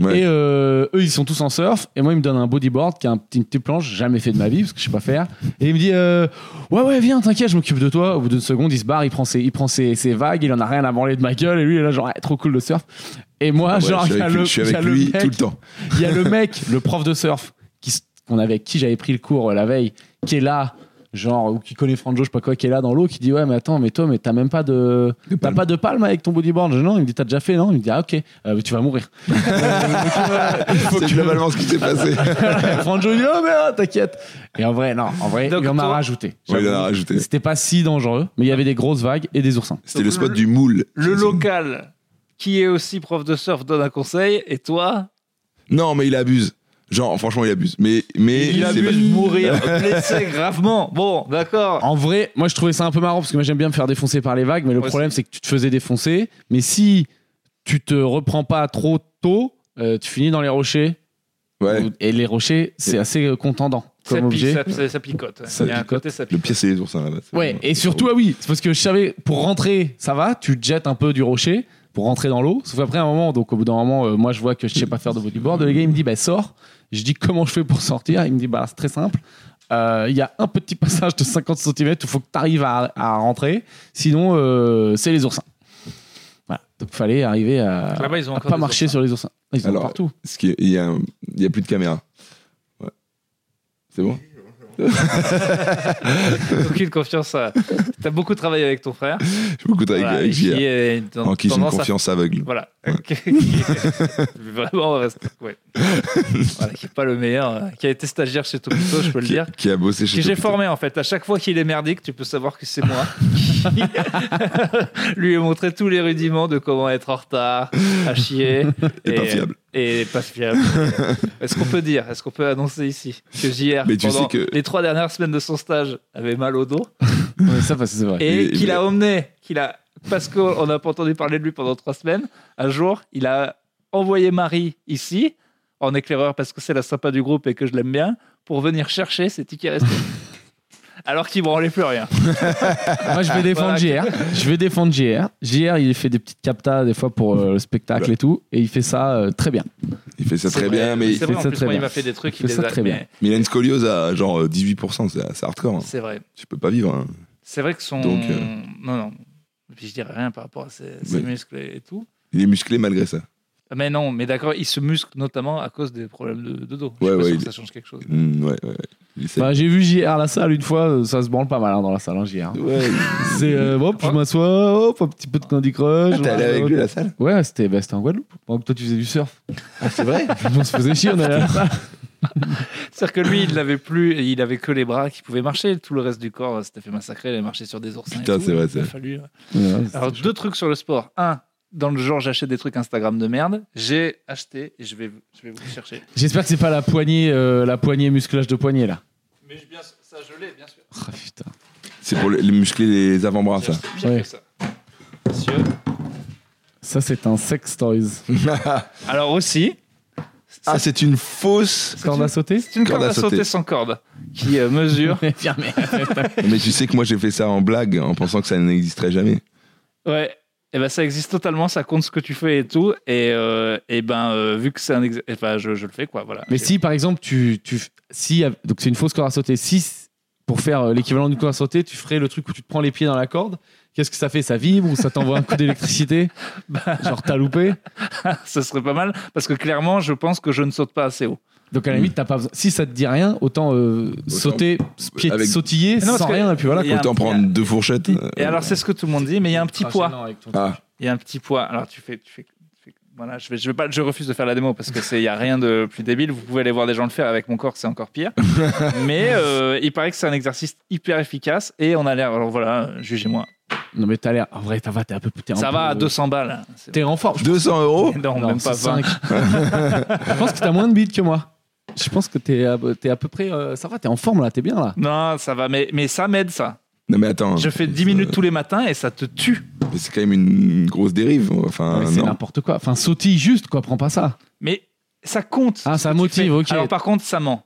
Speaker 2: Ouais.
Speaker 3: Et euh, eux, ils sont tous en surf. Et moi, ils me donnent un bodyboard qui est un petit- une petite planche, jamais fait de ma vie, parce que je sais pas faire. Et il me dit euh, Ouais, ouais, viens, t'inquiète, je m'occupe de toi. Au bout d'une seconde, il se barre, il prend ses, il prend ses, ses vagues, il en a rien à branler de ma gueule. Et lui, il est là, genre, Ouais, trop cool le surf. Et moi,
Speaker 2: Ouais,
Speaker 3: Ah, genre,
Speaker 2: je
Speaker 3: il y
Speaker 2: suis
Speaker 3: a
Speaker 2: avec,
Speaker 3: le,
Speaker 2: lui- je suis
Speaker 3: il y a
Speaker 2: avec
Speaker 3: le
Speaker 2: lui
Speaker 3: mec-
Speaker 2: tout le temps.
Speaker 3: il y
Speaker 2: [laughs]
Speaker 3: a le mec, le prof de surf, qui s- qu'on avait, qui j'avais pris le cours euh, la veille, qui est là, genre, ou qui connaît Franjo, je sais pas quoi, qui est là dans l'eau, qui dit Ouais, mais attends, mais toi, mais t'as même pas de.
Speaker 2: De
Speaker 3: T'as
Speaker 2: palme.
Speaker 3: pas de palme avec ton bodyboard Je dis, Non, il me dit T'as déjà fait, non Il me dit Ah, ok, euh, mais tu vas mourir. Euh, [laughs] il faut
Speaker 2: C'est
Speaker 3: que-
Speaker 2: globalement ce qui s'est
Speaker 3: [laughs]
Speaker 2: passé.
Speaker 3: Franjo il dit Oh, mais ah, t'inquiète. Et en vrai, non, en vrai,
Speaker 1: Donc,
Speaker 3: il en a
Speaker 1: toi-
Speaker 3: rajouté.
Speaker 2: Ouais, il en a
Speaker 3: J'avoue.
Speaker 2: rajouté.
Speaker 3: C'était pas si dangereux, mais il y avait des grosses vagues et des oursins.
Speaker 2: C'était le
Speaker 1: Donc,
Speaker 2: spot
Speaker 1: le-
Speaker 2: du moule.
Speaker 1: Le local qui est aussi prof de surf donne un conseil et toi
Speaker 2: Non, mais il abuse. Genre, franchement, il abuse. Mais, mais
Speaker 1: il
Speaker 2: c'est
Speaker 1: a vu
Speaker 2: vachement- [laughs]
Speaker 1: mourir blessé gravement bon d'accord
Speaker 3: En vrai, moi je trouvais ça un peu marrant parce que moi j'aime bien me faire défoncer par les vagues, mais le
Speaker 1: Moi
Speaker 3: problème c'est que tu te faisais défoncer. Mais si tu te reprends pas trop tôt, euh, tu finis dans les rochers.
Speaker 2: Ouais.
Speaker 3: Ou- Et les rochers, c'est assez euh, contendant
Speaker 1: ça,
Speaker 3: comme
Speaker 1: pique,
Speaker 3: objet.
Speaker 1: ça- ça- ça picote ouais.
Speaker 3: Ça
Speaker 1: il y a un
Speaker 3: picote.
Speaker 1: côté ça
Speaker 2: Le
Speaker 1: picote
Speaker 2: pire, c'est les oursins là-bas. C'est
Speaker 3: Ouais,
Speaker 2: vraiment-
Speaker 3: et surtout, ah oui, c'est parce que je savais, pour rentrer, ça va, tu te jettes un peu du rocher pour rentrer dans l'eau. Sauf après un moment, donc au bout d'un moment, euh, moi je vois que je sais pas faire de bodyboard. Le gars il me dit, bah sors. Je dis, comment je fais pour sortir Il me dit, bah c'est très simple. Euh, Il y a un petit passage de 50 cm où il faut que tu arrives à, à rentrer. Sinon, euh, c'est les oursins. Voilà. Donc fallait arriver
Speaker 2: Ah.
Speaker 3: à,
Speaker 1: là-bas ils ont
Speaker 3: à
Speaker 1: encore
Speaker 3: pas
Speaker 1: des
Speaker 3: marcher
Speaker 1: oursins.
Speaker 3: sur les oursins. Ils sont
Speaker 2: Alors,
Speaker 3: partout.
Speaker 2: Ce qui est- il y a, il y a plus de caméra. Ouais. C'est bon
Speaker 1: aucune confiance
Speaker 2: [laughs]
Speaker 1: à- t'as beaucoup travaillé avec ton frère
Speaker 2: J'ai beaucoup travaillé
Speaker 1: Voilà,
Speaker 2: avec
Speaker 1: qui
Speaker 2: Pierre.
Speaker 1: est dans-
Speaker 2: En qui j'ai une
Speaker 1: tendance à-
Speaker 2: confiance aveugle.
Speaker 1: voilà [laughs] Qui est- vraiment reste
Speaker 2: [laughs]
Speaker 1: ouais. Voilà, qui est pas le meilleur euh, qui a été stagiaire chez Topito je peux le
Speaker 2: qui,
Speaker 1: dire
Speaker 2: qui a bossé chez
Speaker 1: que j'ai
Speaker 2: Topito.
Speaker 1: formé en fait. À chaque fois qu'il est merdique, tu peux savoir que c'est
Speaker 2: [laughs]
Speaker 1: moi. Lui ai montré tous les rudiments de comment être en retard, à chier.
Speaker 2: Et pas fiable.
Speaker 1: Et pas fiable. Est-ce qu'on peut dire, est-ce qu'on peut annoncer ici que JR,
Speaker 2: Mais tu
Speaker 1: pendant
Speaker 2: sais que-
Speaker 1: les trois dernières semaines de son stage, avait mal au dos
Speaker 3: Ouais, ça, bah, c'est vrai.
Speaker 1: et
Speaker 2: Et-
Speaker 1: qu'il a emmené, qu'il a, parce qu'on n'a pas entendu parler de lui pendant trois semaines, un jour, il a envoyé Marie ici, en éclaireur, parce que c'est la sympa du groupe et que je l'aime bien, pour venir chercher ses tickets restés. [laughs] Alors qu'il ne branlait plus rien.
Speaker 3: Moi, je vais défendre
Speaker 1: Voilà.
Speaker 3: JR. Je vais défendre JR. JR, il fait des petites captas des fois pour euh, le spectacle et tout. Et il fait ça euh, très bien.
Speaker 2: Il fait ça
Speaker 1: C'est
Speaker 2: très
Speaker 1: vrai,
Speaker 2: bien, mais il,
Speaker 1: C'est vrai,
Speaker 3: fait
Speaker 1: en
Speaker 3: ça
Speaker 1: plus,
Speaker 3: très
Speaker 1: moi, il
Speaker 3: bien.
Speaker 1: m'a fait des trucs,
Speaker 3: Il
Speaker 1: il
Speaker 3: fait
Speaker 1: les
Speaker 3: ça
Speaker 1: a-
Speaker 3: très bien.
Speaker 1: mais
Speaker 2: mais il a une scoliose à genre euh, 18%, c'est c'est hardcore. hein.
Speaker 1: C'est vrai.
Speaker 2: Tu peux pas vivre. hein.
Speaker 1: C'est vrai que son.
Speaker 2: Donc, euh,
Speaker 1: Non, non. Et Puis je dirais rien par rapport à ses, ses
Speaker 2: Ouais.
Speaker 1: muscles et tout.
Speaker 2: Il est musclé malgré ça.
Speaker 1: Mais non, mais d'accord, il se muscle notamment à cause des problèmes de, de dos. Je
Speaker 2: Ouais,
Speaker 1: suis pas
Speaker 2: ouais,
Speaker 1: sûr
Speaker 2: il-
Speaker 1: que ça change quelque chose.
Speaker 2: Mm, ouais, ouais, ouais. Il essaie.
Speaker 3: Bah, j'ai vu JR à la salle une fois. euh, Ça se branle pas mal hein, dans la salle, hein, JR.
Speaker 2: Ouais.
Speaker 3: C'est euh, hop, je m'assois, hop, un petit peu de Candy Crush.
Speaker 2: Ah, [laughs] T'es allé
Speaker 3: voilà,
Speaker 2: avec
Speaker 3: hop.
Speaker 2: lui à la salle
Speaker 3: Ouais, c'était bah, c'était en Guadeloupe. Pendant que toi, tu faisais du surf. c'est vrai [laughs] On se faisait chier, on allait à la salle.
Speaker 1: C'est-à-dire que lui, il n'avait plus, il avait que les bras qui pouvaient marcher. Tout le reste du corps euh, s'était fait massacrer. Il a marché sur des oursins. et
Speaker 2: Putain,
Speaker 1: tout.
Speaker 2: c'est vrai,
Speaker 1: Il a
Speaker 2: c'est
Speaker 1: fallu. euh,
Speaker 3: Ouais,
Speaker 1: Alors, deux trucs sur le sport. Un, dans le genre, j'achète des trucs Instagram de merde. J'ai acheté, et je vais, je vais vous le chercher.
Speaker 3: J'espère que c'est pas la poignée, euh, la poignée musculage de poignée, là.
Speaker 1: Mais bien, ça, je l'ai, bien sûr.
Speaker 3: Oh, putain.
Speaker 2: C'est pour les, les muscler les avant-bras, ça.
Speaker 1: pire
Speaker 3: Ouais.
Speaker 1: que ça. Monsieur.
Speaker 3: Ça, c'est un sex toys.
Speaker 1: Alors aussi,
Speaker 2: ah, c'est une fausse.
Speaker 3: Corde à sauter
Speaker 1: c'est une corde, à sauter.
Speaker 2: sauter
Speaker 1: sans corde qui euh,
Speaker 2: [laughs]
Speaker 1: mesure.
Speaker 3: Mais viens, mais-
Speaker 2: Mais tu sais que moi j'ai fait ça en blague en pensant que ça n'existerait jamais.
Speaker 1: Ouais. Et ben ça existe totalement, ça compte ce que tu fais et tout. Et, euh, et ben euh, vu que c'est un, ex- enfin je, je le fais quoi, voilà.
Speaker 3: Mais si, par exemple, tu, tu si donc c'est une fausse corde à sauter. Si pour faire euh, l'équivalent d'une corde à sauter, tu ferais le truc où tu te prends les pieds dans la corde Qu'est-ce que ça fait Ça vibre ou ça t'envoie un coup [laughs] d'électricité
Speaker 1: Bah,
Speaker 3: Genre t'as loupé
Speaker 1: ça serait pas mal parce que clairement, je pense que je ne saute pas assez haut.
Speaker 3: Donc à la limite, t'as pas besoin. Si ça te dit rien, autant euh, sauter, pied-
Speaker 2: avec-
Speaker 3: sautiller
Speaker 1: Non, parce
Speaker 3: sans
Speaker 1: que-
Speaker 3: rien. Et puis voilà.
Speaker 1: Il y a
Speaker 2: Autant
Speaker 1: un-
Speaker 2: prendre deux fourchettes. euh,
Speaker 1: Et alors, c'est ce que tout le monde dit, mais il y a un petit poids.
Speaker 2: Ah,
Speaker 1: Il y a un petit poids. Alors tu fais, tu fais- tu fais- voilà, je vais, je vais pas, je refuse de faire la démo parce que c'est, il y a rien de plus débile. Vous pouvez aller voir des gens le faire avec mon corps, c'est encore
Speaker 3: [laughs]
Speaker 1: pire. Mais euh, il paraît que c'est un exercice hyper efficace et on a l'air. Alors voilà, jugez-moi.
Speaker 3: Non mais t'as l'air. En vrai, ça va. T'es un peu. t'es un
Speaker 1: Ça va
Speaker 3: peu- euh,
Speaker 1: à 200 balles. C'est-
Speaker 3: T'es en forme.
Speaker 2: 200 euros
Speaker 1: Non, même pas 20.
Speaker 3: cinq. [laughs] Je pense que t'as moins de bide que moi. Je pense que t'es à, t'es à peu près. euh, ça va. T'es en forme là. T'es bien là.
Speaker 1: Non, ça va, mais, mais ça m'aide ça.
Speaker 2: Non, mais attends.
Speaker 1: Je fais 10 minutes tous les matins et ça te tue.
Speaker 2: Mais c'est quand même une grosse dérive. Enfin,
Speaker 3: Mais c'est
Speaker 2: Euh, non.
Speaker 3: n'importe quoi. Enfin, sautille juste quoi. Prends pas ça.
Speaker 1: Mais ça compte.
Speaker 3: Ah,
Speaker 1: ce
Speaker 3: ça
Speaker 1: que tu
Speaker 3: motive,
Speaker 1: fais.
Speaker 3: ok.
Speaker 1: Alors par contre, ça ment.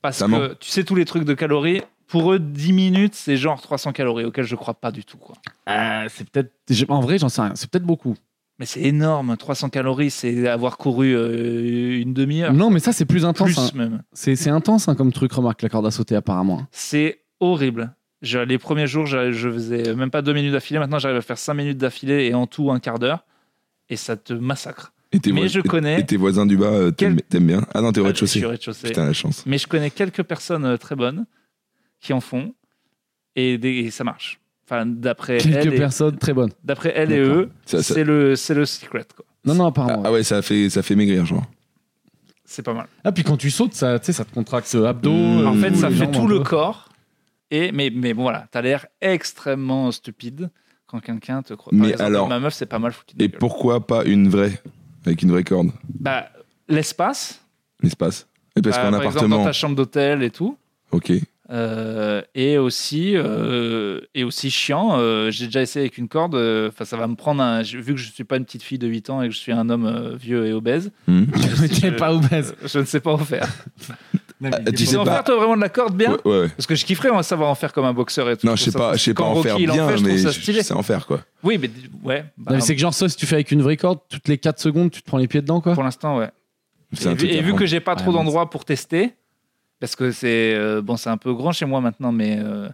Speaker 1: Parce
Speaker 2: Ça
Speaker 1: que
Speaker 2: ment.
Speaker 1: tu sais, tous les trucs de calories, pour eux, 10 minutes, c'est genre 300 calories auxquelles je crois pas du tout. Quoi. Ah,
Speaker 3: Euh, c'est peut-être. je- En vrai, j'en sais rien. C'est peut-être beaucoup.
Speaker 1: Mais c'est énorme, 300 calories, c'est avoir couru euh, une demi-heure,
Speaker 3: Non, mais ça c'est plus intense.
Speaker 1: plus
Speaker 3: hein.
Speaker 1: même.
Speaker 3: C'est c'est intense hein, comme truc. Remarque la corde à sauter apparemment. hein.
Speaker 1: C'est horrible. Je- les premiers jours, je, je faisais même pas deux minutes d'affilée. Maintenant, j'arrive à faire cinq minutes d'affilée et en tout un quart d'heure. Et ça te massacre.
Speaker 2: Et tes
Speaker 1: Mais
Speaker 2: voisins-
Speaker 1: je connais- Euh,
Speaker 2: Et tes voisins du bas, euh, t'aimes t'aimes bien Ah non, t'es au
Speaker 1: Je suis
Speaker 2: rez-de-chaussée.
Speaker 1: au rez-de-chaussée.
Speaker 2: Putain, la chance.
Speaker 1: Mais je connais quelques personnes euh, très bonnes qui en font et, des- et ça marche. Enfin, d'après
Speaker 3: Quelques
Speaker 1: elles, et-
Speaker 3: personnes très bonnes.
Speaker 1: d'après elles et
Speaker 3: D'accord.
Speaker 1: eux,
Speaker 2: Ça- ça-
Speaker 1: c'est le, c'est le secret. quoi.
Speaker 3: Non, non,
Speaker 2: Ah,
Speaker 3: apparemment. Ah,
Speaker 2: ah ouais, ça fait, ça fait maigrir, genre.
Speaker 1: C'est pas mal.
Speaker 3: Ah, puis quand tu sautes, ça, tu sais, ça te contracte euh, abdos.
Speaker 2: Mmh.
Speaker 3: euh,
Speaker 1: En fait,
Speaker 3: les
Speaker 1: ça fait
Speaker 3: jambes
Speaker 1: tout
Speaker 3: un
Speaker 1: le
Speaker 3: peu.
Speaker 1: corps. Et, mais, mais bon, voilà, t'as l'air extrêmement stupide quand quelqu'un te croit. Par
Speaker 2: Mais
Speaker 1: exemple,
Speaker 2: alors-
Speaker 1: Ma meuf, c'est pas mal foutu. de
Speaker 2: Et
Speaker 1: gueule.
Speaker 2: pourquoi pas une vraie Avec une vraie corde
Speaker 1: Bah, l'espace.
Speaker 2: L'espace Et Parce
Speaker 1: bah,
Speaker 2: qu'en
Speaker 1: par exemple, dans
Speaker 2: appartement.
Speaker 1: ta chambre d'hôtel et tout.
Speaker 2: Ok.
Speaker 1: Euh, et aussi, euh, et aussi chiant. euh, j'ai déjà essayé avec une corde. euh, Enfin, ça va me prendre. un- je- vu que je suis pas une petite fille de 8 ans et que je suis un homme euh, vieux et obèse,
Speaker 2: Hmm.
Speaker 3: [laughs] Mais t'es
Speaker 1: Je-
Speaker 3: pas obèse.
Speaker 1: je ne sais pas en faire.
Speaker 2: Ah, tu
Speaker 1: Tu sais
Speaker 2: sais
Speaker 1: en
Speaker 2: pas.
Speaker 1: faire toi vraiment de la corde bien
Speaker 2: Ouais, ouais.
Speaker 1: Parce que je kifferais en savoir en faire comme un boxeur et tout.
Speaker 2: Non,
Speaker 1: Je
Speaker 2: je sais
Speaker 1: trouve ça-
Speaker 2: pas, je sais pas
Speaker 1: quand
Speaker 2: en
Speaker 1: Rocky,
Speaker 2: faire
Speaker 1: il en
Speaker 2: bien,
Speaker 1: fait, je trouve
Speaker 2: mais
Speaker 1: ça
Speaker 2: je
Speaker 1: stylé.
Speaker 2: je sais en faire quoi.
Speaker 1: Oui, mais d- ouais. bah,
Speaker 3: Non, mais c'est que genre ça, si tu fais avec une vraie corde, toutes les 4 secondes, tu te prends les pieds dedans, quoi.
Speaker 1: pour l'instant, ouais.
Speaker 2: C'est
Speaker 1: Et
Speaker 2: un
Speaker 1: vu,
Speaker 2: truc
Speaker 1: et
Speaker 2: à
Speaker 1: vu
Speaker 2: prendre.
Speaker 1: que j'ai pas
Speaker 3: Ouais,
Speaker 1: trop
Speaker 3: mais
Speaker 1: d'endroits pour tester, parce que c'est euh, bon, c'est un peu grand chez moi maintenant, mais euh,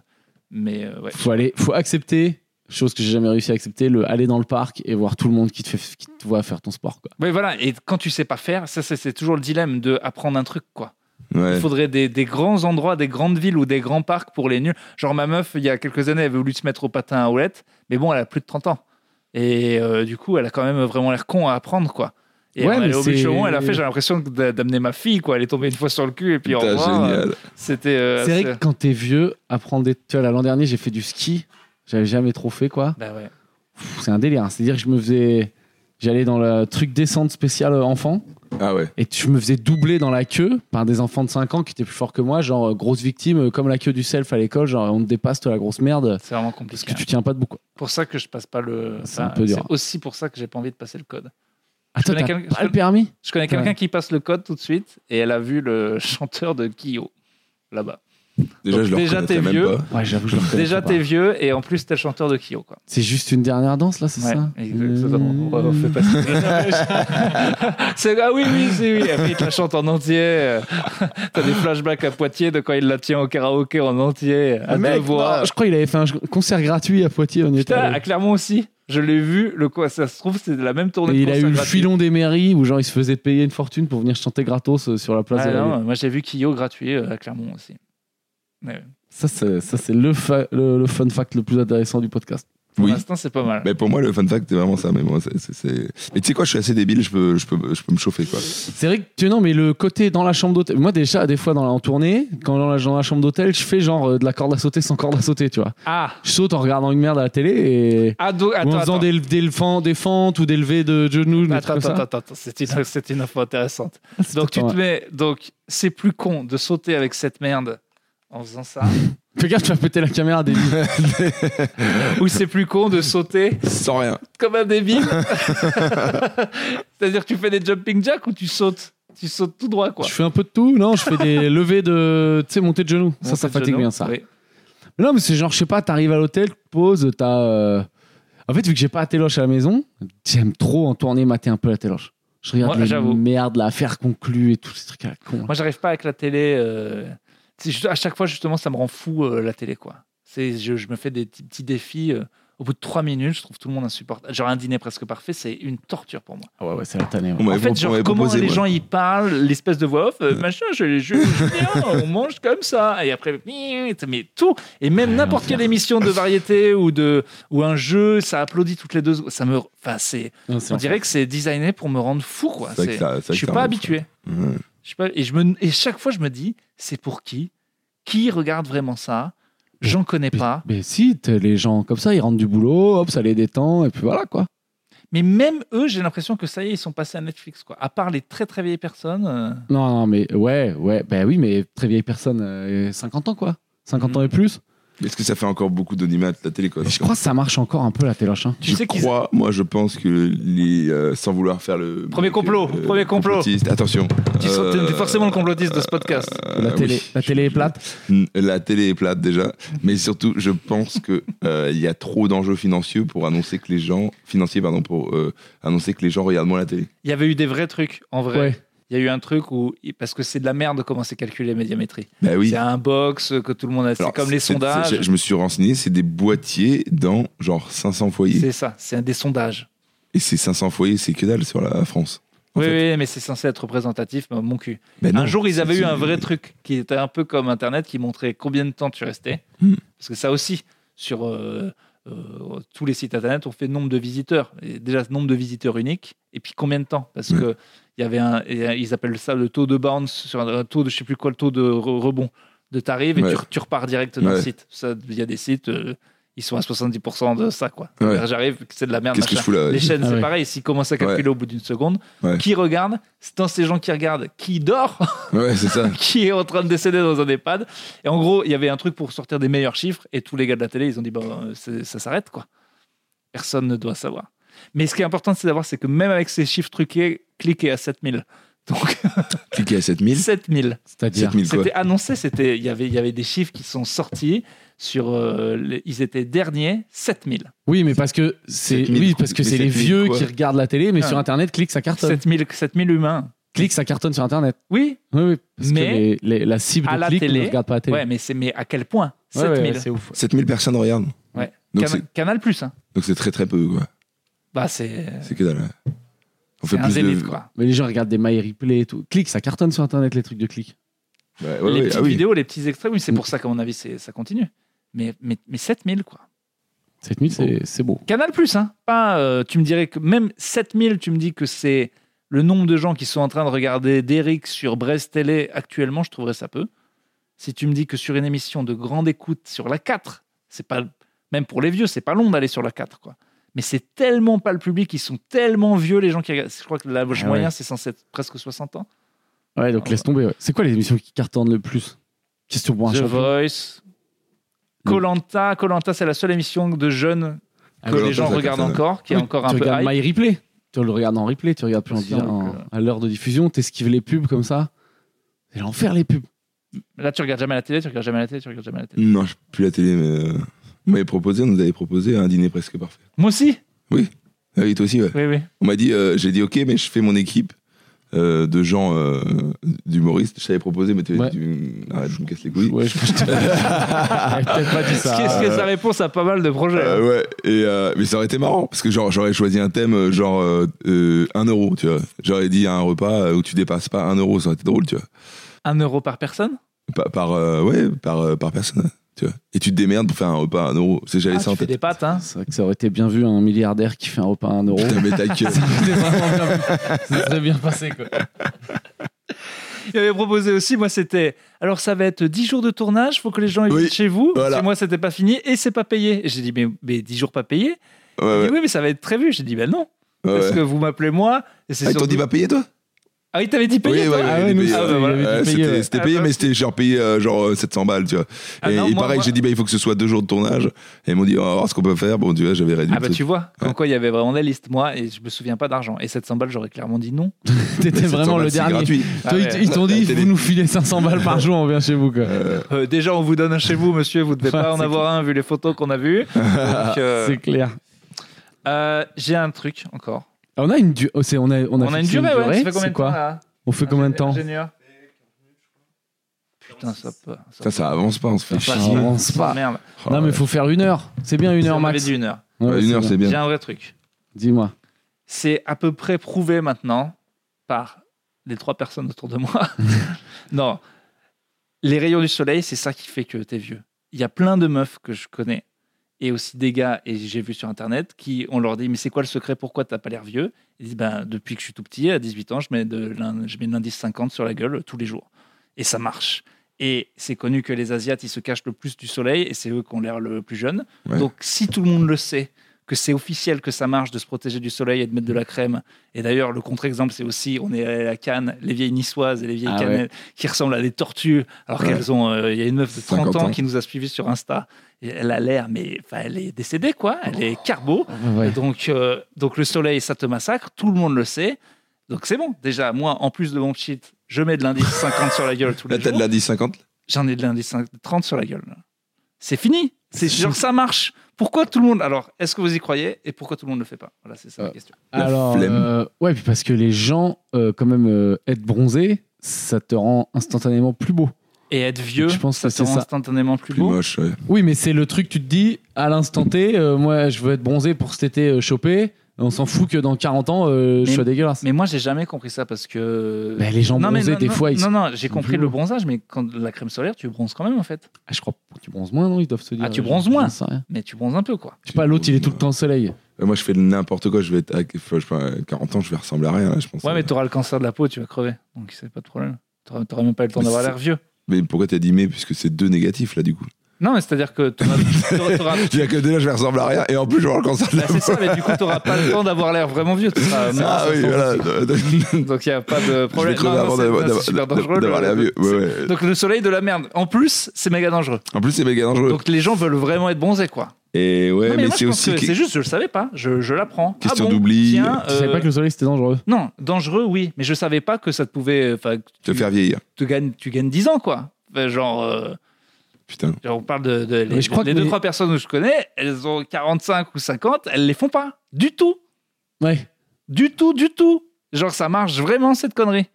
Speaker 1: mais euh, ouais.
Speaker 3: Faut aller, faut accepter, chose que j'ai jamais réussi à accepter, le aller dans le parc et voir tout le monde qui te, fait, qui te voit faire ton sport, quoi.
Speaker 1: Ouais, voilà. Et quand tu sais pas faire, ça c'est- c'est toujours le dilemme de apprendre un truc quoi.
Speaker 2: Ouais.
Speaker 1: Il faudrait des, des grands endroits, des grandes villes ou des grands parcs pour les nuls. Genre ma meuf, il y a quelques années, elle avait voulu se mettre au patin à roulettes, mais bon, elle a plus de 30 ans. Et euh, du coup, elle a quand même vraiment l'air con à apprendre, quoi. Et
Speaker 3: Ouais,
Speaker 1: elle est
Speaker 3: mais
Speaker 1: au bûcheron,
Speaker 3: c'est-
Speaker 1: elle a fait, j'ai l'impression que d'a- d'amener ma fille, quoi. Elle est tombée une fois sur le cul et puis au
Speaker 2: Putain,
Speaker 1: revoir.
Speaker 2: génial.
Speaker 1: C'était. euh,
Speaker 3: c'est vrai
Speaker 1: c'est-
Speaker 3: que quand t'es vieux, apprendre des. Tu vois, là, l'an dernier, j'ai fait du ski. J'avais jamais trop fait, quoi.
Speaker 1: Bah ouais.
Speaker 3: Pff, C'est un délire. hein. C'est-à-dire que je me faisais. J'allais dans le truc descente spéciale euh, enfant.
Speaker 2: Ah ouais.
Speaker 3: Et je me faisais doubler dans la queue par des enfants de 5 ans qui étaient plus forts que moi, genre euh, grosse victime, euh, comme la queue du self à l'école, genre on te dépasse, toi la grosse merde,
Speaker 1: C'est vraiment
Speaker 3: parce
Speaker 1: compliqué. hein.
Speaker 3: que tu tiens pas debout. Quoi.
Speaker 1: Pour ça que je passe pas le.
Speaker 3: C'est un
Speaker 1: enfin,
Speaker 3: peu dur.
Speaker 1: c'est aussi pour ça que j'ai pas envie de passer le code.
Speaker 3: Ah, toi,
Speaker 1: connais
Speaker 3: t'as
Speaker 1: quelqu'un-
Speaker 3: pas
Speaker 1: je
Speaker 3: le permis
Speaker 1: Je connais
Speaker 3: Putain.
Speaker 1: quelqu'un qui passe le code tout de suite et elle a vu le [laughs] chanteur de Kyo là-bas.
Speaker 2: Déjà,
Speaker 1: Donc,
Speaker 2: je le
Speaker 1: déjà,
Speaker 2: reconnaîtrais
Speaker 1: t'es
Speaker 2: même
Speaker 1: vieux.
Speaker 2: pas.
Speaker 3: Ouais, j'avoue, je le reconnais
Speaker 1: Déjà,
Speaker 3: pas.
Speaker 1: t'es vieux et en plus, t'es le chanteur de Kyo, quoi.
Speaker 3: C'est juste une dernière danse là, c'est
Speaker 1: Ouais,
Speaker 3: ça Euh.
Speaker 1: exactement. Ouais, on fait pas
Speaker 3: [laughs]
Speaker 1: ça. C'est- ah oui, oui, c'est oui. Après, il te la chante en entier. [laughs] T'as des flashbacks à Poitiers de quand il la tient au karaoké en entier, à
Speaker 3: Ah, mec,
Speaker 1: deux voix.
Speaker 3: non, je crois qu'il avait fait un concert gratuit à Poitiers, on y était
Speaker 1: Putain, à
Speaker 3: allé.
Speaker 1: Clermont aussi. Je l'ai vu, le quoi, ça se trouve, c'est la même tournée.
Speaker 3: Et
Speaker 1: de
Speaker 3: il a
Speaker 1: concert
Speaker 3: eu le
Speaker 1: gratuit.
Speaker 3: filon des mairies où genre il se faisait payer une fortune pour venir chanter gratos euh, sur la place
Speaker 1: Ah
Speaker 3: de la
Speaker 1: non,
Speaker 3: ville.
Speaker 1: moi, j'ai vu Kyo gratuit euh, à Clermont aussi. Ouais, ouais.
Speaker 3: Ça, c'est ça, c'est le, fa- le, le fun fact le plus intéressant du podcast.
Speaker 1: Pour
Speaker 2: Oui.
Speaker 1: l'instant, Ah, c'est pas mal.
Speaker 2: Mais pour moi, le fun fact, c'est vraiment ça. Mais, bon, c'est- c'est- c'est- mais tu sais quoi, je suis assez débile, je peux, je peux, je peux me chauffer quoi.
Speaker 3: C'est vrai que tu non, mais le côté dans la chambre d'hôtel. Moi, déjà, des fois, dans la, en tournée, quand dans la, dans la chambre d'hôtel, je fais genre euh, de la corde à sauter sans corde à sauter, tu vois.
Speaker 1: Ah,
Speaker 3: Je saute en regardant une merde à la télé et.
Speaker 1: ah donc-
Speaker 3: ou
Speaker 1: attends,
Speaker 3: en faisant
Speaker 1: attends.
Speaker 3: des, des, fentes- des fentes ou des levées de genoux, des
Speaker 1: Attends,
Speaker 3: trucs comme
Speaker 1: attends,
Speaker 3: ça.
Speaker 1: attends, attends, c'est une, c'est une info intéressante.
Speaker 3: [laughs] C'est
Speaker 1: Donc tu
Speaker 3: pas
Speaker 1: te
Speaker 3: mal.
Speaker 1: mets, donc c'est plus con de sauter avec cette merde en faisant ça, [laughs]
Speaker 3: Fais gaffe, tu vas péter la caméra des
Speaker 1: ou c'est plus con de sauter
Speaker 2: Sans rien.
Speaker 1: comme un débile. [laughs] C'est-à-dire que tu fais des jumping jacks ou tu sautes, tu sautes tout droit [laughs] quoi.
Speaker 3: Je fais un peu de tout, non Je fais des [laughs] levées de, tu sais, montée de genoux. Ça,
Speaker 1: Monter
Speaker 3: ça
Speaker 1: de
Speaker 3: fatigue
Speaker 1: genoux,
Speaker 3: bien, ça.
Speaker 1: oui.
Speaker 3: Mais Non, mais c'est genre, je sais pas, t'arrives à l'hôtel, tu te poses, t'as. euh, En fait, vu que j'ai pas la téloche à la maison, j'aime trop en tournée mater un peu la téloche. Je regarde
Speaker 1: Ouais,
Speaker 3: les
Speaker 1: j'avoue.
Speaker 3: merdes, la affaire conclue et tous ces trucs à la con. là.
Speaker 1: Moi j'arrive pas avec la télé. euh, c'est juste- à chaque fois justement ça me rend fou euh, la télé quoi. C'est je, je me fais des petits, petits défis. euh, Au bout de trois minutes, je trouve tout le monde insupportable. Genre un dîner presque parfait, c'est une torture pour moi.
Speaker 3: Ah ouais, ouais, c'est la tannée. ouais.
Speaker 2: On m'avait
Speaker 1: en fait,
Speaker 2: pro- on
Speaker 1: genre,
Speaker 2: m'avait
Speaker 1: comment
Speaker 2: proposé,
Speaker 1: les
Speaker 2: moi.
Speaker 1: gens y parlent, l'espèce de voix off, euh, machin, je, je, je- bien, on mange comme ça. Et après, [laughs] mais tout. Et même
Speaker 3: Ouais,
Speaker 1: n'importe
Speaker 3: l'enfer.
Speaker 1: quelle émission
Speaker 2: [laughs]
Speaker 1: de variété ou, de, ou un jeu, ça applaudit toutes les deux. Ça me, enfin, c'est,
Speaker 3: Non, c'est
Speaker 1: on
Speaker 3: l'enfer.
Speaker 1: dirait que c'est designé pour me rendre fou, quoi.
Speaker 2: C'est vrai que
Speaker 1: C'est-
Speaker 2: ça- c'est vrai
Speaker 1: je
Speaker 2: que
Speaker 1: suis
Speaker 2: c'est un
Speaker 1: pas
Speaker 2: bon
Speaker 1: habitué.
Speaker 2: Ouais.
Speaker 1: Je sais pas, et, je me, et chaque fois, je me dis, c'est pour qui Qui regarde vraiment ça J'en connais pas.
Speaker 3: Mais si, t'as les gens comme ça, ils rentrent du boulot, hop, ça les détend, et puis voilà quoi.
Speaker 1: Mais même eux, j'ai l'impression que ça y est, ils sont passés à Netflix, quoi. À part les très très vieilles personnes. euh,
Speaker 3: Non, non, mais ouais, ouais, bah oui, mais très vieille personne, euh, 50 ans quoi. 50
Speaker 1: Mhm.
Speaker 3: ans et plus.
Speaker 2: Mais Est-ce que ça fait encore beaucoup d'onimat la télé quoi
Speaker 3: Je crois que ça marche encore un peu la téloche. hein.
Speaker 1: Tu
Speaker 2: je
Speaker 1: sais qu'ils-
Speaker 2: crois, moi je pense que les, euh, sans vouloir faire le euh,
Speaker 1: Premier complot, premier complot.
Speaker 2: complotiste, attention.
Speaker 1: Tu sens- t'es-
Speaker 2: Euh,
Speaker 1: t'es forcément le complotiste de ce podcast.
Speaker 2: euh,
Speaker 3: La télé,
Speaker 2: oui.
Speaker 3: la télé est plate.
Speaker 2: Mm, La télé est plate déjà, mais surtout je pense que euh, il y a trop d'enjeux financiers pour annoncer que les gens financiers pardon pour euh, annoncer que les gens regardent moins la télé.
Speaker 1: Il y avait eu des vrais trucs, en vrai.
Speaker 3: Ouais.
Speaker 1: Il y a eu un truc où. Parce que c'est de la merde comment c'est calculé médiamétrie.
Speaker 2: Bah oui.
Speaker 1: C'est un box que tout le monde a. C'est
Speaker 2: Alors,
Speaker 1: comme les
Speaker 2: c'est-
Speaker 1: sondages.
Speaker 2: c'est- je me suis renseigné, c'est des boîtiers dans genre 500 foyers
Speaker 1: C'est ça, c'est un des sondages.
Speaker 2: et ces 500 foyers c'est que dalle sur la France. en
Speaker 1: Oui,
Speaker 2: fait.
Speaker 1: oui, mais c'est censé être représentatif, mais mon cul.
Speaker 2: Ben non,
Speaker 1: un jour, ils avaient
Speaker 2: c'est-
Speaker 1: eu un vrai
Speaker 2: c'est-
Speaker 1: truc qui était un peu comme Internet, qui montrait combien de temps tu restais.
Speaker 2: Hmm.
Speaker 1: Parce que ça aussi, sur euh, euh, tous les sites Internet, on fait nombre de visiteurs. Et déjà, ce nombre de visiteurs uniques, et puis combien de temps Parce
Speaker 2: Ouais.
Speaker 1: que il y avait un, et, euh, ils appellent ça le taux de bounce, sur un, un taux de, je sais plus quoi, le taux de re- rebond. De t'arrives et
Speaker 2: Ouais.
Speaker 1: tu, re- tu repars direct dans le
Speaker 2: Ouais.
Speaker 1: site. Ça, Il y a des sites, euh, ils sont à 70% de ça, quoi.
Speaker 2: Ouais.
Speaker 1: J'arrive, c'est de la merde.
Speaker 2: Qu'est-ce que
Speaker 1: machin.
Speaker 2: je fous là
Speaker 1: Les chaînes,
Speaker 3: Ah
Speaker 1: c'est
Speaker 3: ouais.
Speaker 1: pareil. S'ils commencent à calculer au bout d'une seconde,
Speaker 2: Ouais.
Speaker 1: qui regarde C'est dans ces gens qui regardent qui dort,
Speaker 2: Ouais,
Speaker 1: [laughs]
Speaker 2: c'est ça.
Speaker 1: qui est en train de décéder dans un EHPAD. Et en gros, il y avait un truc pour sortir des meilleurs chiffres. Et tous les gars de la télé, ils ont dit bah, euh, c'est- ça s'arrête, quoi. Personne ne doit savoir. Mais ce qui est important, c'est d'avoir, c'est que même avec ces chiffres truqués, cliquez à 7000. [laughs] Donc,
Speaker 2: Cliquez
Speaker 1: [laughs]
Speaker 2: à 7000.
Speaker 1: 7000.
Speaker 3: C'est-à-dire.
Speaker 2: 7000 quoi
Speaker 1: C'était annoncé, c'était, il y avait- il y avait des chiffres qui sont sortis sur. euh, les- ils étaient derniers, 7000.
Speaker 3: Oui, mais parce que c'est
Speaker 2: 7000,
Speaker 3: oui, parce que
Speaker 2: mais
Speaker 3: c'est les
Speaker 2: 7000,
Speaker 3: vieux
Speaker 2: quoi.
Speaker 3: qui regardent la télé, mais
Speaker 1: Ah.
Speaker 3: sur Internet, clique, ça cartonne.
Speaker 1: 7000 7000 humains.
Speaker 3: Clique, ça cartonne sur Internet.
Speaker 1: Oui,
Speaker 3: Oui, oui, parce
Speaker 1: Mais-
Speaker 3: que les- les- la cible
Speaker 1: à
Speaker 3: de
Speaker 1: la
Speaker 3: clique
Speaker 1: télé,
Speaker 3: ne regarde pas la télé.
Speaker 1: ouais, mais, c'est, mais à quel point
Speaker 3: Ouais, ouais,
Speaker 1: 7000
Speaker 3: ouais, c'est ouf.
Speaker 2: 7000 personnes regardent.
Speaker 1: Ouais.
Speaker 2: Donc
Speaker 1: Cana-
Speaker 2: c'est
Speaker 1: Canal Plus, hein.
Speaker 2: donc c'est très très peu quoi.
Speaker 1: Bah, c'est
Speaker 2: C'est que dalle. ouais. On
Speaker 1: c'est un zénith,
Speaker 2: de-
Speaker 1: quoi.
Speaker 3: Mais les gens regardent des My Replay et tout. Clique, ça cartonne sur Internet, les trucs de clique.
Speaker 2: Ouais, ouais,
Speaker 1: les
Speaker 2: ouais,
Speaker 1: petites
Speaker 2: ah oui. Mm.
Speaker 1: vidéos, les petits extraits, oui, c'est pour ça qu'à mon avis, c'est- ça continue. Mais, mais, mais 7000, quoi.
Speaker 3: 7000, c'est- c'est beau.
Speaker 1: Canal Plus, hein. Pas, euh, tu me dirais que même 7000, tu me dis que c'est le nombre de gens qui sont en train de regarder Derrick sur Brest Télé actuellement, je trouverais ça peu. Si tu me dis que sur une émission de grande écoute sur la 4, c'est pas même pour les vieux, c'est pas long d'aller sur la 4 quoi. Mais c'est tellement pas le public, ils sont tellement vieux les gens qui regardent. Je crois que l'âge
Speaker 3: Ah ouais.
Speaker 1: moyen c'est censé être presque 60 ans.
Speaker 3: Ouais, donc
Speaker 1: Ah,
Speaker 3: laisse tomber. ouais. C'est quoi les émissions qui cartonnent le plus Question pour un
Speaker 1: The
Speaker 3: champion.
Speaker 1: Voice,
Speaker 3: Le-
Speaker 1: Colanta, Colanta c'est la seule émission de jeunes
Speaker 3: Ah,
Speaker 1: que
Speaker 2: Koh-Lanta,
Speaker 1: les gens
Speaker 2: ça
Speaker 1: regardent
Speaker 2: cartonne.
Speaker 1: encore, qui est
Speaker 3: Oui,
Speaker 1: encore
Speaker 3: tu
Speaker 1: un peu
Speaker 3: regardes
Speaker 1: hype.
Speaker 3: My Replay. Tu le regardes en replay, tu regardes plus en,
Speaker 1: Aussi, hein,
Speaker 3: en-
Speaker 1: donc, euh.
Speaker 3: à l'heure de diffusion, t'esquives les pubs comme ça. C'est l'enfer les pubs.
Speaker 1: Là tu regardes jamais la télé, tu regardes jamais la télé, tu regardes jamais la télé.
Speaker 2: Non, je plus la télé, mais. euh, On m'avait proposé, on nous avait proposé un dîner presque parfait.
Speaker 1: Moi aussi.
Speaker 2: Ah oui, toi aussi, ouais.
Speaker 1: Oui oui.
Speaker 2: On m'a dit, euh, j'ai dit ok, mais je fais mon équipe euh, de gens euh, d'humoristes. Je t'avais proposé, mais tu
Speaker 3: Ouais.
Speaker 2: avais dit, euh, arrête, je me casse les couilles.
Speaker 3: Ouais, je
Speaker 1: [laughs]
Speaker 3: [laughs] je t'ai peut-être pas dit
Speaker 1: Ce qui est, ce
Speaker 3: ça. euh,
Speaker 1: qui est sa réponse à pas mal de projets. hein.
Speaker 2: Euh, ouais, et euh, mais ça aurait été marrant parce que genre j'aurais choisi un thème euh, genre euh, euh, un euro, tu vois. J'aurais dit un repas euh, où tu dépasses pas un euro, ça aurait été drôle, tu vois.
Speaker 1: Un euro par personne
Speaker 2: Par, par, euh, ouais, par, euh, par personne, tu vois. Et tu te démerdes pour faire un repas à un euro. C'est j'avais
Speaker 1: ah,
Speaker 2: ça en
Speaker 1: Tu fais
Speaker 2: tête. [laughs]
Speaker 1: des pâtes, hein
Speaker 3: C'est vrai que ça aurait été bien vu un milliardaire qui fait un repas à 1
Speaker 2: [laughs]
Speaker 3: euro.
Speaker 2: Putain, mais ta
Speaker 1: [laughs]
Speaker 2: gueule.
Speaker 3: C'était vraiment bien vu. Ça serait bien passé quoi.
Speaker 1: Il avait proposé aussi, moi c'était. Alors ça va être 10 jours de tournage, faut que les gens aient
Speaker 2: Oui,
Speaker 1: chez vous.
Speaker 2: voilà.
Speaker 1: Parce que moi c'était pas fini et c'est pas payé. Et J'ai dit, mais, mais 10 jours pas payés
Speaker 2: Ouais,
Speaker 1: Il dit,
Speaker 2: ouais,
Speaker 1: Oui, mais ça va être prévu. J'ai dit, ben non.
Speaker 2: ouais,
Speaker 1: Parce
Speaker 2: ouais.
Speaker 1: que vous m'appelez moi. Et c'est
Speaker 2: Ah, ils t'ont
Speaker 1: surtout-
Speaker 2: dit va payer toi
Speaker 1: Ah, il t'avait dit payer
Speaker 2: Oui,
Speaker 1: toi
Speaker 2: ouais,
Speaker 3: Ah
Speaker 2: il
Speaker 3: ouais,
Speaker 2: est
Speaker 3: nous,
Speaker 2: payé,
Speaker 3: ça,
Speaker 1: ouais.
Speaker 3: il avait
Speaker 2: Ouais,
Speaker 3: dû payer, ouais.
Speaker 2: C'était c'était payé,
Speaker 1: Ah,
Speaker 2: mais c'était genre payé euh, genre euh, 700 balles, tu vois.
Speaker 1: Ah
Speaker 2: et
Speaker 1: non,
Speaker 2: et
Speaker 1: moi,
Speaker 2: pareil,
Speaker 1: moi-
Speaker 2: j'ai dit, bah, il faut que ce soit deux jours de tournage. Et ils m'ont dit, on va voir ce qu'on peut faire. Bon, tu vois, j'avais réduit.
Speaker 1: Ah bah
Speaker 2: le
Speaker 1: tu vois, comme quoi il y avait vraiment des listes, moi, et je me souviens pas d'argent. Et 700 balles, j'aurais clairement dit non.
Speaker 2: truc.
Speaker 3: T'étais
Speaker 2: 700
Speaker 3: vraiment
Speaker 2: balles,
Speaker 3: le
Speaker 2: c'est
Speaker 3: dernier.
Speaker 2: gratuit.
Speaker 1: Ah
Speaker 3: Toi, ils-
Speaker 1: ouais.
Speaker 3: ils t'ont
Speaker 2: La
Speaker 3: dit,
Speaker 2: télé.
Speaker 3: vous nous filez 500 balles par jour, on vient chez vous quoi.
Speaker 2: Euh,
Speaker 1: Euh, déjà, on vous donne un chez vous, monsieur, vous
Speaker 3: [laughs]
Speaker 1: devez pas en
Speaker 3: C'est
Speaker 1: avoir un vu les photos qu'on a
Speaker 3: [laughs]
Speaker 1: vues. Donc, euh,
Speaker 3: C'est clair.
Speaker 1: euh, J'ai un truc encore.
Speaker 3: Ah, On a une du- oh, c'est- on a on a
Speaker 1: On a une
Speaker 3: fixé
Speaker 1: durée, ouais. Ça fait
Speaker 3: c'est
Speaker 1: combien de temps
Speaker 3: quoi
Speaker 1: là
Speaker 3: On fait combien de temps
Speaker 1: Ingénieur. Putain, ça peut.
Speaker 2: Ça, ça avance pas, on se fait
Speaker 1: Ça
Speaker 2: chier.
Speaker 1: passe.
Speaker 3: avance pas.
Speaker 1: Merde.
Speaker 2: Oh,
Speaker 3: Non mais
Speaker 2: ouais.
Speaker 3: faut faire une heure. C'est bien une
Speaker 1: Si
Speaker 3: heure
Speaker 1: on avait
Speaker 3: max.
Speaker 1: dit une heure.
Speaker 3: Ouais,
Speaker 2: Ouais,
Speaker 3: ouais,
Speaker 2: une heure, c'est
Speaker 3: bien.
Speaker 1: J'ai
Speaker 2: bien.
Speaker 1: un vrai truc.
Speaker 3: Dis-moi.
Speaker 1: C'est à peu près prouvé maintenant par les trois personnes autour de moi. non. Les rayons du soleil, c'est ça qui fait que t'es vieux. Il y a plein de meufs que je connais et aussi des gars, et j'ai vu sur internet, qui on leur dit Mais c'est quoi le secret Pourquoi t'as pas l'air vieux Ils disent ben, Depuis que je suis tout petit, à 18 ans, je mets de l'in- je mets de l'indice 50 sur la gueule euh, tous les jours. Et ça marche. Et c'est connu que les Asiates, ils se cachent le plus du soleil et c'est eux qui ont l'air le plus jeune.
Speaker 2: Ouais.
Speaker 1: Donc si tout le monde le sait, que c'est officiel que ça marche de se protéger du soleil et de mettre de la crème. Et d'ailleurs, le contre-exemple, c'est aussi, on est à la Cannes, les vieilles niçoises et les vieilles
Speaker 3: Ah
Speaker 1: Cannes qui ressemblent à des tortues, alors
Speaker 2: Ouais.
Speaker 1: qu'elles ont. euh, Il y a une meuf de 30
Speaker 2: 50
Speaker 1: ans
Speaker 2: ans.
Speaker 1: qui nous a suivis sur Insta. Et elle a l'air, mais enfin, elle est décédée, quoi. Elle est carbo. Donc, euh, donc le soleil, ça te massacre. Tout le monde le sait. Donc c'est bon. Déjà, moi, en plus de mon cheat, je mets de l'indice 50 sur la
Speaker 2: [laughs]
Speaker 1: gueule tous
Speaker 2: Là,
Speaker 1: les
Speaker 2: t'as de
Speaker 1: jours.
Speaker 2: l'indice 50
Speaker 1: J'en ai de l'indice 50 30 sur la gueule. là. C'est fini. C'est genre ça marche. Pourquoi tout le monde Alors, est-ce que vous y croyez et pourquoi tout le monde ne le fait pas Voilà, c'est ça
Speaker 3: Euh,
Speaker 1: la question.
Speaker 2: La
Speaker 3: Alors,
Speaker 2: flemme.
Speaker 3: euh, ouais, puis parce que les gens, euh, quand même, euh, être bronzé, ça te rend instantanément plus beau.
Speaker 1: Et être vieux,
Speaker 3: Je pense
Speaker 1: ça
Speaker 3: que
Speaker 1: te
Speaker 3: c'est
Speaker 1: rend
Speaker 3: ça.
Speaker 1: instantanément plus,
Speaker 2: Plus
Speaker 1: beau.
Speaker 2: moche, ouais.
Speaker 3: Oui, mais c'est le truc, tu te dis, à l'instant T, euh, moi, je veux être bronzé pour cet été euh, chopé. On s'en fout que dans 40 ans, euh, je
Speaker 1: Mais-
Speaker 3: sois dégueulasse.
Speaker 1: Mais moi, j'ai jamais compris ça parce que.
Speaker 3: Bah, les gens
Speaker 1: mais
Speaker 3: bronzés, des fois, ils
Speaker 1: non, non, j'ai
Speaker 3: sont
Speaker 1: compris
Speaker 3: plus
Speaker 1: le
Speaker 3: beaux.
Speaker 1: bronzage, mais quand la crème solaire, tu bronzes quand même en fait.
Speaker 3: Ah, je crois qu'ils bronzent moins, non Ils doivent se dire.
Speaker 1: Ah, tu
Speaker 3: euh,
Speaker 1: bronzes
Speaker 3: je-
Speaker 1: moins.
Speaker 3: j'en sais rien.
Speaker 1: Mais tu bronzes un peu, quoi.
Speaker 3: Je sais pas, l'autre, il est tout le temps au soleil.
Speaker 2: Euh, Moi, je fais de n'importe quoi. Je vais être, à- je sais pas, à 40 ans, je vais ressembler à rien, là, je pense.
Speaker 1: Ouais, mais t'auras le cancer de la peau, tu vas crever. Donc, c'est pas de problème. T'auras t'auras même pas eu le temps
Speaker 2: Mais
Speaker 1: d'avoir
Speaker 2: c'est-
Speaker 1: l'air vieux.
Speaker 2: Mais pourquoi t'as dit mais Puisque c'est deux négatifs, là, du coup. [laughs]
Speaker 1: Non, mais c'est-à-dire que t'auras- t'auras- t'auras.
Speaker 2: C'est-à-dire que déjà, je vais ressembler à rien, et en plus, je vais avoir le cancer de
Speaker 1: Bah,
Speaker 2: la
Speaker 1: c'est ça, mais du coup, t'auras pas le temps d'avoir l'air vraiment vieux. Tu seras mort à
Speaker 2: Ah oui,
Speaker 1: 60.
Speaker 2: voilà. [laughs] Je
Speaker 1: Donc, il n'y a pas de
Speaker 2: vais
Speaker 1: problème.
Speaker 2: crever
Speaker 1: Non, non,
Speaker 2: avant
Speaker 1: c'est- non,
Speaker 2: d'avoir-
Speaker 1: c'est super dangereux.
Speaker 2: d'avoir d'avoir
Speaker 1: le-
Speaker 2: l'air vieux.
Speaker 1: c'est-
Speaker 2: Ouais, ouais.
Speaker 1: Donc, le soleil de la merde. En plus, c'est méga dangereux.
Speaker 2: En plus, c'est méga dangereux.
Speaker 1: Donc, les gens veulent vraiment être bronzés, quoi.
Speaker 2: Et ouais,
Speaker 1: Non,
Speaker 2: mais,
Speaker 1: mais moi,
Speaker 2: c'est
Speaker 1: je pense
Speaker 2: aussi.
Speaker 1: que
Speaker 2: que-
Speaker 1: C'est juste, je le savais pas. Je, je l'apprends.
Speaker 2: Question
Speaker 1: ah bon,
Speaker 2: d'oubli.
Speaker 1: tiens,
Speaker 3: Je savais
Speaker 1: euh,
Speaker 3: pas que le soleil, c'était dangereux.
Speaker 1: Non, dangereux, oui. Mais je savais pas que ça te pouvait. euh, Enfin, que
Speaker 2: Te
Speaker 1: tu,
Speaker 2: faire vieillir.
Speaker 1: te gagnes, tu gagnes 10 ans, quoi. Enfin, genre, euh,
Speaker 2: Putain.
Speaker 1: genre, on parle de. de- les
Speaker 3: Mais je crois
Speaker 1: les
Speaker 3: que
Speaker 1: deux,
Speaker 3: les-
Speaker 1: trois personnes que je connais, elles ont 45 ou 50, elles les font pas. Du tout.
Speaker 3: Ouais.
Speaker 1: Du tout, du tout. Genre, ça marche vraiment, cette connerie.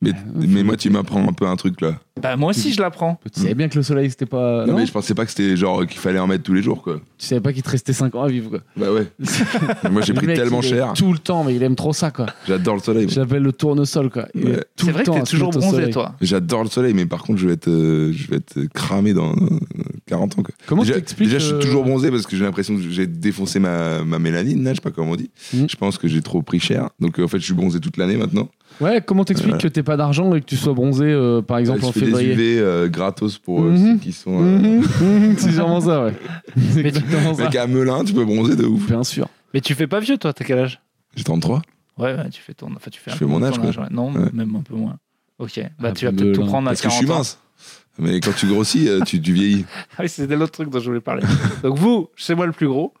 Speaker 2: Mais,
Speaker 3: Ah,
Speaker 2: mais moi, tu m'apprends un peu un truc, là.
Speaker 1: Bah, moi aussi, je l'apprends.
Speaker 3: Tu savais bien que le soleil, c'était pas.
Speaker 2: non,
Speaker 3: Ah Non
Speaker 2: mais je pensais pas que c'était genre qu'il fallait en mettre tous les jours, quoi.
Speaker 3: Tu savais pas qu'il te restait 5 ans à vivre, quoi.
Speaker 2: Bah ouais. [laughs] moi, j'ai
Speaker 3: Le
Speaker 2: pris
Speaker 3: mec,
Speaker 2: tellement
Speaker 3: il est
Speaker 2: cher.
Speaker 3: Tout le temps, mais il aime trop ça, quoi.
Speaker 2: J'adore le soleil.
Speaker 3: Je l'appelle le tournesol, quoi. Il
Speaker 2: Ouais.
Speaker 3: est
Speaker 1: C'est
Speaker 3: tout le
Speaker 1: vrai que
Speaker 3: temps
Speaker 1: t'es
Speaker 3: à se
Speaker 1: toujours
Speaker 3: mettre au
Speaker 1: bronzé,
Speaker 3: soleil.
Speaker 1: toi.
Speaker 2: J'adore le soleil, mais par contre, je vais être, euh, je vais être cramé dans euh, 40 ans. Quoi.
Speaker 3: Comment
Speaker 2: déjà,
Speaker 3: t'expliques
Speaker 2: déjà, je suis
Speaker 3: euh,
Speaker 2: toujours bronzé parce que j'ai l'impression que j'ai défoncé ma, ma mélanine, là, je sais pas comment on dit.
Speaker 3: Mhm.
Speaker 2: Je pense que j'ai trop pris cher. Donc, euh, en fait, je suis bronzé toute l'année maintenant.
Speaker 3: Ouais, comment t'expliques que t'aies pas d'argent et que tu sois bronzé, euh, par exemple,
Speaker 2: je
Speaker 3: en
Speaker 2: fais
Speaker 3: février
Speaker 2: des UV euh, gratos pour euh,
Speaker 3: Mhm.
Speaker 2: ceux qui sont. euh,
Speaker 3: Mhm, mhm, C'est sûrement ça, ouais. C'est exactement ça.
Speaker 2: Mec, à Melun, tu peux bronzer de ouf.
Speaker 3: [laughs] Bien sûr.
Speaker 1: Mais tu fais pas vieux, toi. T'as quel âge
Speaker 2: J'ai 33.
Speaker 1: Ouais, ouais, tu fais ton. Enfin, tu fais
Speaker 2: Je
Speaker 1: un
Speaker 2: fais
Speaker 1: peu
Speaker 2: mon
Speaker 1: ton
Speaker 2: âge, quoi.
Speaker 1: ouais. Non,
Speaker 2: Ouais.
Speaker 1: même un peu moins. Ok. Bah,
Speaker 3: Ah,
Speaker 1: tu vas
Speaker 3: peu
Speaker 1: peut-être tout
Speaker 3: lent.
Speaker 1: prendre à
Speaker 2: Parce que je suis
Speaker 1: 40 ans.
Speaker 2: mince. Mais quand tu grossis, euh, tu, tu vieillis.
Speaker 1: Ah oui, c'était l'autre truc dont je voulais parler. Donc vous, c'est moi le plus
Speaker 2: [laughs]
Speaker 1: gros.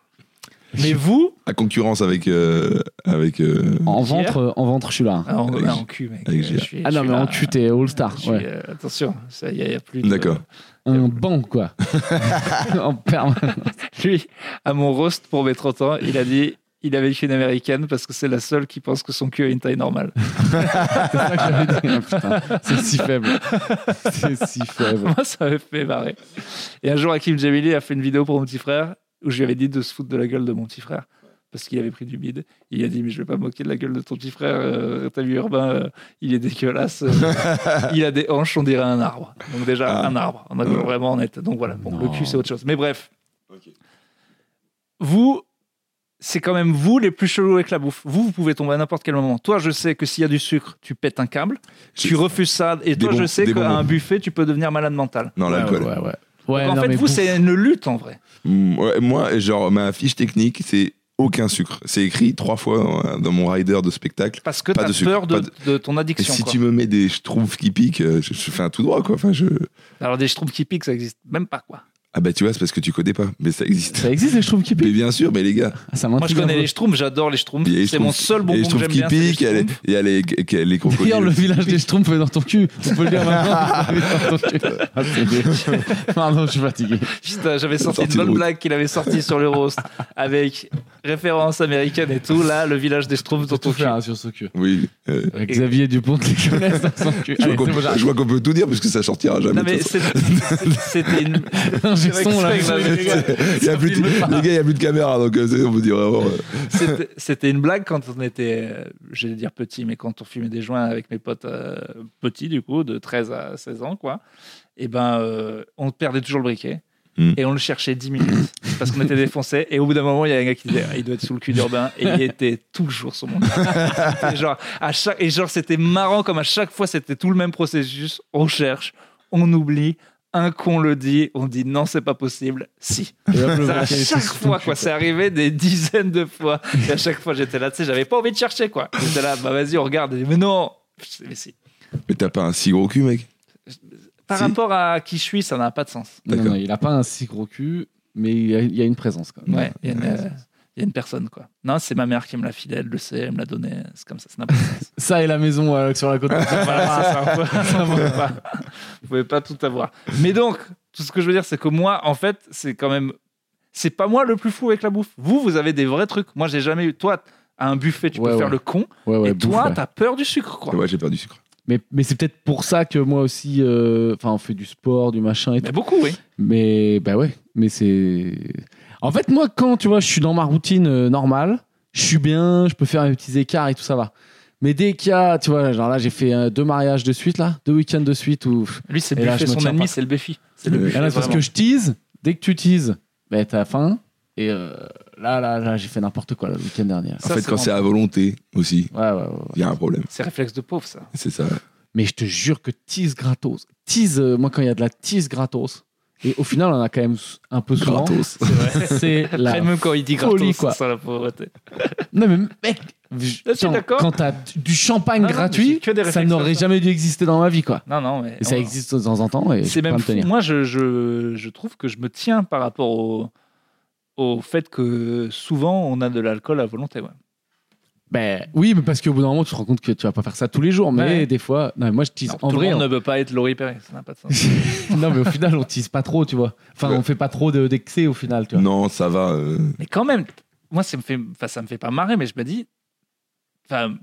Speaker 1: Mais vous,
Speaker 2: À concurrence avec. euh, avec euh,
Speaker 3: En
Speaker 1: Hier
Speaker 3: ventre, euh, en ventre, je suis là. hein.
Speaker 1: ah, en,
Speaker 2: Avec-
Speaker 1: ah, en cul, mec.
Speaker 2: avec
Speaker 1: Je
Speaker 2: Gilles.
Speaker 1: suis-
Speaker 3: Ah
Speaker 1: je
Speaker 3: non,
Speaker 1: suis
Speaker 3: mais
Speaker 1: là.
Speaker 3: en cul, t'es all-star.
Speaker 1: Je suis,
Speaker 3: Ouais.
Speaker 1: euh, attention, il n'y a, plus de...
Speaker 2: D'accord.
Speaker 3: Un banc, quoi. en permanence.
Speaker 1: [laughs] Lui, à mon roast pour mes 30 ans, il a dit... Il a vécu une américaine parce que c'est la seule qui pense que son cul a une taille normale.
Speaker 3: C'est ça que j'avais dit. Ah, putain, C'est si faible. C'est si faible.
Speaker 1: [laughs] Moi, ça m'a fait marrer. Et un jour, Hakim Jamili a fait une vidéo pour mon petit frère où je lui avais dit de se foutre de la gueule de mon petit frère parce qu'il avait pris du bide. Il a dit Mais je vais pas me moquer de la gueule de ton petit frère, euh, t'as vu Urbain, euh, il est dégueulasse. euh, il a des hanches, on dirait un arbre. Donc, déjà,
Speaker 2: Ah.
Speaker 1: un arbre. On a
Speaker 2: Euh.
Speaker 1: vraiment net. Donc voilà, bon, le
Speaker 3: Non.
Speaker 1: cul, c'est autre chose. Mais bref, vous. C'est quand même vous les plus chelous avec la bouffe. Vous, vous pouvez tomber à n'importe quel moment. Toi, je sais que s'il y a du sucre, tu pètes un câble. Tu
Speaker 2: J'ai-
Speaker 1: refuses ça. Et
Speaker 2: Des
Speaker 1: toi,
Speaker 2: bons-
Speaker 1: je sais
Speaker 2: des
Speaker 1: qu'à
Speaker 2: bonbons.
Speaker 1: un buffet, tu peux devenir malade mental.
Speaker 2: Non,
Speaker 3: Ouais,
Speaker 2: l'alcool.
Speaker 3: ouais, ouais. Ouais,
Speaker 1: Donc, en
Speaker 3: non,
Speaker 1: fait,
Speaker 3: mais
Speaker 1: vous,
Speaker 3: bouffe.
Speaker 1: c'est une lutte en vrai.
Speaker 2: Mm, ouais, moi, genre, ma fiche technique, c'est aucun sucre. C'est écrit trois fois euh, dans mon rider de spectacle.
Speaker 1: Parce que
Speaker 2: Pas
Speaker 1: t'as
Speaker 2: de sucre,
Speaker 1: peur de,
Speaker 2: pas de-
Speaker 1: de ton
Speaker 2: Et
Speaker 1: addiction.
Speaker 2: si
Speaker 1: quoi.
Speaker 2: tu me mets des schtroumpfs qui piquent, euh, je, je fais un tout droit, quoi. Enfin, je...
Speaker 1: Alors, des schtroumpfs qui piquent, ça existe même pas. quoi.
Speaker 2: Ah bah, tu vois, c'est parce que tu connais pas, mais ça existe.
Speaker 3: Ça existe, les trouve qui
Speaker 2: Mais
Speaker 3: piquent.
Speaker 2: bien sûr, mais les gars,
Speaker 3: Ah, ça
Speaker 1: Moi, je
Speaker 3: m'intrigue un
Speaker 1: connais
Speaker 3: peu.
Speaker 1: les schtroumpfs, j'adore les schtroumpfs.
Speaker 2: Il y a les
Speaker 1: C'est mon
Speaker 2: schtroumpfs-
Speaker 1: seul
Speaker 2: il y a
Speaker 1: bonbon
Speaker 2: les
Speaker 1: que
Speaker 2: schtroumpfs
Speaker 1: j'aime
Speaker 2: qui
Speaker 1: bien. c'est les
Speaker 2: piquent, il y a les- [laughs]
Speaker 1: schtroumpfs.
Speaker 2: il y a les, il y a les crocodiles.
Speaker 3: D'ailleurs, le
Speaker 2: aussi.
Speaker 3: village des Schtroumpfs est dans ton cul. On peut le
Speaker 1: [laughs]
Speaker 3: dire maintenant. Ah, c'est bien. Pardon, je suis fatigué.
Speaker 1: Putain, j'avais sorti
Speaker 2: Sortie
Speaker 1: une
Speaker 2: de
Speaker 1: bonne
Speaker 2: route.
Speaker 1: blague qu'il avait sortie sur le roast avec référence américaine et tout. Là, le village des schtroumpfs dans ton
Speaker 3: Tout
Speaker 1: cul.
Speaker 3: faire hein, sur ce cul.
Speaker 2: Oui. euh,
Speaker 3: Xavier Dupont de Ligonnès dans son cul.
Speaker 2: je
Speaker 3: Allez,
Speaker 2: vois qu'on
Speaker 3: c'est bon,
Speaker 2: [laughs] je vois qu'on peut tout dire parce que ça sortira jamais.
Speaker 1: Non,
Speaker 2: de
Speaker 1: mais
Speaker 2: toute façon.
Speaker 1: c'est- c'était une.
Speaker 3: j'arrête. l'ingé son, là.
Speaker 2: [laughs] Il y a plus de- les gars, il n'y a plus de caméra, donc euh, c'est- on peut dire vraiment. euh,
Speaker 1: C'était- C'était une blague quand on était, euh, j'allais dire petit, mais quand on fumait des joints avec mes potes euh, petits, du coup, de 13 à 16 ans, quoi. Et ben, euh, on perdait toujours le briquet.
Speaker 2: Mm.
Speaker 1: Et on le cherchait 10 minutes parce qu'on était défoncés. Et au bout d'un moment, il y a un gars qui disait ah, il doit être sous le cul d'Urbain. Et il était toujours sur mon cul. Et genre, à chaque... Et genre, c'était marrant comme à chaque fois, c'était tout le même processus. On cherche, on oublie, un con le dit, on dit non, c'est pas possible. Si. Ça, à chaque fois, quoi. C'est arrivé des dizaines de fois. Et à chaque fois, j'étais là, tu sais, j'avais pas envie de chercher, quoi. J'étais là, bah vas-y, on regarde. Et, mais non Mais si.
Speaker 2: Mais t'as pas un si gros cul, mec
Speaker 1: Par
Speaker 2: Si.
Speaker 1: rapport à qui je suis, ça n'a pas de sens.
Speaker 3: Non,
Speaker 2: D'accord.
Speaker 3: non, il a pas un si gros cul, mais il y a, il y a une présence quand même.
Speaker 1: Ouais, il y, a une, euh, il y a une personne, quoi. Non, c'est ma mère qui me l'a filé, elle le sait, elle me l'a donné. C'est comme ça, ça n'a pas de
Speaker 3: [laughs]
Speaker 1: sens.
Speaker 3: Ça et la maison euh, sur la
Speaker 1: [laughs]
Speaker 3: côte.
Speaker 1: Voilà, c'est ça, on peut- on peut pas- Vous pouvez pas tout avoir. Mais donc, tout ce que je veux dire, c'est que moi, en fait, c'est quand même. C'est pas moi le plus fou avec la bouffe. Vous, vous avez des vrais trucs. Moi, j'ai jamais eu. Toi, à un buffet, tu
Speaker 3: Ouais,
Speaker 1: peux faire
Speaker 3: ouais.
Speaker 1: le con.
Speaker 3: Ouais, ouais,
Speaker 1: et
Speaker 3: bouffe,
Speaker 1: toi,
Speaker 3: ouais.
Speaker 1: t'as peur du sucre, quoi.
Speaker 2: Et Ouais, j'ai perdu du sucre.
Speaker 3: Mais, mais c'est peut-être pour ça que moi aussi, euh, enfin, on fait du sport, du machin et tout.
Speaker 1: Mais beaucoup, oui.
Speaker 3: Mais bah ouais, mais c'est. En fait, moi, quand tu vois, je suis dans ma routine euh, normale, je suis bien, je peux faire mes petits écarts et tout ça va. Mais dès qu'il y a, tu vois, genre là, j'ai fait euh, deux mariages de suite, là, deux week-ends de suite où.
Speaker 1: Lui, c'est
Speaker 3: Et là,
Speaker 1: buffet
Speaker 3: je me
Speaker 1: son
Speaker 3: tiens
Speaker 1: ennemi,
Speaker 3: pas.
Speaker 1: c'est le béfi. C'est
Speaker 2: Euh,
Speaker 1: le buffet.
Speaker 3: Et là, c'est parce
Speaker 1: vraiment.
Speaker 3: que je tease, dès que tu teases, bah, t'as faim. Et euh, là, là, là, j'ai fait n'importe quoi là, le week-end dernier. là.
Speaker 2: En
Speaker 1: Ça,
Speaker 2: fait,
Speaker 1: c'est
Speaker 2: quand
Speaker 1: vraiment-
Speaker 2: c'est à volonté aussi,
Speaker 3: Ouais, ouais, ouais, ouais.
Speaker 2: il y a un problème.
Speaker 1: C'est réflexe de pauvre, ça.
Speaker 2: C'est ça.
Speaker 3: Mais je te jure que tease gratos. Tease, euh, moi, quand il y a de la tease gratos, et au final, on en a quand même s- un peu souvent.
Speaker 2: Gratos.
Speaker 1: [laughs] C'est vrai.
Speaker 3: C'est [laughs] la
Speaker 1: Après, même quand il dit gratos,
Speaker 3: folie, quoi.
Speaker 1: c'est ça la pauvreté.
Speaker 3: Non mais mec, je-
Speaker 1: Je suis
Speaker 3: quand-
Speaker 1: d'accord.
Speaker 3: quand t'as du- du champagne
Speaker 1: Non, non, mais c'est
Speaker 3: gratuit,
Speaker 1: que des
Speaker 3: ça
Speaker 1: réflexions,
Speaker 3: n'aurait
Speaker 1: ça.
Speaker 3: jamais dû exister dans ma vie quoi.
Speaker 1: Non, non, mais.
Speaker 3: Et ça
Speaker 1: on-
Speaker 3: existe de temps en temps et je
Speaker 1: C'est
Speaker 3: peux pas
Speaker 1: même
Speaker 3: me
Speaker 1: fou.
Speaker 3: tenir.
Speaker 1: Moi, je, je, je trouve que je me tiens par rapport au, au fait que souvent, on a de l'alcool à volonté. Ouais.
Speaker 3: Ben oui, mais parce qu'au bout d'un moment, tu te rends compte que tu vas pas faire ça tous les jours, mais
Speaker 1: Ouais.
Speaker 3: des fois, non mais moi je tease.
Speaker 1: Non,
Speaker 3: en
Speaker 1: tout
Speaker 3: vrai,
Speaker 1: le monde ne peut pas être Laurie Perret, ça n'a pas de
Speaker 3: [laughs]
Speaker 1: sens.
Speaker 2: [laughs]
Speaker 3: on- Hein. non mais au final, on tease pas trop, tu vois. Enfin,
Speaker 2: Ouais.
Speaker 3: on fait pas trop de- d'excès au final, tu vois.
Speaker 2: Non, ça va. euh,
Speaker 1: Mais quand même, moi, ça me fait, enfin, ça me fait pas marrer, mais je me dis, enfin,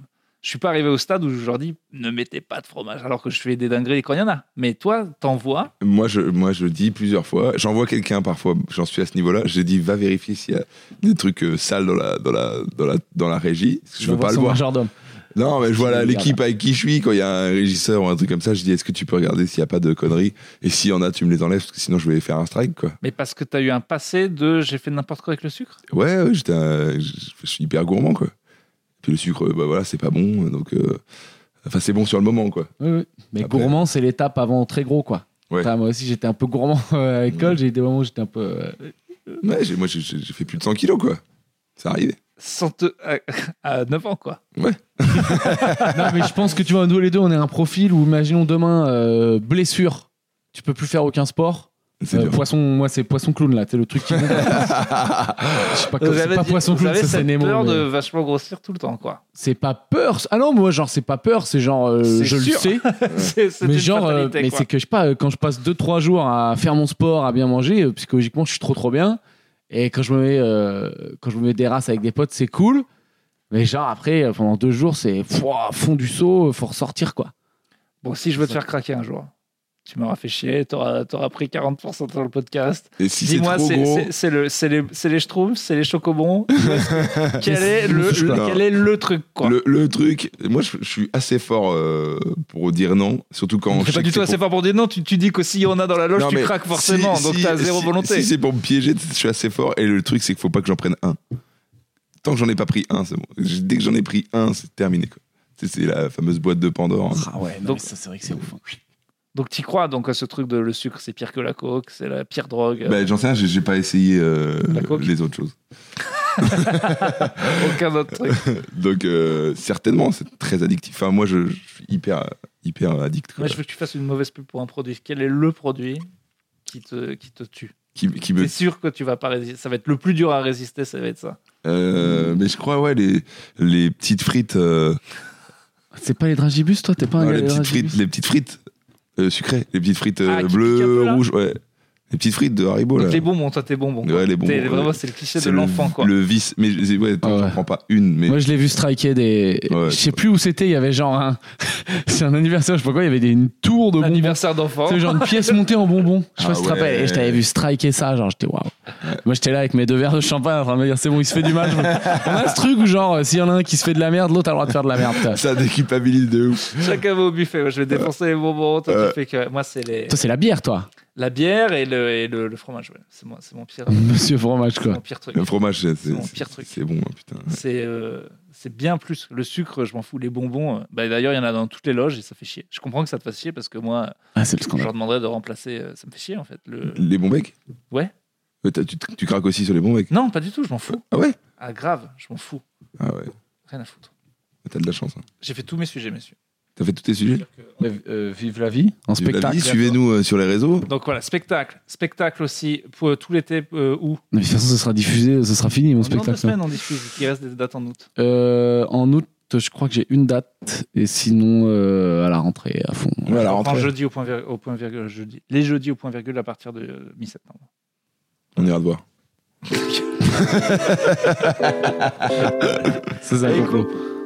Speaker 1: je suis pas arrivé au stade où je leur dis, ne mettez pas de fromage, alors que je fais des dingueries quand il y en a. Mais toi, t'en vois,
Speaker 2: Moi je, moi, je dis plusieurs fois, j'envoie quelqu'un parfois, j'en suis à ce niveau-là, j'ai dit va vérifier s'il y a des trucs euh, sales dans la, dans la, dans la, dans la régie. parce que Je veux
Speaker 3: On voit
Speaker 2: pas le
Speaker 3: son
Speaker 2: voir.
Speaker 3: majordome.
Speaker 2: Non, mais je vois
Speaker 3: Je
Speaker 2: là,
Speaker 3: vais le
Speaker 2: l'équipe avec qui je suis, quand il y a un régisseur ou un truc comme ça, je dis est-ce que tu peux regarder s'il n'y a pas de conneries Et s'il y en a, tu me les enlèves, parce que sinon je vais faire un strike, quoi.
Speaker 1: mais parce que t'as eu un passé de j'ai fait n'importe quoi avec le sucre.
Speaker 2: Ouais, ouais, j'étais un- je je suis hyper gourmand, quoi. Puis le sucre, bah voilà, c'est pas bon, donc. euh, Enfin, c'est bon sur le moment, quoi.
Speaker 3: Oui, oui. Mais
Speaker 2: Après-
Speaker 3: gourmand, c'est l'étape avant très gros quoi.
Speaker 2: Ouais. Mm.
Speaker 3: Enfin, moi aussi, j'étais un peu gourmand [laughs] euh, à l'école. J'ai eu des moments où j'étais un peu. euh,
Speaker 2: Ouais, j'ai- moi, j'ai- j'ai j'ai fait plus de 100 kilos, quoi. Ça arrivé.
Speaker 1: Sans te- à, à 9 ans, quoi.
Speaker 3: Non, mais je pense que tu vois, nous les deux, on est un profil où, imaginons demain, euh, blessure, tu peux plus faire aucun sport.
Speaker 2: C'est
Speaker 3: Euh,
Speaker 2: dur.
Speaker 3: poisson, moi, c'est poisson clown là, c'est
Speaker 2: [laughs]
Speaker 3: le truc qui. je sais pas,
Speaker 1: Vous
Speaker 3: comme- c'est
Speaker 1: avez
Speaker 3: pas
Speaker 1: dit-
Speaker 3: poisson
Speaker 1: vous
Speaker 3: clown,
Speaker 1: avez
Speaker 3: ça, c'est
Speaker 1: cette
Speaker 3: Nemo.
Speaker 1: peur
Speaker 3: mais-
Speaker 1: de vachement grossir tout le temps, quoi.
Speaker 3: C'est pas peur. Ah non, moi, genre, c'est pas peur, c'est genre, euh,
Speaker 1: C'est
Speaker 3: je le
Speaker 1: sûr.
Speaker 3: sais.
Speaker 1: [laughs] c'est c'est
Speaker 3: Mais
Speaker 1: une
Speaker 3: genre, euh,
Speaker 1: fatalité,
Speaker 3: mais
Speaker 1: quoi.
Speaker 3: c'est que je sais pas, euh, quand je passe 2-3 jours à faire mon sport, à bien manger, euh, psychologiquement, je suis trop trop bien. Et quand je me mets, euh, quand je me mets des races avec des potes, c'est cool. Mais genre, après, euh, pendant 2 jours, c'est pouah, fond du seau, euh, faut ressortir quoi.
Speaker 1: Bon, si je veux te faire craquer un jour, tu m'auras fait chier, t'auras t'auras pris 40% dans le podcast.
Speaker 2: Et si c'est
Speaker 1: Dis-moi,
Speaker 2: trop
Speaker 1: c'est-
Speaker 2: gros.
Speaker 1: c'est- c'est le- c'est les, c'est les schtroumpfs, c'est les
Speaker 3: [laughs]
Speaker 1: chocobons. quel, est
Speaker 3: Je me
Speaker 1: le,
Speaker 3: touche
Speaker 1: le-
Speaker 2: pas.
Speaker 1: quel est le truc, quoi
Speaker 2: Le, le truc, moi je, je suis assez fort euh, pour dire non, surtout quand je
Speaker 1: C'est pas
Speaker 2: sais
Speaker 1: du
Speaker 2: que
Speaker 1: tout assez
Speaker 2: pour-
Speaker 1: fort pour dire non. Tu, tu dis que s'il y en a dans la loge,
Speaker 2: Non,
Speaker 1: tu
Speaker 2: mais
Speaker 1: craques
Speaker 2: si-
Speaker 1: forcément, donc
Speaker 2: si-
Speaker 1: t'as zéro
Speaker 2: si-
Speaker 1: volonté.
Speaker 2: Si c'est pour me piéger, je suis assez fort. Et le truc, c'est qu'il faut pas que j'en prenne un. Tant que j'en ai pas pris un, c'est bon. Je- Dès que j'en ai pris un, c'est terminé. quoi. Tu sais, C'est la fameuse boîte de Pandore. hein.
Speaker 3: Ah ouais, non,
Speaker 1: Donc-
Speaker 3: mais ça, c'est vrai que c'est ouf. hein.
Speaker 1: donc t'y crois, donc à ce truc de le sucre, c'est pire que la coke, c'est la pire drogue.
Speaker 2: Bah, j'en sais rien, j'ai- j'ai pas essayé euh,
Speaker 1: La coke.
Speaker 2: les autres choses.
Speaker 1: [laughs] Aucun autre truc.
Speaker 2: Donc euh, certainement, c'est très addictif. Enfin, moi, je, je suis hyper, hyper addict. quoi.
Speaker 1: Moi, je veux que tu fasses une mauvaise pub pour un produit. Quel est le produit qui te, qui te tue
Speaker 2: Qui, qui me
Speaker 1: C'est sûr que tu vas pas résister. Ça va être le plus dur à résister, ça va être ça.
Speaker 2: Euh, mais je crois, ouais, les, les petites frites. euh,
Speaker 3: C'est pas les dragibus, toi T'es pas un
Speaker 2: non,
Speaker 3: gars
Speaker 2: les,
Speaker 3: des
Speaker 2: petites
Speaker 3: dragibus
Speaker 2: frites les petites frites euh, sucrées. Les petites frites euh,
Speaker 1: Ah, qui piquent un peu,
Speaker 2: bleues,
Speaker 1: là
Speaker 2: rouges, ouais. Les petites frites de Haribo,
Speaker 1: Donc
Speaker 2: là.
Speaker 1: les bonbons, toi t'es bonbon. quoi.
Speaker 2: Ouais, les bonbons,
Speaker 1: T'es-
Speaker 2: ouais.
Speaker 1: Vraiment, c'est le cliché de
Speaker 2: le-
Speaker 1: l'enfant, quoi.
Speaker 2: Le vice. Mais je- ouais, attends,
Speaker 3: Ah ouais.
Speaker 2: j'en prends pas une, mais.
Speaker 3: Moi, je l'ai vu striker des.
Speaker 2: Ouais,
Speaker 3: je sais plus où c'était, il y avait genre un. [laughs] c'est un anniversaire, je sais pas quoi, il y avait des- une tour de bonbons.
Speaker 1: Anniversaire d'enfant.
Speaker 3: C'est genre une pièce montée en bonbons. Je sais pas
Speaker 2: Ah
Speaker 3: si tu te
Speaker 2: ouais.
Speaker 3: rappelles. Et je t'avais vu striker ça, genre j'étais waouh. Moi j'étais là avec mes deux verres de champagne en train de me dire c'est bon, il se fait du mal. Je me- On a ce truc où genre euh, s'il y en a un qui se fait de la merde, l'autre a le droit de faire de la merde. Toi,
Speaker 2: Ça déculpabilise de ouf.
Speaker 1: [laughs] Chacun va au buffet. Moi, je vais dépenser les bonbons. Toi, tu
Speaker 2: Euh.
Speaker 1: fais que- Moi, c'est les...
Speaker 3: Toi, c'est la bière, toi. [laughs]
Speaker 1: la bière et le, et le, le fromage. ouais. C'est moi- c'est mon, pire,
Speaker 3: Monsieur Fromage, quoi.
Speaker 1: mon pire truc.
Speaker 2: Mm. Le fromage, c'est-
Speaker 1: C'est mon
Speaker 2: c'est
Speaker 1: pire truc.
Speaker 2: c'est bon, hein, putain.
Speaker 1: C'est euh, c'est bien plus. Le sucre, je m'en fous. Les bonbons, euh, bah, d'ailleurs, il y en a dans toutes les loges et ça fait chier. Je comprends que ça te fasse chier parce que moi,
Speaker 3: Ah, c'est le
Speaker 1: je
Speaker 3: scandale.
Speaker 1: leur demanderais de remplacer. euh, Ça me fait chier, en fait. Le...
Speaker 2: Les bons mecs
Speaker 1: Ouais.
Speaker 2: Ouais, t'as- tu, tu craques aussi sur les bons mecs
Speaker 1: Non, pas du tout, je m'en fous.
Speaker 2: Ah ouais
Speaker 1: Ah, grave, je m'en fous.
Speaker 2: Ah ouais,
Speaker 1: Rien à foutre.
Speaker 2: t'as de la chance. hein.
Speaker 1: J'ai fait tous mes sujets, messieurs.
Speaker 2: T'as fait tous tes sujets
Speaker 3: vive la vie. En
Speaker 2: Vive la vie,
Speaker 3: spectacle.
Speaker 2: Suivez-nous euh, sur les réseaux.
Speaker 1: Donc voilà, spectacle. Spectacle aussi, pour euh, tout l'été, euh, où
Speaker 3: Mais de toute façon, ce sera diffusé, ce sera fini, mon
Speaker 1: Dans deux
Speaker 3: spectacle.
Speaker 1: semaines, on diffuse. Il reste des dates en août.
Speaker 3: Euh, en août, je crois que j'ai une date. Et sinon, euh, à la rentrée, à fond.
Speaker 2: Ouais, à la
Speaker 1: On prend
Speaker 2: rentrée.
Speaker 1: jeudi au point, vir- au point virgule, jeudi. Les jeudis au point virgule à partir de euh, mi-septembre.
Speaker 2: On ira te voir.
Speaker 3: C'est ça,
Speaker 1: Allez,
Speaker 3: Coco.